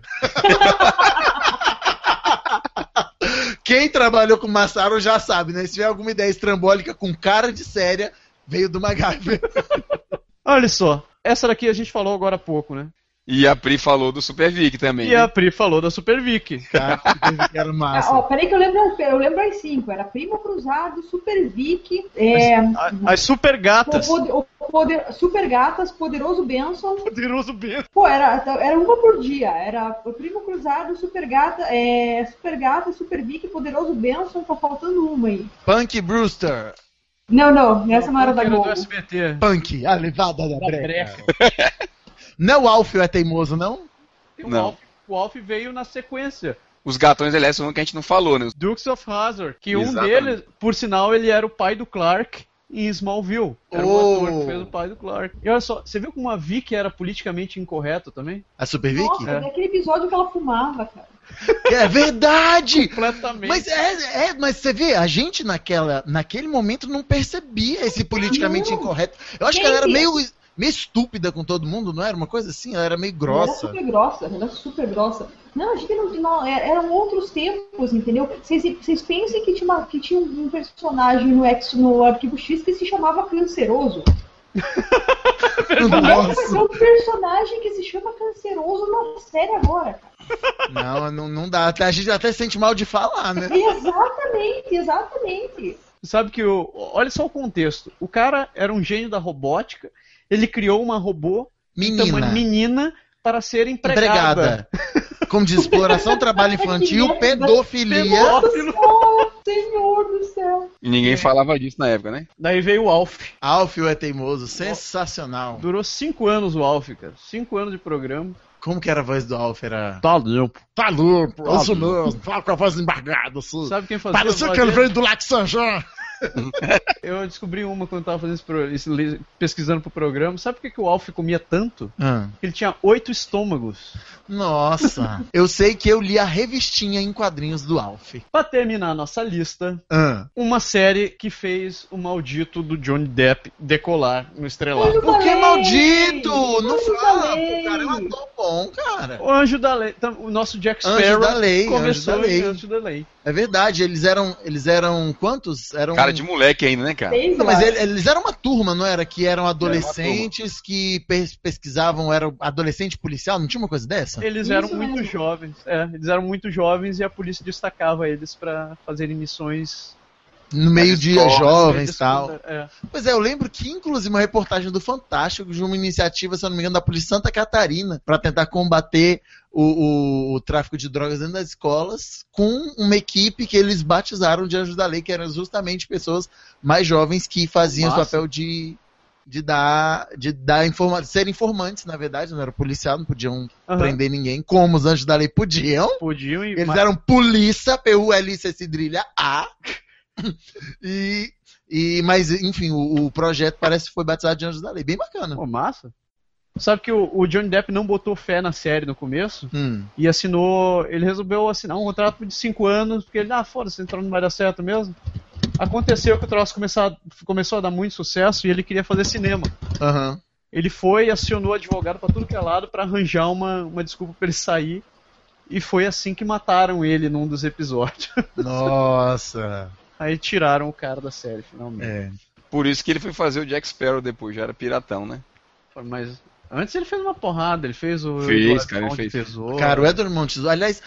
[SPEAKER 4] Quem trabalhou com Massaro já sabe, né? Se tiver alguma ideia estrambólica com cara de séria, veio do MacGyver.
[SPEAKER 1] Olha só. Essa daqui a gente falou agora há pouco, né?
[SPEAKER 3] E a Pri falou do Super Vic também.
[SPEAKER 1] E a Pri falou da Super Vic.
[SPEAKER 4] Cara, era
[SPEAKER 7] Ah, ó, peraí que eu lembro, eu lembro as cinco. Era Primo Cruzado, Super Vic, é,
[SPEAKER 1] A- As Super
[SPEAKER 7] o
[SPEAKER 1] Gatas.
[SPEAKER 7] poder, o poder- Super Gatas, Poderoso Benson.
[SPEAKER 1] Poderoso Bento.
[SPEAKER 7] Pô, era, era uma por dia. Era o Primo Cruzado, Super Gata, é, Super Gata, Super Vic, Poderoso Benson. Tá faltando uma aí.
[SPEAKER 4] Punk Brewster.
[SPEAKER 7] Não, não, essa não era da
[SPEAKER 1] Era
[SPEAKER 7] Globo.
[SPEAKER 1] do SBT.
[SPEAKER 4] Punk, a levada da breca. Não, o Alfio é teimoso, não?
[SPEAKER 1] E o
[SPEAKER 3] Não.
[SPEAKER 1] Alf, o Alf veio na sequência.
[SPEAKER 3] Os gatões LS um que a gente não falou, né?
[SPEAKER 1] Dukes of Hazzard, que um
[SPEAKER 3] Exatamente.
[SPEAKER 1] deles, por sinal, ele era o pai do Clark em Smallville. Era o
[SPEAKER 4] Oh.
[SPEAKER 1] ator que fez o pai do Clark. E olha só, você viu como a Vicky era politicamente incorreta também?
[SPEAKER 4] A Super Vic?
[SPEAKER 7] Nossa,
[SPEAKER 1] É.
[SPEAKER 7] daquele episódio que ela fumava, cara.
[SPEAKER 4] É verdade!
[SPEAKER 1] Completamente.
[SPEAKER 4] Mas é, é, mas você vê, a gente naquela, naquele momento não percebia esse politicamente
[SPEAKER 7] Não.
[SPEAKER 4] incorreto. Eu acho que ela era
[SPEAKER 7] Gente.
[SPEAKER 4] meio, meio estúpida com todo mundo, não era? Uma coisa assim, ela era meio
[SPEAKER 7] Ela
[SPEAKER 4] grossa.
[SPEAKER 7] era super grossa, ela era super grossa. Não, a gente não, não era- eram outros tempos, entendeu? Vocês vocês pensem que tinha, uma- que tinha um um personagem no, X, no arquivo X que se chamava Canceroso. Como é que vai ter
[SPEAKER 4] Nossa.
[SPEAKER 7] um personagem que se chama Canceroso na série agora, cara?
[SPEAKER 4] Não, não, não dá. Até- A gente até sente mal de falar,
[SPEAKER 7] Então,
[SPEAKER 4] né?
[SPEAKER 7] Exatamente, exatamente.
[SPEAKER 1] Sabe que o. Olha só o contexto. O cara era um gênio da robótica, ele criou uma robô
[SPEAKER 4] Menina,
[SPEAKER 1] tamanho menina para ser empregada.
[SPEAKER 4] empregada. Como diz, exploração, trabalho infantil, pedofilia.
[SPEAKER 1] Pedófilo.
[SPEAKER 7] Oh, senhor do céu.
[SPEAKER 3] E
[SPEAKER 1] É.
[SPEAKER 3] ninguém falava disso na época, né?
[SPEAKER 1] Daí veio o Alf.
[SPEAKER 4] Alfio é teimoso, sensacional.
[SPEAKER 1] Durou cinco anos o Alf, cara. Cinco anos de programa.
[SPEAKER 4] Como que era a voz do Alfio? Era...
[SPEAKER 1] Tá limpo.
[SPEAKER 4] Tá limpo, isso mesmo, fala com a voz embargada, assim.
[SPEAKER 1] Sabe quem fazia? a
[SPEAKER 4] Parecia
[SPEAKER 1] voz
[SPEAKER 4] que ele
[SPEAKER 1] dele?
[SPEAKER 4] veio do Lac Saint-Jean.
[SPEAKER 1] Eu descobri uma quando tava fazendo esse, pro- esse li- pesquisando pro programa. Sabe por que, que o Alf comia tanto?
[SPEAKER 4] Ah.
[SPEAKER 1] Porque ele tinha oito estômagos.
[SPEAKER 4] Nossa. eu sei que eu li a revistinha em quadrinhos do Alf.
[SPEAKER 1] Pra terminar a nossa lista,
[SPEAKER 4] Ah.
[SPEAKER 1] uma série que fez o maldito do Johnny Depp decolar no estrelado.
[SPEAKER 4] Por que maldito? Não
[SPEAKER 7] Eu
[SPEAKER 4] fala,
[SPEAKER 7] falei.
[SPEAKER 4] pô, cara. Eu ator bom, cara.
[SPEAKER 1] O Anjo da Lei, tam- o nosso Jack
[SPEAKER 4] Anjo
[SPEAKER 1] Sparrow
[SPEAKER 4] da Lei, Anjo
[SPEAKER 1] começou
[SPEAKER 4] da Lei.
[SPEAKER 1] em Anjo da Lei.
[SPEAKER 4] É verdade, eles eram. Eles eram quantos?
[SPEAKER 1] Então-
[SPEAKER 4] Eram.
[SPEAKER 3] Cara de moleque ainda, né, cara?
[SPEAKER 7] Sei
[SPEAKER 4] Não, mas
[SPEAKER 7] lá.
[SPEAKER 4] ele- é eles eram uma turma, não era? Que eram adolescentes que pes- pesquisavam, era adolescente policial, não tinha uma coisa dessa?
[SPEAKER 1] Eles
[SPEAKER 7] Isso
[SPEAKER 1] eram
[SPEAKER 7] mesmo.
[SPEAKER 1] muito jovens, é, eles eram muito jovens e a polícia destacava eles pra fazerem missões
[SPEAKER 4] No meio-dia,
[SPEAKER 3] escola,
[SPEAKER 4] jovens e
[SPEAKER 1] Eles-
[SPEAKER 4] tal.
[SPEAKER 1] É.
[SPEAKER 4] Pois é, eu lembro que, inclusive, uma reportagem do Fantástico, de uma iniciativa, se eu não me engano, da Polícia Santa Catarina, para tentar combater o, o- o tráfico de drogas dentro das escolas, com uma equipe que eles batizaram de Anjos da Lei, que eram justamente pessoas mais jovens que faziam
[SPEAKER 1] Massa.
[SPEAKER 4] o papel de, de dar, de dar informa ser informantes, na verdade, não era policial, não podiam
[SPEAKER 1] Aham.
[SPEAKER 4] prender ninguém, como os Anjos da Lei podiam.
[SPEAKER 1] Podiam e
[SPEAKER 4] Eles eram polícia, P-U-L-I-C Cidrilha A. E, e, mas, enfim, o, o projeto parece que foi batizado de Anjos da Lei. Bem bacana.
[SPEAKER 1] Pô, massa. Sabe que o, o Johnny Depp não botou fé na série no começo
[SPEAKER 4] Hum.
[SPEAKER 1] e assinou. Ele resolveu assinar um contrato de 5 anos, porque ele, ah, foda-se, então não vai dar certo mesmo. Aconteceu que o troço começou a, começou a dar muito sucesso e ele queria fazer cinema.
[SPEAKER 4] aham.
[SPEAKER 1] Ele foi e acionou advogado pra tudo que é lado pra arranjar uma, uma desculpa pra ele sair. E foi assim que mataram ele num dos episódios.
[SPEAKER 4] Nossa.
[SPEAKER 1] Aí tiraram o cara da série, finalmente.
[SPEAKER 4] É.
[SPEAKER 3] Por isso que ele foi fazer o Jack Sparrow depois, já era piratão, né?
[SPEAKER 1] Mas antes ele fez uma porrada, ele fez o.
[SPEAKER 3] Fez,
[SPEAKER 1] o
[SPEAKER 3] cara, ele
[SPEAKER 1] Arnaldo
[SPEAKER 3] fez.
[SPEAKER 1] Tesouro.
[SPEAKER 4] Cara, o Edward Montesouro, aliás,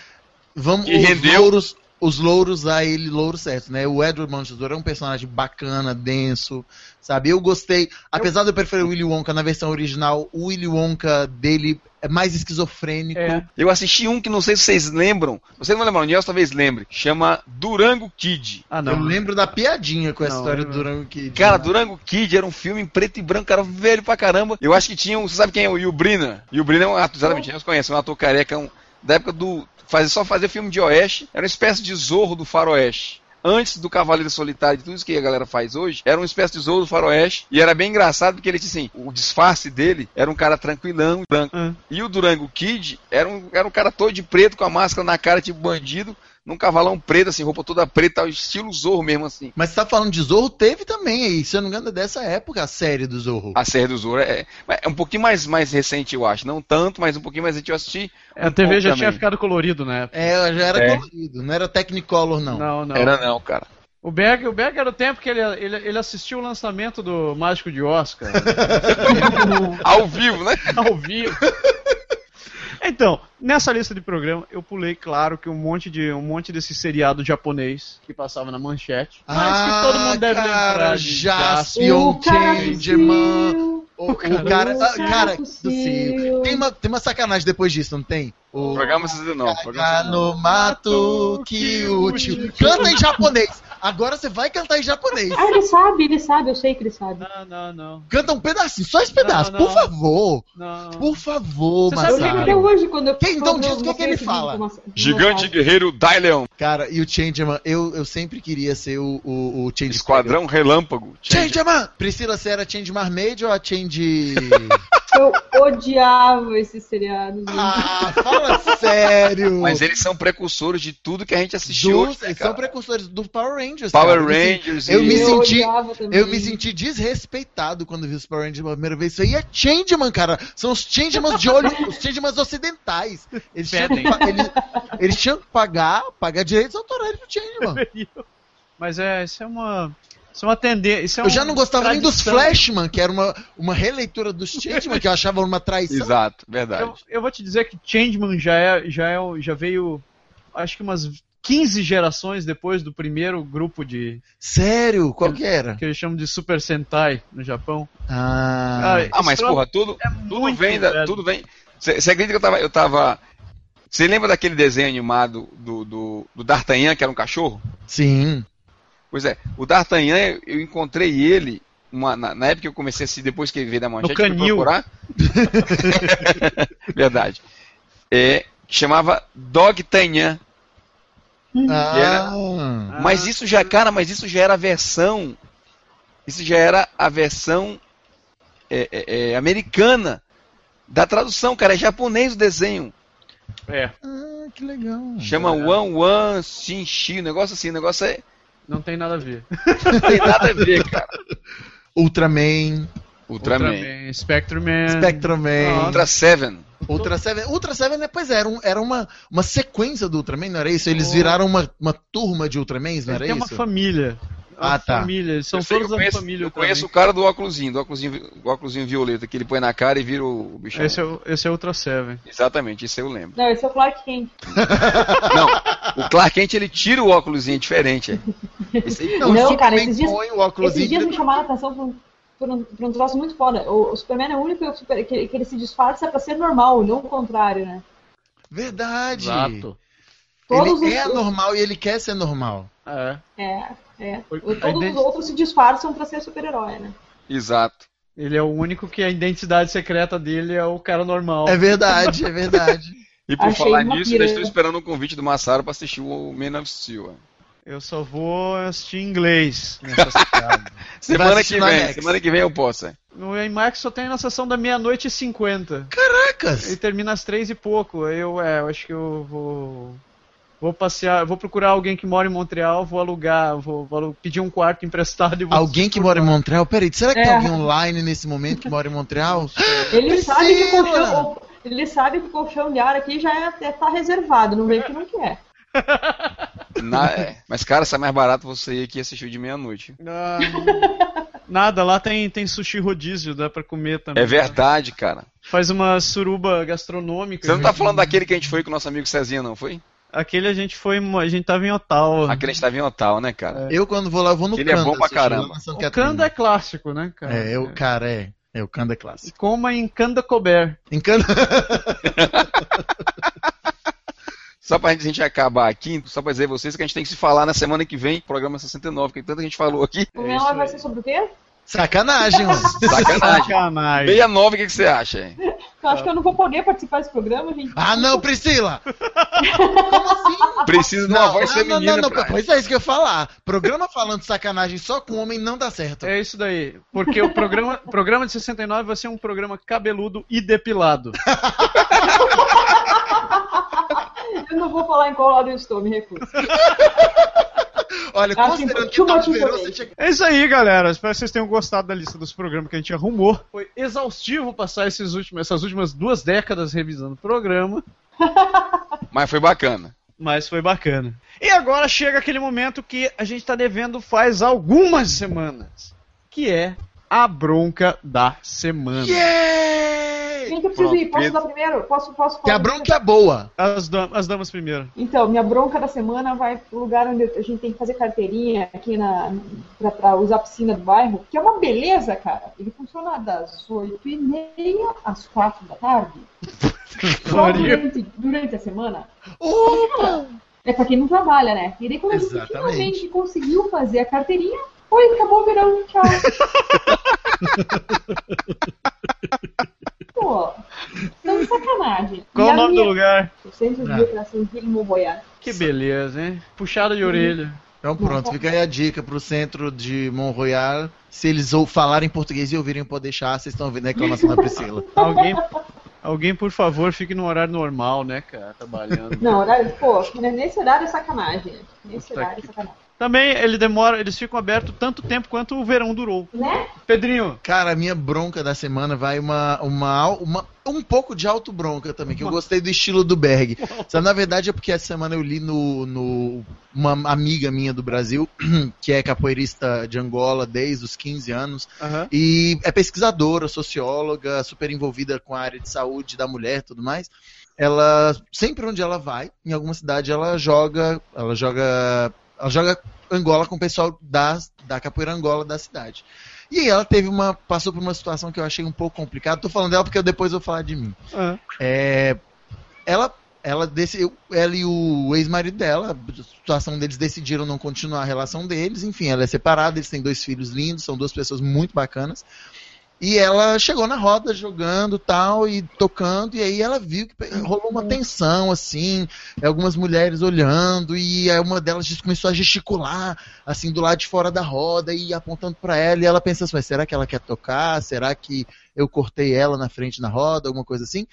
[SPEAKER 4] vamos,
[SPEAKER 3] Que
[SPEAKER 4] os
[SPEAKER 3] rendeu.
[SPEAKER 4] louros, os louros a ele, louros certos, né? O Edward Montesouro é um personagem bacana, denso, sabe? Eu gostei, apesar de eu preferir o Willy Wonka na versão original, o Willy Wonka dele é mais esquizofrênico.
[SPEAKER 1] É.
[SPEAKER 3] Eu assisti um que não sei se vocês lembram. Vocês não lembram, o Niels talvez lembre. Chama Durango Kid.
[SPEAKER 1] Ah,
[SPEAKER 4] Eu lembro da piadinha com essa
[SPEAKER 1] Não,
[SPEAKER 4] história
[SPEAKER 1] eu-
[SPEAKER 4] do Durango Kid.
[SPEAKER 3] Cara,
[SPEAKER 4] né?
[SPEAKER 3] Durango Kid era um filme em preto e branco, cara velho pra caramba. Eu acho que tinha um. Você sabe quem é o Yul Brynner? Yul Brynner é um ator, exatamente, nós conhecemos, um ator careca, um- da época do. Fazer, só fazer filme de Oeste. Era uma espécie de zorro do Faroeste. Antes do Cavaleiro Solitário e tudo isso que a galera faz hoje, era uma espécie de zorro do Faroeste. E era bem engraçado porque ele disse assim: o disfarce dele era um cara tranquilão, branco.
[SPEAKER 1] Ah.
[SPEAKER 3] E o Durango Kid era um, era um cara todo de preto, com a máscara na cara, tipo bandido, num cavalão preto, assim, roupa toda preta, estilo Zorro mesmo, assim.
[SPEAKER 4] Mas você tá falando de Zorro? Teve também aí, se eu não me engano, é dessa época a série do Zorro.
[SPEAKER 3] A série do Zorro é, mas é um pouquinho mais, mais recente, eu acho. Não tanto, mas um pouquinho mais recente eu assisti.
[SPEAKER 1] É, a TV já
[SPEAKER 3] pouco
[SPEAKER 1] tinha
[SPEAKER 3] também.
[SPEAKER 1] ficado colorido na época.
[SPEAKER 4] É, já era
[SPEAKER 3] É.
[SPEAKER 4] colorido, não era Technicolor, não.
[SPEAKER 1] Não, não.
[SPEAKER 3] Era não, cara.
[SPEAKER 1] O Berg, o Berg era o tempo que ele, ele, ele assistiu o lançamento do Mágico de Oscar
[SPEAKER 3] Ao vivo, né?
[SPEAKER 1] ao vivo. Então, nessa lista de programa, eu pulei, claro, que um monte de um monte desse seriado japonês que passava na manchete, Ah, mas que todo mundo deve lembrar. de
[SPEAKER 4] Jaspion Changeman. O, o cara, ah, cara do
[SPEAKER 7] é.
[SPEAKER 4] Sil. Tem uma, tem uma sacanagem depois disso, não tem? O
[SPEAKER 3] Programa 69. Programa...
[SPEAKER 4] Caga no mato que útil. Canta em japonês. Agora você vai cantar em japonês.
[SPEAKER 7] Ah, ele sabe, ele sabe, eu sei que ele sabe.
[SPEAKER 1] Não, não, não.
[SPEAKER 4] Canta um pedacinho, só esse pedaço,
[SPEAKER 1] Não, não.
[SPEAKER 4] por favor.
[SPEAKER 1] não.
[SPEAKER 4] Por favor,
[SPEAKER 1] Você sabe
[SPEAKER 7] Eu lembro até
[SPEAKER 4] Massaro.
[SPEAKER 7] é hoje quando eu
[SPEAKER 4] Quem então
[SPEAKER 7] quando
[SPEAKER 4] diz
[SPEAKER 7] eu-
[SPEAKER 4] o que que ele
[SPEAKER 7] eu fiz
[SPEAKER 4] fala?
[SPEAKER 7] uma- uma
[SPEAKER 3] Gigante
[SPEAKER 7] fala.
[SPEAKER 3] Guerreiro Daileon.
[SPEAKER 4] Cara, e o Changeman, eu, eu sempre queria ser o, o, o Change
[SPEAKER 3] Esquadrão Relâmpago. Change.
[SPEAKER 4] Changeman! Priscila, você era Change Marmaid ou a Change...
[SPEAKER 7] Eu odiava esses seriados.
[SPEAKER 4] ah, fala sério!
[SPEAKER 3] Mas eles são precursores de tudo que a gente assistiu
[SPEAKER 4] Do,
[SPEAKER 3] hoje, né,
[SPEAKER 4] são
[SPEAKER 3] cara?
[SPEAKER 4] precursores do Power Rangers. cara.
[SPEAKER 3] Power
[SPEAKER 4] Eu me senti-
[SPEAKER 3] Rangers
[SPEAKER 4] eu
[SPEAKER 3] e...
[SPEAKER 4] me senti-
[SPEAKER 7] odiava também.
[SPEAKER 4] Eu me senti desrespeitado quando vi os Power Rangers pela primeira vez. Isso aí é Changeman, cara. São os Changemans de olho, os Changemans ocidentais. Eles tinham, que, pa- eles, eles tinham que pagar, pagar direitos autorais pro Changeman.
[SPEAKER 1] Mas é, isso é uma isso é uma tendência, isso é
[SPEAKER 4] Eu já não gostava nem dos
[SPEAKER 1] tradição.
[SPEAKER 4] Flashman, que era uma, uma releitura dos Changeman, que eu achava uma traição.
[SPEAKER 3] Exato, verdade.
[SPEAKER 1] Eu, eu vou te dizer que Changeman já, é, já, é, o- já veio, acho que umas 15 gerações depois do primeiro grupo de
[SPEAKER 4] Sério, qual que era?
[SPEAKER 1] que eles chamam de Super Sentai no Japão.
[SPEAKER 4] Ah,
[SPEAKER 1] Cara,
[SPEAKER 3] Ah, mas
[SPEAKER 1] Isso é-
[SPEAKER 3] porra, tudo,
[SPEAKER 1] É
[SPEAKER 3] Tudo vem, da-
[SPEAKER 1] velho.
[SPEAKER 3] tudo vem. Você acredita que eu tava. Eu tava. Você lembra daquele desenho animado do, do, do D'Artagnan, que era um cachorro?
[SPEAKER 4] sim.
[SPEAKER 3] Pois é, o D'Artagnan, eu- eu encontrei ele uma- na, na época que eu comecei a assistir, depois que ele veio da manchete, eu fui
[SPEAKER 1] canil.
[SPEAKER 3] procurar. Verdade. É, que chamava Dog Tanhan.
[SPEAKER 4] Ah,
[SPEAKER 1] Ah.
[SPEAKER 3] Mas isso já, cara, mas isso já era a versão. Isso já era a versão é, é, é, americana da tradução, cara. É japonês o desenho.
[SPEAKER 1] É,
[SPEAKER 4] ah, que legal.
[SPEAKER 3] Chama Wan Wan Shin Shi, um negócio assim, o negócio é.
[SPEAKER 1] não tem nada a ver.
[SPEAKER 3] Não tem nada a ver, cara.
[SPEAKER 4] Ultraman,
[SPEAKER 3] Ultraman.
[SPEAKER 1] Spectrum
[SPEAKER 3] É.
[SPEAKER 1] Man.
[SPEAKER 4] Spectroman,
[SPEAKER 3] Ultra Seven.
[SPEAKER 4] Ultra Seven. Ultra Seven, né, pois é, era, um- era uma, uma sequência do Ultraman, não era isso? Eles viraram uma, uma turma de Ultramans, não
[SPEAKER 1] Ele
[SPEAKER 4] era
[SPEAKER 1] tem uma
[SPEAKER 4] isso?
[SPEAKER 1] família. É uma
[SPEAKER 4] Ah, tá.
[SPEAKER 1] Família. Eles são
[SPEAKER 3] Eu sei que
[SPEAKER 1] todos
[SPEAKER 3] eu
[SPEAKER 1] da
[SPEAKER 3] conheço,
[SPEAKER 1] família.
[SPEAKER 3] eu
[SPEAKER 1] Ultraman.
[SPEAKER 3] conheço o cara do óculosinho, do óculosinho, do óculosinho violeta, que ele põe na cara e vira o bichão.
[SPEAKER 1] Esse é, o- esse é Ultra Seven.
[SPEAKER 3] Exatamente, isso eu lembro.
[SPEAKER 7] Não, esse é o Clark Kent.
[SPEAKER 3] O Clark Kent, ele tira o óculosinho, é diferente. é. Esse aí-
[SPEAKER 7] Não,
[SPEAKER 4] o Superman
[SPEAKER 7] cara, esses dias-
[SPEAKER 4] põe o óculos
[SPEAKER 7] Esses dias
[SPEAKER 4] e-
[SPEAKER 7] me chamaram a atenção por um, por um, por um troço muito foda. O, o Superman é o único super- que, que ele se disfarça pra ser normal, não o contrário, né?
[SPEAKER 4] Verdade.
[SPEAKER 8] Exato.
[SPEAKER 7] Todos
[SPEAKER 4] ele é
[SPEAKER 7] os,
[SPEAKER 4] normal e ele quer ser normal.
[SPEAKER 1] É.
[SPEAKER 7] é, é.
[SPEAKER 1] Foi-
[SPEAKER 7] Todos
[SPEAKER 1] a
[SPEAKER 7] os
[SPEAKER 1] identi-
[SPEAKER 7] outros se disfarçam pra ser super-herói, né?
[SPEAKER 3] Exato.
[SPEAKER 1] Ele é o único que a identidade secreta dele é o cara normal.
[SPEAKER 4] É verdade, é verdade.
[SPEAKER 3] E por
[SPEAKER 7] Achei
[SPEAKER 3] falar
[SPEAKER 7] uma
[SPEAKER 3] nisso, eu
[SPEAKER 7] piranha.
[SPEAKER 3] estou esperando o convite do Massaro pra assistir o Man of Steel. ó.
[SPEAKER 1] Eu só vou assistir em inglês.
[SPEAKER 4] vai
[SPEAKER 3] Semana
[SPEAKER 4] assistir
[SPEAKER 3] que
[SPEAKER 4] na
[SPEAKER 3] vem,
[SPEAKER 4] Next.
[SPEAKER 3] semana que vem eu posso. é.
[SPEAKER 1] No IMAX só tem na sessão da meia-noite e cinquenta. Ele
[SPEAKER 4] Caracas!
[SPEAKER 1] termina às três e pouco. Aí Eu, é, eu acho que eu vou. Vou passear, vou procurar alguém que mora em Montreal, vou alugar, vou, vou alu- pedir um quarto emprestado e vou.
[SPEAKER 4] Alguém que mora em Montreal? Peraí, será que tem
[SPEAKER 7] É.
[SPEAKER 4] alguém online nesse momento que mora em Montreal?
[SPEAKER 3] É.
[SPEAKER 7] Ele
[SPEAKER 4] Priscila!
[SPEAKER 7] sabe que o colchão. o- Ele sabe que o colchão de ar aqui já é, até tá reservado, não
[SPEAKER 4] É.
[SPEAKER 7] vem que não quer.
[SPEAKER 3] Na- é. Mas, cara, sai mais barato você ir aqui assistir o de meia-noite.
[SPEAKER 1] Ah, nada, lá tem, tem sushi rodízio, dá pra comer também.
[SPEAKER 3] É verdade, cara.
[SPEAKER 1] Faz uma suruba gastronômica.
[SPEAKER 3] Você não tá falando daquele que a gente foi com o nosso amigo Cezinha, não foi?
[SPEAKER 1] Aquele a gente foi, a gente tava em Ottawa.
[SPEAKER 3] Aquele a gente tava em Otal, né, cara?
[SPEAKER 4] Eu, quando vou lá, eu vou no
[SPEAKER 3] Ele é
[SPEAKER 4] Canda,
[SPEAKER 3] bom pra
[SPEAKER 4] assistir lá
[SPEAKER 3] caramba.
[SPEAKER 4] na Santa
[SPEAKER 1] O
[SPEAKER 4] Catarina.
[SPEAKER 1] Kanda é clássico, né, cara?
[SPEAKER 4] É, eu, cara, é. É, o Canda é clássico.
[SPEAKER 1] Coma em Kanda Colbert.
[SPEAKER 4] Em Canda...
[SPEAKER 3] Só pra gente acabar aqui, só pra dizer a vocês que a gente tem que se falar na semana que vem, programa 69, que tanta gente falou aqui.
[SPEAKER 7] O
[SPEAKER 1] É
[SPEAKER 7] meu
[SPEAKER 1] isso
[SPEAKER 7] vai
[SPEAKER 1] aí.
[SPEAKER 7] ser sobre o quê?
[SPEAKER 4] Sacanagem, mano.
[SPEAKER 3] Sacanagem.
[SPEAKER 1] Sacanagem.
[SPEAKER 3] 69, o que, que você acha? hein?
[SPEAKER 7] Eu acho que eu não vou poder participar desse programa, gente.
[SPEAKER 4] Ah, não, Priscila! Como assim?
[SPEAKER 3] Precisa de uma voz feminina.
[SPEAKER 4] não, não,
[SPEAKER 3] pra-
[SPEAKER 4] pois é isso que eu ia falar. Programa falando de sacanagem só com homem não dá certo.
[SPEAKER 1] É isso daí. Porque o programa, programa de 69 vai ser um programa cabeludo e depilado.
[SPEAKER 7] Eu não vou falar em qual lado eu estou, me recuso.
[SPEAKER 4] Olha,
[SPEAKER 7] Acho
[SPEAKER 4] considerando que
[SPEAKER 7] too
[SPEAKER 4] tá
[SPEAKER 7] much
[SPEAKER 4] verão,
[SPEAKER 7] information.
[SPEAKER 4] você tinha que...
[SPEAKER 1] É isso aí, galera. Espero que vocês tenham gostado da lista dos programas que a gente arrumou. Foi exaustivo passar esses últimos, essas últimas duas décadas revisando o programa,
[SPEAKER 3] Mas foi bacana.
[SPEAKER 1] mas foi bacana. E agora chega aquele momento que a gente tá devendo faz algumas semanas, que é a bronca da semana.
[SPEAKER 7] Quem que eu preciso ir? Posso
[SPEAKER 3] Pedro.
[SPEAKER 7] dar primeiro? Posso, posso
[SPEAKER 4] Que a
[SPEAKER 7] falar?
[SPEAKER 4] bronca é boa.
[SPEAKER 1] As, dam- as damas primeiro.
[SPEAKER 7] Então, minha bronca da semana vai pro lugar onde a gente tem que fazer carteirinha aqui na, pra, pra usar a piscina do bairro, que é uma beleza, cara. Ele funciona das 8h30 às 4 da tarde. Só
[SPEAKER 1] Maria.
[SPEAKER 7] durante, durante a semana. É pra quem não trabalha, né? E daí quando a gente
[SPEAKER 4] Exatamente.
[SPEAKER 7] finalmente conseguiu fazer a carteirinha, oi, acabou o verão, tchau. Pô, tá de sacanagem.
[SPEAKER 1] Qual
[SPEAKER 7] E
[SPEAKER 1] o
[SPEAKER 7] a
[SPEAKER 1] nome
[SPEAKER 7] minha- assim,
[SPEAKER 1] do lugar?
[SPEAKER 7] o centro de
[SPEAKER 4] Ah.
[SPEAKER 7] recreação de Moboiá.
[SPEAKER 1] Que beleza, hein? Puxada de orelha.
[SPEAKER 4] Então pronto, fica aí a dica pro centro de Mont Royal. Se eles ou falarem português e ouvirem pode deixar, vocês estão ouvindo a reclamação da Priscila.
[SPEAKER 1] Alguém, alguém, por favor, fique no horário normal, né, cara? Trabalhando.
[SPEAKER 7] Não, horário, pô, né, nesse horário é sacanagem. né? Nesse
[SPEAKER 1] Puta
[SPEAKER 7] horário
[SPEAKER 1] que-
[SPEAKER 7] é sacanagem.
[SPEAKER 1] Também ele demora, eles ficam abertos tanto tempo quanto o verão durou.
[SPEAKER 7] Né?
[SPEAKER 1] Pedrinho,
[SPEAKER 4] Cara, a minha bronca da semana vai uma, uma, au- uma- um pouco de auto bronca também, que eu gostei do estilo do Berg. Sabe, na verdade é porque essa semana eu li no, no uma amiga minha do Brasil, que é capoeirista de Angola desde os 15 anos, e é pesquisadora, socióloga, super envolvida com a área de saúde da mulher e tudo mais. Ela sempre onde ela vai, em alguma cidade ela joga, ela joga, ela joga Angola com o pessoal da, da capoeira Angola da cidade. E aí ela teve uma, passou por uma situação que eu achei um pouco complicada. Tô falando dela porque eu depois vou falar de mim.
[SPEAKER 1] Ah.
[SPEAKER 4] É, ela ela decidiu, ela e o ex-marido dela, a situação deles decidiram não continuar a relação deles, enfim, ela é separada, eles têm dois filhos lindos, são duas pessoas muito bacanas. E ela chegou na roda jogando tal e tocando, e aí ela viu que rolou uma tensão, assim, algumas mulheres olhando, e aí uma delas just- começou a gesticular, assim, do lado de fora da roda e apontando pra ela, e ela pensa assim, mas será que ela quer tocar? Será que eu cortei ela na frente na roda, alguma coisa assim?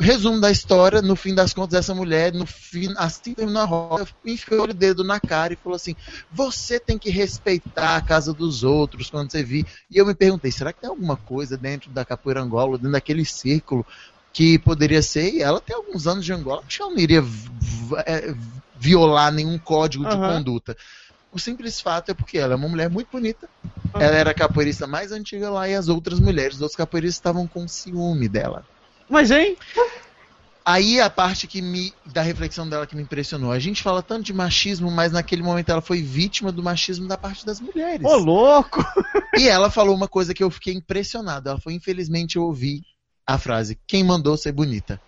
[SPEAKER 4] Resumo da história, no fim das contas, essa mulher, no fim, assim que terminou a roda, enfiou o dedo na cara e falou assim: Você tem que respeitar a casa dos outros quando você vir. E eu me perguntei: será que tem alguma coisa dentro da capoeira Angola, dentro daquele círculo, que poderia ser? E ela tem alguns anos de Angola, acho que ela não iria v- v- é, violar nenhum código de
[SPEAKER 1] Aham.
[SPEAKER 4] conduta. O simples fato é porque ela é uma mulher muito bonita, ela era a capoeirista mais antiga lá e as outras mulheres, os outros capoeiristas estavam com ciúme dela.
[SPEAKER 1] Mas, hein?
[SPEAKER 4] Aí a parte que me da reflexão dela que me impressionou. A gente fala tanto de machismo, mas naquele momento ela foi vítima do machismo da parte das mulheres.
[SPEAKER 1] Ô, louco!
[SPEAKER 4] E ela falou uma coisa que eu fiquei impressionado. Ela foi, infelizmente, eu ouvi a frase: "Quem mandou ser bonita?".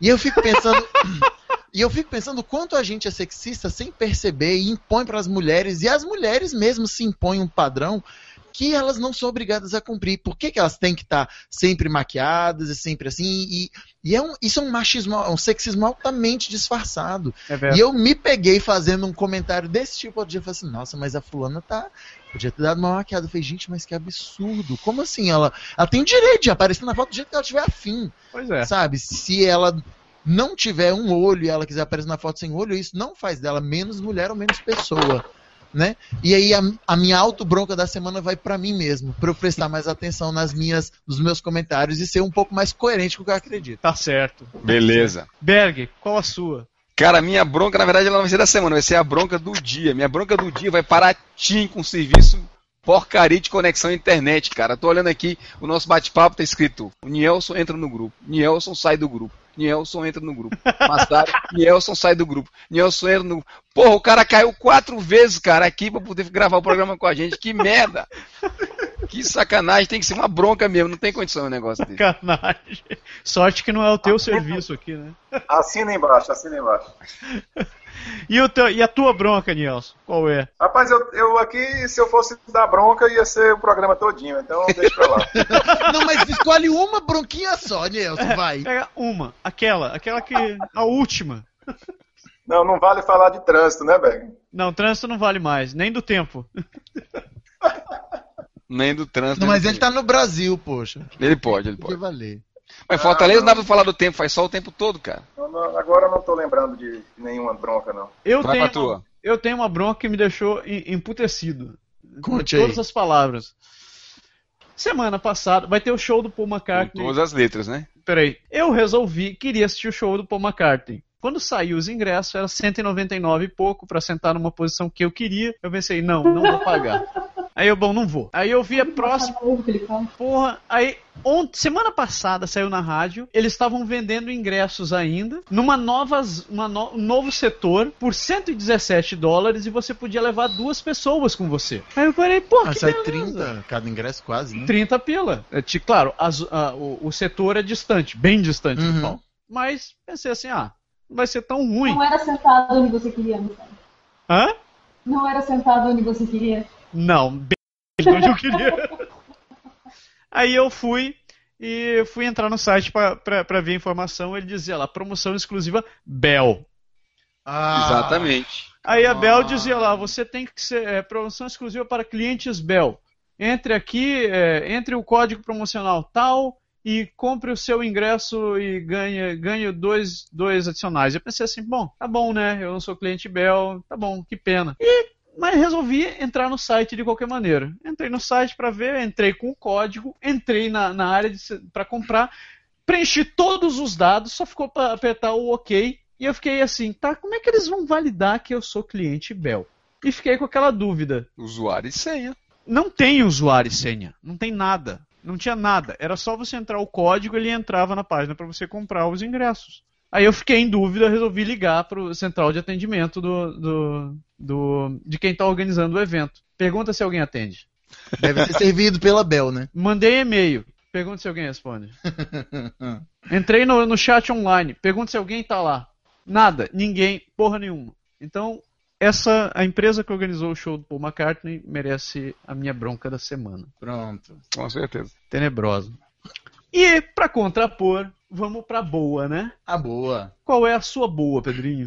[SPEAKER 4] E eu fico pensando E eu fico pensando o quanto a gente é sexista sem perceber e impõe para as mulheres, e as mulheres mesmo se impõem um padrão que elas não são obrigadas a cumprir. Por que, que elas têm que estar sempre maquiadas e sempre assim? E, e é um, isso é um machismo, é um sexismo altamente disfarçado.
[SPEAKER 1] É
[SPEAKER 4] E eu me peguei fazendo um comentário desse tipo outro dia. Eu falei assim, nossa, mas a fulana tá. Podia ter dado uma maquiada. Eu falei, gente, mas que absurdo. Como assim? Ela, ela tem direito de aparecer na foto do jeito que ela tiver afim.
[SPEAKER 1] Pois é.
[SPEAKER 4] Sabe? Se ela não tiver um olho e ela quiser aparecer na foto sem olho, isso não faz dela menos mulher ou menos pessoa. Né? E aí a, a minha auto-bronca da semana vai pra mim mesmo, pra eu prestar mais atenção nas minhas, nos meus comentários e ser um pouco mais coerente com o que eu acredito.
[SPEAKER 1] Tá certo.
[SPEAKER 3] Beleza.
[SPEAKER 1] Berg, qual a sua?
[SPEAKER 3] Cara, minha bronca, na verdade, ela não vai ser da semana, vai ser a bronca do dia. Minha bronca do dia vai para a TIM com serviço porcaria de conexão à internet, cara. Tô olhando aqui, o nosso bate-papo tá escrito: o Nielson entra no grupo, Nielson sai do grupo, Nielson entra no grupo. Passaram, Nielson sai do grupo, Nielson entra no grupo. Porra, o cara caiu quatro vezes, cara, aqui pra poder gravar o programa com a gente. Que merda! Que sacanagem, tem que ser uma bronca mesmo, não tem condição um negócio dele.
[SPEAKER 1] Sacanagem. Sorte que não é o teu serviço aqui, né?
[SPEAKER 5] Assina embaixo, assina embaixo.
[SPEAKER 1] E, o teu, e a tua bronca, Nielson? Qual é?
[SPEAKER 5] Rapaz, eu, eu aqui, se eu fosse dar bronca, ia ser o programa todinho, então deixa pra lá.
[SPEAKER 4] Não, mas escolhe uma bronquinha só, Nelson, vai.
[SPEAKER 1] Pega uma, aquela, aquela que. A última.
[SPEAKER 5] Não, não vale falar de trânsito, né, Berg?
[SPEAKER 1] Não, trânsito não vale mais, nem do tempo.
[SPEAKER 3] Nem do trânsito.
[SPEAKER 4] Não,
[SPEAKER 3] nem
[SPEAKER 4] mas
[SPEAKER 3] do
[SPEAKER 4] ele tá no Brasil, poxa.
[SPEAKER 3] Ele pode, ele
[SPEAKER 4] Podia
[SPEAKER 3] pode.
[SPEAKER 4] valer.
[SPEAKER 3] Mas
[SPEAKER 4] Ah,
[SPEAKER 3] Fortaleza não dá pra falar do tempo, faz sol o tempo todo, cara.
[SPEAKER 5] Eu Então, não- agora eu não tô lembrando de nenhuma bronca, não.
[SPEAKER 1] Eu
[SPEAKER 3] Vai pra
[SPEAKER 1] tenho,
[SPEAKER 3] tua.
[SPEAKER 1] eu tenho uma bronca que me deixou em- emputecido.
[SPEAKER 4] Conte
[SPEAKER 1] Em
[SPEAKER 4] aí.
[SPEAKER 1] Todas as palavras. Semana passada, vai ter o show do Paul
[SPEAKER 3] Com
[SPEAKER 1] McCartney.
[SPEAKER 3] todas as letras, né?
[SPEAKER 1] Peraí. Eu resolvi, queria assistir o show do Paul McCartney. Quando saiu os ingressos, era 199 e pouco pra sentar numa posição que eu queria. Eu pensei, não, não vou pagar. Aí eu, bom, não vou. Aí eu vi a próxima,
[SPEAKER 7] Novo que ele fala.
[SPEAKER 1] porra. Aí, ont- semana passada saiu na rádio, eles estavam vendendo ingressos ainda, numa nova, z- uma no- um novo setor, por 117 dólares, e você podia levar duas pessoas com você. Aí eu falei, pô,
[SPEAKER 4] Ah,
[SPEAKER 1] que
[SPEAKER 4] sai
[SPEAKER 1] beleza.
[SPEAKER 4] 30, cada ingresso quase, né?
[SPEAKER 1] 30 pila. É, ti- claro, as- a- o, o setor é distante, bem distante
[SPEAKER 4] Uhum.
[SPEAKER 1] do palco. Mas pensei assim, ah, não vai ser tão ruim.
[SPEAKER 7] Não é era sentado onde você queria, não.
[SPEAKER 1] Hã?
[SPEAKER 7] Não era sentado onde você queria.
[SPEAKER 1] Não, bem onde eu queria. Aí eu fui e fui entrar no site pra- pra pra ver a informação. Ele dizia lá, promoção exclusiva Bel.
[SPEAKER 4] Ah,
[SPEAKER 3] Exatamente.
[SPEAKER 1] Aí a Bel
[SPEAKER 4] Ah.
[SPEAKER 1] dizia lá, você tem que ser é, promoção exclusiva para clientes Bel. Entre aqui, é, entre o código promocional tal e compre o seu ingresso e ganhe, ganhe dois, dois adicionais. Eu pensei assim, bom, tá bom, né? Eu não sou cliente Bel, tá bom, que pena. E mas resolvi entrar no site de qualquer maneira. Entrei no site para ver, entrei com o código, entrei na, na área para comprar, preenchi todos os dados, só ficou para apertar o OK. E eu fiquei assim, tá? Como é que eles vão validar que eu sou cliente Bell? E fiquei com aquela dúvida.
[SPEAKER 3] Usuário e senha.
[SPEAKER 1] Não tem usuário e senha, não tem nada. Não tinha nada. Era só você entrar o código, ele entrava na página para você comprar os ingressos. Aí eu fiquei em dúvida, resolvi ligar para o central de atendimento do, do, do- de quem está organizando o evento. Pergunta se alguém atende.
[SPEAKER 4] deve ser servido pela Bel, né?
[SPEAKER 1] Mandei e-mail. Pergunta se alguém responde. Entrei no, no chat online. Pergunta se alguém tá lá. Nada, ninguém, porra nenhuma. Então, essa a empresa que organizou o show do Paul McCartney merece a minha bronca da semana.
[SPEAKER 4] Pronto.
[SPEAKER 3] Com certeza.
[SPEAKER 1] Tenebrosa. E pra contrapor, vamos pra boa, né?
[SPEAKER 4] A Ah, boa.
[SPEAKER 1] Qual é a sua boa, Pedrinho?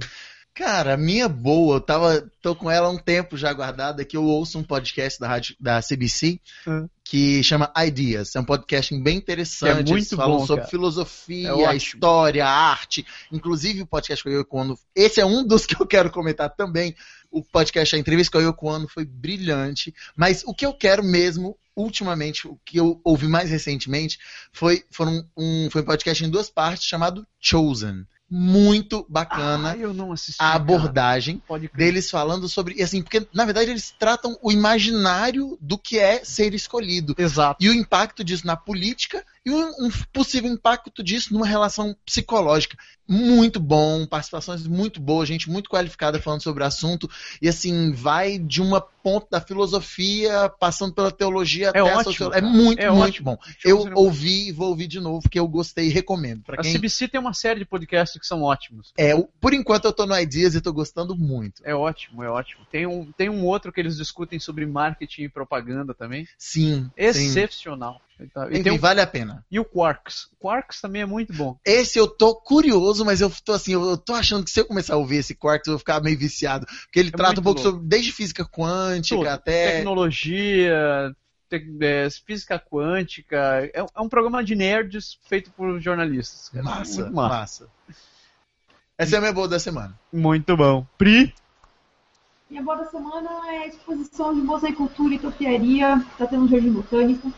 [SPEAKER 4] Cara, a minha é boa, eu tava, tô com ela há um tempo já guardada, que eu ouço um podcast da, rádio, da CBC
[SPEAKER 1] Hum.
[SPEAKER 4] que chama Ideas. É um podcast bem interessante.
[SPEAKER 1] É muito
[SPEAKER 4] Eles falam
[SPEAKER 1] bom,
[SPEAKER 4] sobre
[SPEAKER 1] cara.
[SPEAKER 4] filosofia,
[SPEAKER 1] É ótimo.
[SPEAKER 4] história, arte. Inclusive o podcast com a Yoko Ono. Esse é um dos que eu quero comentar também. O podcast, a entrevista com a Yoko Ono foi brilhante. Mas o que eu quero mesmo, ultimamente, o que eu ouvi mais recentemente, foi, foram um, foi um podcast em duas partes chamado Chosen. Muito bacana
[SPEAKER 1] Ah, eu não assisti.
[SPEAKER 4] a
[SPEAKER 1] cara.
[SPEAKER 4] abordagem
[SPEAKER 1] Pode crer.
[SPEAKER 4] deles falando sobre, e assim, porque na verdade eles tratam o imaginário do que é ser escolhido
[SPEAKER 1] Exato.
[SPEAKER 4] e o impacto disso na política e um, um possível impacto disso numa relação psicológica. Muito bom, participações muito boas, gente muito qualificada falando sobre o assunto e assim, vai de uma ponta da filosofia, passando pela teologia até a
[SPEAKER 1] ótimo,
[SPEAKER 4] sociologia. É
[SPEAKER 1] cara.
[SPEAKER 4] muito,
[SPEAKER 1] É
[SPEAKER 4] muito
[SPEAKER 1] ótimo.
[SPEAKER 4] bom. Eu
[SPEAKER 1] Chosen é um-
[SPEAKER 4] ouvi e vou ouvir de novo, porque eu gostei e recomendo. Pra
[SPEAKER 1] A
[SPEAKER 4] quem...
[SPEAKER 1] CBC tem uma série de podcasts que são ótimos.
[SPEAKER 4] É, o- por enquanto eu tô no Ideas e tô gostando muito.
[SPEAKER 1] É ótimo, é ótimo. Tem um, tem um outro que eles discutem sobre marketing e propaganda também.
[SPEAKER 4] Sim. sim.
[SPEAKER 1] Excepcional. E tá- E,
[SPEAKER 4] Enfim,
[SPEAKER 1] tem um-
[SPEAKER 4] vale a pena.
[SPEAKER 1] e o Quarks. Quarks também é muito bom.
[SPEAKER 4] Esse eu tô curioso, mas eu tô assim, eu eu tô achando que se eu começar a ouvir esse quarto, eu vou ficar meio viciado. Porque ele
[SPEAKER 1] É
[SPEAKER 4] trata
[SPEAKER 1] muito
[SPEAKER 4] um pouco
[SPEAKER 1] louco.
[SPEAKER 4] sobre desde física quântica
[SPEAKER 1] Tudo.
[SPEAKER 4] até.
[SPEAKER 1] Tecnologia, te- é, física quântica. É, um- é um programa de nerds feito por jornalistas. cara.
[SPEAKER 4] Massa,
[SPEAKER 1] Muito
[SPEAKER 4] massa, Essa é a minha boa da semana.
[SPEAKER 1] Muito bom. Pri,
[SPEAKER 7] Minha boa da semana é a exposição de mosaicultura e topiaria. Tá tendo um jardim botânico.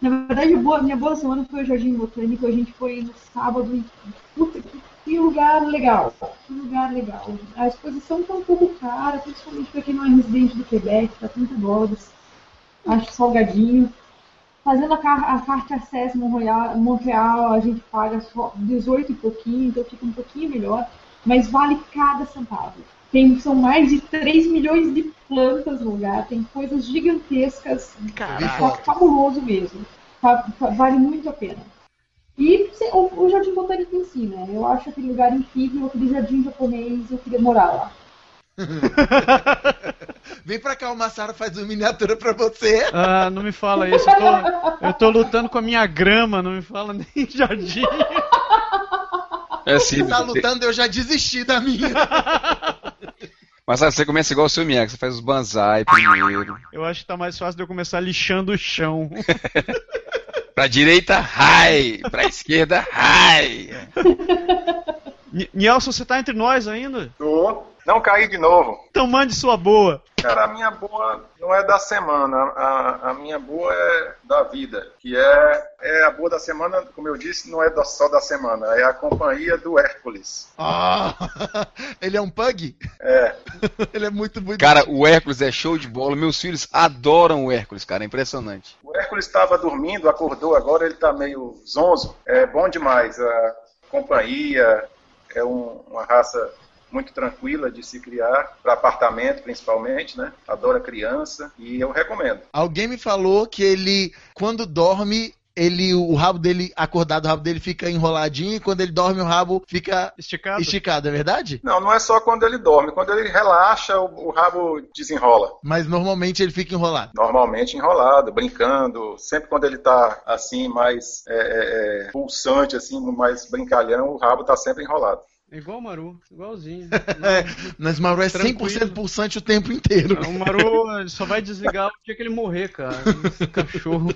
[SPEAKER 7] Na verdade, boa- minha boa da semana foi o jardim botânico. A gente foi no sábado e. Puta, que que lugar legal! Que lugar legal. A exposição tá um pouco cara, principalmente pra quem não é residente do Quebec, tá 30 dólares. Acho salgadinho. Fazendo a, car a carta acesso Montreal, Montreal, a gente paga só 18 e pouquinho, então fica um pouquinho melhor. Mas vale cada centavo. Tem, são mais de 3 milhões de plantas no lugar, tem coisas gigantescas,
[SPEAKER 4] Ah,
[SPEAKER 7] tá fabuloso mesmo. Tá- tá- vale muito a pena. E se- o, o Jardim Botânico em si, né? Eu acho aquele lugar incrível, aquele jardim japonês, eu queria morar lá.
[SPEAKER 4] Vem pra cá, o Massaro faz uma miniatura pra você.
[SPEAKER 1] ah, não me fala isso. Eu tô, eu tô lutando com a minha grama, não me fala nem jardim.
[SPEAKER 3] É sim.
[SPEAKER 4] Você tá lutando, eu já desisti da minha.
[SPEAKER 3] Mas sabe, você começa igual o seu Miyagi, você faz os banzai primeiro.
[SPEAKER 1] Eu acho que tá mais fácil de eu começar lixando o chão.
[SPEAKER 3] Pra direita, high. Pra esquerda, high.
[SPEAKER 1] N- Nelson, você tá entre nós ainda?
[SPEAKER 5] Tô. Não caí de novo.
[SPEAKER 1] Então mande sua boa.
[SPEAKER 5] Cara, a minha boa não é da semana, a, a minha boa é da vida, que é, é a boa da semana, como eu disse, não é da- só da semana, é a companhia do Hércules.
[SPEAKER 4] Ah, ele é um pug? É. Ele é muito bonito.
[SPEAKER 3] Cara, o Hércules é show de bola. Meus filhos adoram o Hércules, cara. É impressionante.
[SPEAKER 5] O Hércules estava dormindo, acordou, agora ele está meio zonzo, é bom demais, a companhia é um- uma raça muito tranquila de se criar, para apartamento principalmente, né? Adora criança e eu recomendo.
[SPEAKER 4] Alguém me falou que ele, quando dorme, ele, o rabo dele, acordado, o rabo dele fica enroladinho, e quando ele dorme, o rabo fica
[SPEAKER 1] Esticado?
[SPEAKER 4] esticado, é verdade?
[SPEAKER 5] Não, não é só quando ele dorme, quando ele relaxa, o- o rabo desenrola.
[SPEAKER 4] Mas normalmente ele fica enrolado.
[SPEAKER 5] normalmente enrolado, brincando. Sempre quando ele tá assim, mais é, é, é, pulsante, assim, mais brincalhão, o rabo tá sempre enrolado.
[SPEAKER 1] É Igual o Maru, igualzinho.
[SPEAKER 4] Mas o Maru é 100%
[SPEAKER 1] Tranquilo.
[SPEAKER 4] pulsante o tempo inteiro.
[SPEAKER 1] o Maru ele só vai desligar o dia que ele morrer, cara. Esse cachorro.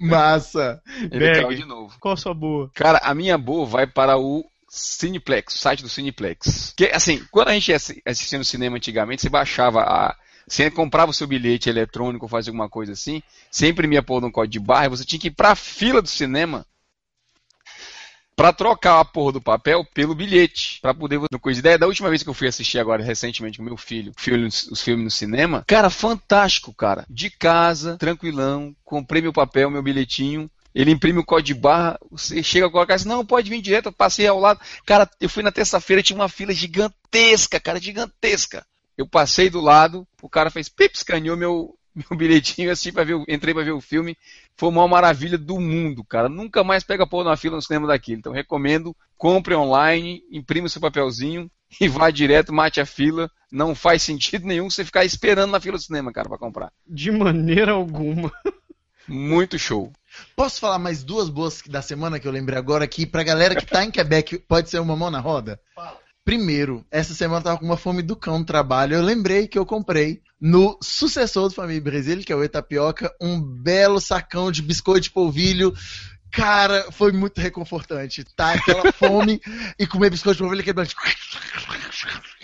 [SPEAKER 4] Massa.
[SPEAKER 3] Ele
[SPEAKER 1] Berg.
[SPEAKER 3] caiu de novo.
[SPEAKER 1] Qual a sua boa?
[SPEAKER 3] Cara, a minha boa vai para o Cineplex, o site do Cineplex. Que assim, quando a gente ia assi- assistia no cinema antigamente, você baixava a. Você comprava o seu bilhete eletrônico ou fazia alguma coisa assim, você imprimia porra num código de barra e você tinha que ir pra fila do cinema pra trocar a porra do papel pelo bilhete. Pra poder você. Coisa ideia. Da última vez que eu fui assistir agora recentemente com meu filho, filho os filmes no cinema, cara, fantástico, cara. De casa, tranquilão, comprei meu papel, meu bilhetinho. Ele imprime o código de barra, você chega a colocar assim, não, pode vir direto, eu passei ao lado. Cara, eu fui na terça-feira, tinha uma fila gigantesca, cara, gigantesca. Eu passei do lado, o cara fez pip, escaneou meu, meu bilhetinho, eu assisti pra ver, o- entrei pra ver o filme. Foi uma maravilha do mundo, cara. Nunca mais pega pôr na fila no cinema daquilo. Então recomendo, compre online, imprima o seu papelzinho
[SPEAKER 9] e vá direto, mate a fila. Não faz sentido nenhum você ficar esperando na fila do cinema, cara, pra comprar.
[SPEAKER 1] De maneira alguma.
[SPEAKER 9] Muito show.
[SPEAKER 4] Posso falar mais duas boas da semana que eu lembrei agora aqui? Pra galera que tá em Quebec, pode ser uma mão na roda? Primeiro, essa semana eu tava com uma fome do cão no trabalho. Eu lembrei que eu comprei no sucessor do Família Brasil, que é o Etapioca, um belo sacão de biscoito de polvilho. Cara, foi muito reconfortante. Tá aquela fome e comer biscoito de polvilho quebrando.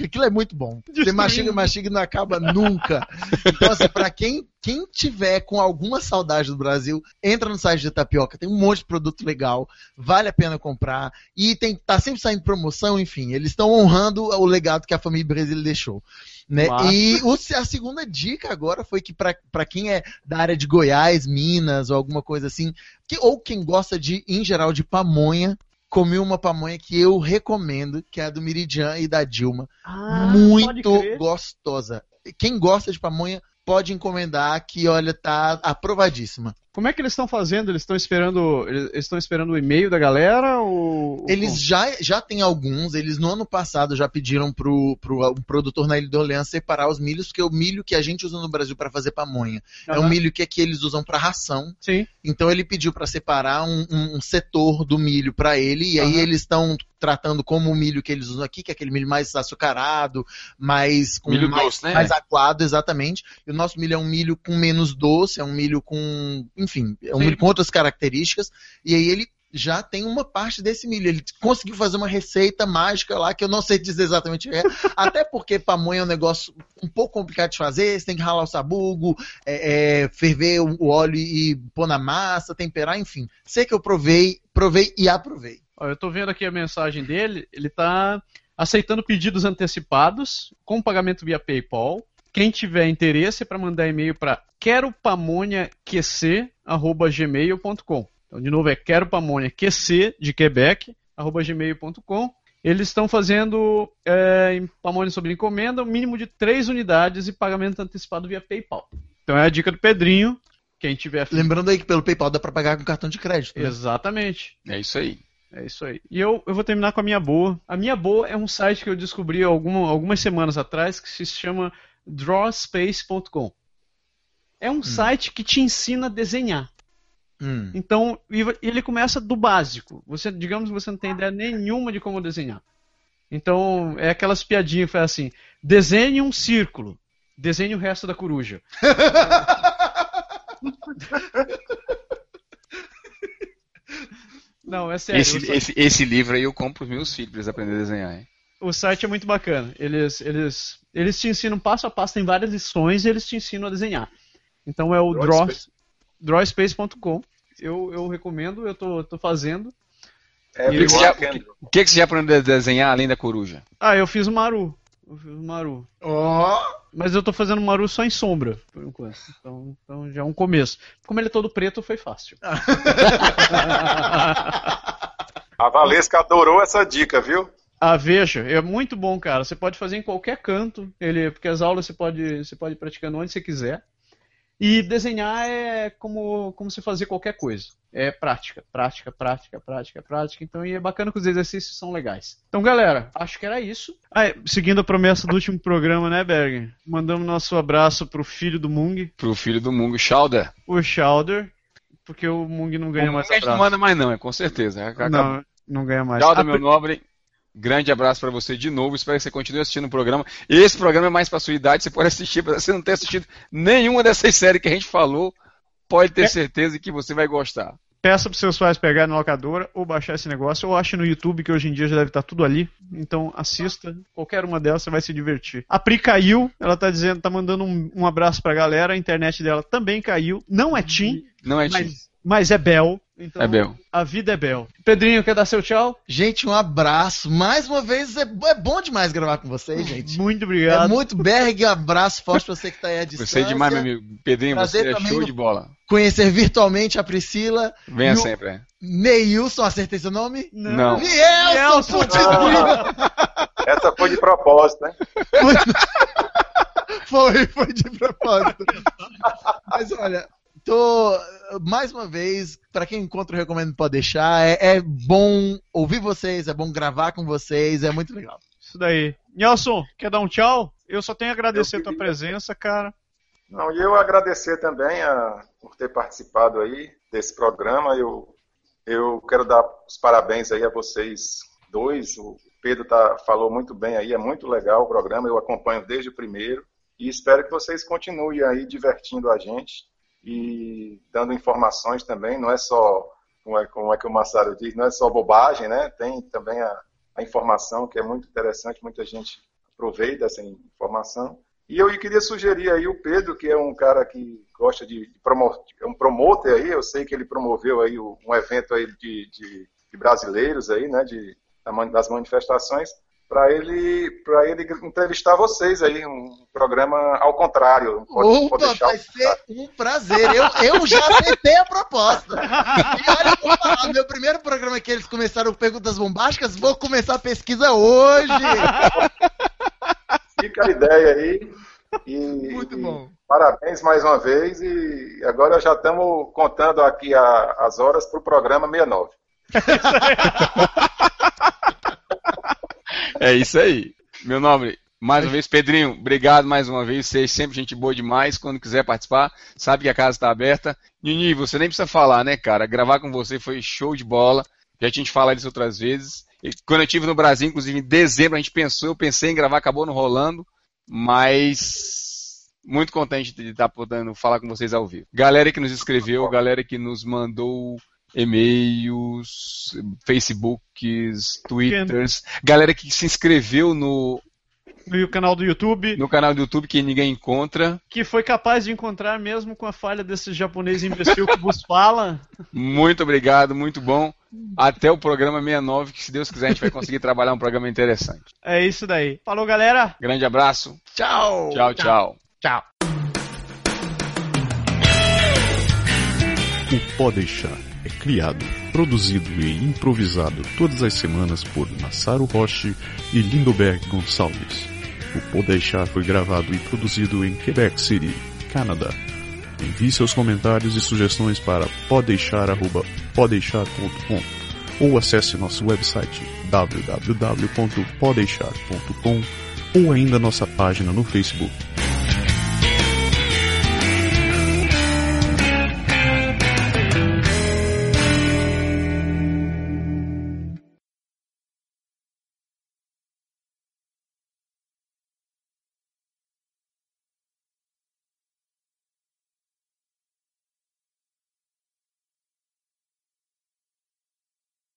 [SPEAKER 4] Aquilo é muito bom. Você mastiga, mastiga e não acaba nunca. Então, assim, pra quem, quem tiver com alguma saudade do Brasil, entra no site da Tapioca. Tem um monte de produto legal, vale a pena comprar. E tem, tá sempre saindo promoção, enfim. Eles estão honrando o legado que a família brasileira deixou. Né?
[SPEAKER 1] Massa.
[SPEAKER 4] E o- a segunda dica agora foi que pra pra quem é da área de Goiás, Minas ou alguma coisa assim, que- ou quem gosta de, em geral, de pamonha, comi uma pamonha que eu recomendo, que é a do Meridian e da Dilma
[SPEAKER 1] Ah,
[SPEAKER 4] Ah, muito gostosa. Quem gosta de pamonha pode encomendar que, olha, tá aprovadíssima.
[SPEAKER 1] Como é que eles estão fazendo? Eles estão esperando, eles estão esperando o e-mail da galera ou
[SPEAKER 4] Eles já, já têm alguns, eles no ano passado já pediram pro, pro um produtor na Ilha de Orleans separar os milhos, porque o milho que a gente usa no Brasil para fazer pamonha é
[SPEAKER 1] Aham.
[SPEAKER 4] o milho que aqui eles usam para ração.
[SPEAKER 1] Sim.
[SPEAKER 4] Então ele pediu para separar um, um- um setor do milho para ele, e aí eles estão tratando como o milho que eles usam aqui, que é aquele milho mais açucarado, mais com
[SPEAKER 9] Milho
[SPEAKER 4] mais,
[SPEAKER 9] doce, né?
[SPEAKER 4] mais aquado, exatamente. E o nosso milho é um milho com menos doce, é um milho com, enfim, é um
[SPEAKER 1] Sim.
[SPEAKER 4] milho com outras características. E aí ele já tem uma parte desse milho. Ele conseguiu fazer uma receita mágica lá que eu não sei dizer exatamente o que é. Até porque pamonha é um negócio um pouco complicado de fazer. Você tem que ralar o sabugo, é, é, ferver o o óleo e pôr na massa, temperar, enfim. Sei que eu provei, provei e aprovei.
[SPEAKER 1] Ó, eu tô vendo aqui a mensagem dele, ele tá aceitando pedidos antecipados com pagamento via PayPal. Quem tiver interesse é para mandar e-mail para queropamonhaQC@gmail.com. Então de novo é queropamonhaQC de Quebec arroba gmail.com. Eles estão fazendo é, em pamonha sobre encomenda, o mínimo de três unidades e pagamento antecipado via PayPal. Então é a dica do Pedrinho. Quem tiver afim-
[SPEAKER 4] Lembrando aí que pelo PayPal dá pra pagar com cartão de crédito. né?
[SPEAKER 1] Exatamente.
[SPEAKER 9] É isso aí.
[SPEAKER 1] É isso aí. E eu, eu vou terminar com a Minha Boa. A Minha Boa é um site que eu descobri alguma- algumas semanas atrás que se chama drawspace.com. É um site que te ensina a desenhar.
[SPEAKER 4] Hum.
[SPEAKER 1] Então, e vo- ele começa do básico. Você, digamos que você não tem ideia nenhuma de como desenhar. Então, é aquelas piadinhas que faz assim: desenhe um círculo, desenhe o resto da coruja. não, é sério.
[SPEAKER 9] esse,
[SPEAKER 1] eu só-
[SPEAKER 9] esse- esse livro aí eu compro pros meus filhos pra eles aprenderem a desenhar, hein?
[SPEAKER 1] o site é muito bacana. Eles, eles, eles te ensinam passo a passo, tem várias lições e eles te ensinam a desenhar. Então é o
[SPEAKER 5] Drawspace.
[SPEAKER 1] draws- drawspace.com. Eu, eu recomendo, eu tô, tô fazendo.
[SPEAKER 5] Everyone
[SPEAKER 9] já-
[SPEAKER 5] can-
[SPEAKER 9] O que, que você já aprendeu a desenhar além da coruja?
[SPEAKER 1] Ah, eu fiz o Maru. Eu fiz o Maru. Mas eu tô fazendo o Maru só em sombra, por enquanto. Então, então já é um começo. Como ele é todo preto, foi fácil.
[SPEAKER 5] A Valesca adorou essa dica, viu?
[SPEAKER 1] Ah, veja, é muito bom, cara. Você pode fazer em qualquer canto, ele, porque as aulas você pode, você pode ir praticando onde você quiser. E desenhar é como, como se fazer qualquer coisa. É prática, prática, prática, prática, prática. Então, e é bacana que os exercícios são legais. Então, galera, acho que era isso. Ah, é, seguindo a promessa do último programa, né, Berg? Mandamos nosso abraço pro filho do Mung,
[SPEAKER 9] Pro filho do Mungo, Shalda.
[SPEAKER 1] o Shalder, porque o Mung não ganha
[SPEAKER 9] O
[SPEAKER 1] mais
[SPEAKER 9] Mungo a gente não
[SPEAKER 1] abraço.
[SPEAKER 9] manda mais não, é com certeza. Acabou.
[SPEAKER 1] Não, não ganha mais.
[SPEAKER 9] Tchau,
[SPEAKER 1] Ah,
[SPEAKER 9] meu nobre. Grande abraço pra você de novo. Espero que você continue assistindo o programa. Esse programa é mais pra sua idade. Você pode assistir, mas você não tem assistido nenhuma dessas séries que a gente falou. Pode
[SPEAKER 1] É.
[SPEAKER 9] ter certeza que você vai gostar.
[SPEAKER 1] Peça para seus pais pegarem na locadora ou baixar esse negócio, ou ache no YouTube, que hoje em dia já deve estar tudo ali. Então assista, qualquer uma delas você vai se divertir. A Pri caiu, ela tá dizendo, tá mandando um, um abraço pra galera, a internet dela também caiu. Não é Tim,
[SPEAKER 9] Não é, Tim?
[SPEAKER 1] mas, mas é Bel. Então
[SPEAKER 9] É Bel.
[SPEAKER 1] a vida é Bel. Pedrinho, quer dar seu tchau?
[SPEAKER 4] Gente, um abraço. Mais uma vez, é, é bom demais gravar com vocês, gente.
[SPEAKER 1] Muito
[SPEAKER 4] É
[SPEAKER 1] obrigado.
[SPEAKER 4] muito berg, um abraço forte pra você que tá aí à distância.
[SPEAKER 9] Gostei demais, meu amigo. Pedrinho,
[SPEAKER 4] Prazer
[SPEAKER 9] você é
[SPEAKER 4] também
[SPEAKER 9] show
[SPEAKER 4] no-
[SPEAKER 9] de bola.
[SPEAKER 4] Conhecer virtualmente a Priscila.
[SPEAKER 9] Venha
[SPEAKER 4] No-
[SPEAKER 9] sempre. é.
[SPEAKER 4] Neilson, acertei seu nome?
[SPEAKER 9] Não.
[SPEAKER 4] Nielson,
[SPEAKER 1] Nielson,
[SPEAKER 4] putz,
[SPEAKER 5] Essa foi de propósito, né? hein?
[SPEAKER 4] foi, foi de propósito. Mas olha, tô. Mais uma vez, pra quem encontra, eu recomendo pode deixar. É, é bom ouvir vocês, é bom gravar com vocês, é muito legal.
[SPEAKER 1] Isso daí. Nelson, quer dar um tchau? Eu só tenho a agradecer a tua presença, cara.
[SPEAKER 5] Não, e eu agradecer também a, por ter participado aí desse programa. Eu, eu quero dar os parabéns aí a vocês dois. O Pedro tá, falou muito bem aí, é muito legal o programa, eu acompanho desde o primeiro. E espero que vocês continuem aí divertindo a gente e dando informações também. Não é só, como é, como é que o Massaro diz, não é só bobagem, né? Tem também a, a informação que é muito interessante, muita gente aproveita essa informação. E eu queria sugerir aí o Pedro, que é um cara que gosta de, promover, é um promotor aí, eu sei que ele promoveu aí um evento aí de, de, de brasileiros aí, né, de, das manifestações, para ele, pra ele entrevistar vocês aí, um programa ao contrário.
[SPEAKER 4] Pode, pode Opa, vai ser um prazer, eu, eu já aceitei a proposta. E olha, eu vou falar, meu primeiro programa que eles começaram com perguntas bombásticas, vou começar a pesquisa hoje.
[SPEAKER 5] Fica a ideia aí. E, Muito bom. E parabéns mais uma vez. E agora já estamos contando aqui a, as horas para o programa 69.
[SPEAKER 3] é isso aí. Meu nobre, mais uma vez, Pedrinho, obrigado mais uma vez. Você é sempre gente boa demais. Quando quiser participar, sabe que a casa está aberta. Nini, você nem precisa falar, né, cara? Gravar com você foi show de bola. Já tinha te falado isso outras vezes. E quando eu estive no Brasil, inclusive em dezembro, a gente pensou, eu pensei em gravar, acabou não rolando, mas muito contente de estar podendo falar com vocês ao vivo. Galera que nos escreveu, galera que nos mandou e-mails, Facebooks, Twitters, galera que se inscreveu no
[SPEAKER 1] no canal do YouTube.
[SPEAKER 3] No canal do YouTube que ninguém encontra.
[SPEAKER 1] Que foi capaz de encontrar mesmo com a falha desse japonês imbecil que vos fala.
[SPEAKER 3] Muito obrigado, muito bom. Até o programa 69, que se Deus quiser a gente vai conseguir trabalhar um programa interessante.
[SPEAKER 1] É isso daí. Falou, galera.
[SPEAKER 3] Grande abraço.
[SPEAKER 4] Tchau.
[SPEAKER 3] Tchau, tchau.
[SPEAKER 4] Tchau.
[SPEAKER 2] O Pode Deixar é criado, produzido e improvisado todas as semanas por Massaro Roche e Lindoberg Gonçalves. O Podeixar foi gravado e produzido em Quebec City, Canadá. Envie seus comentários e sugestões para podeixar.podeixar.com ou acesse nosso website www.podeixar.com ou ainda nossa página no Facebook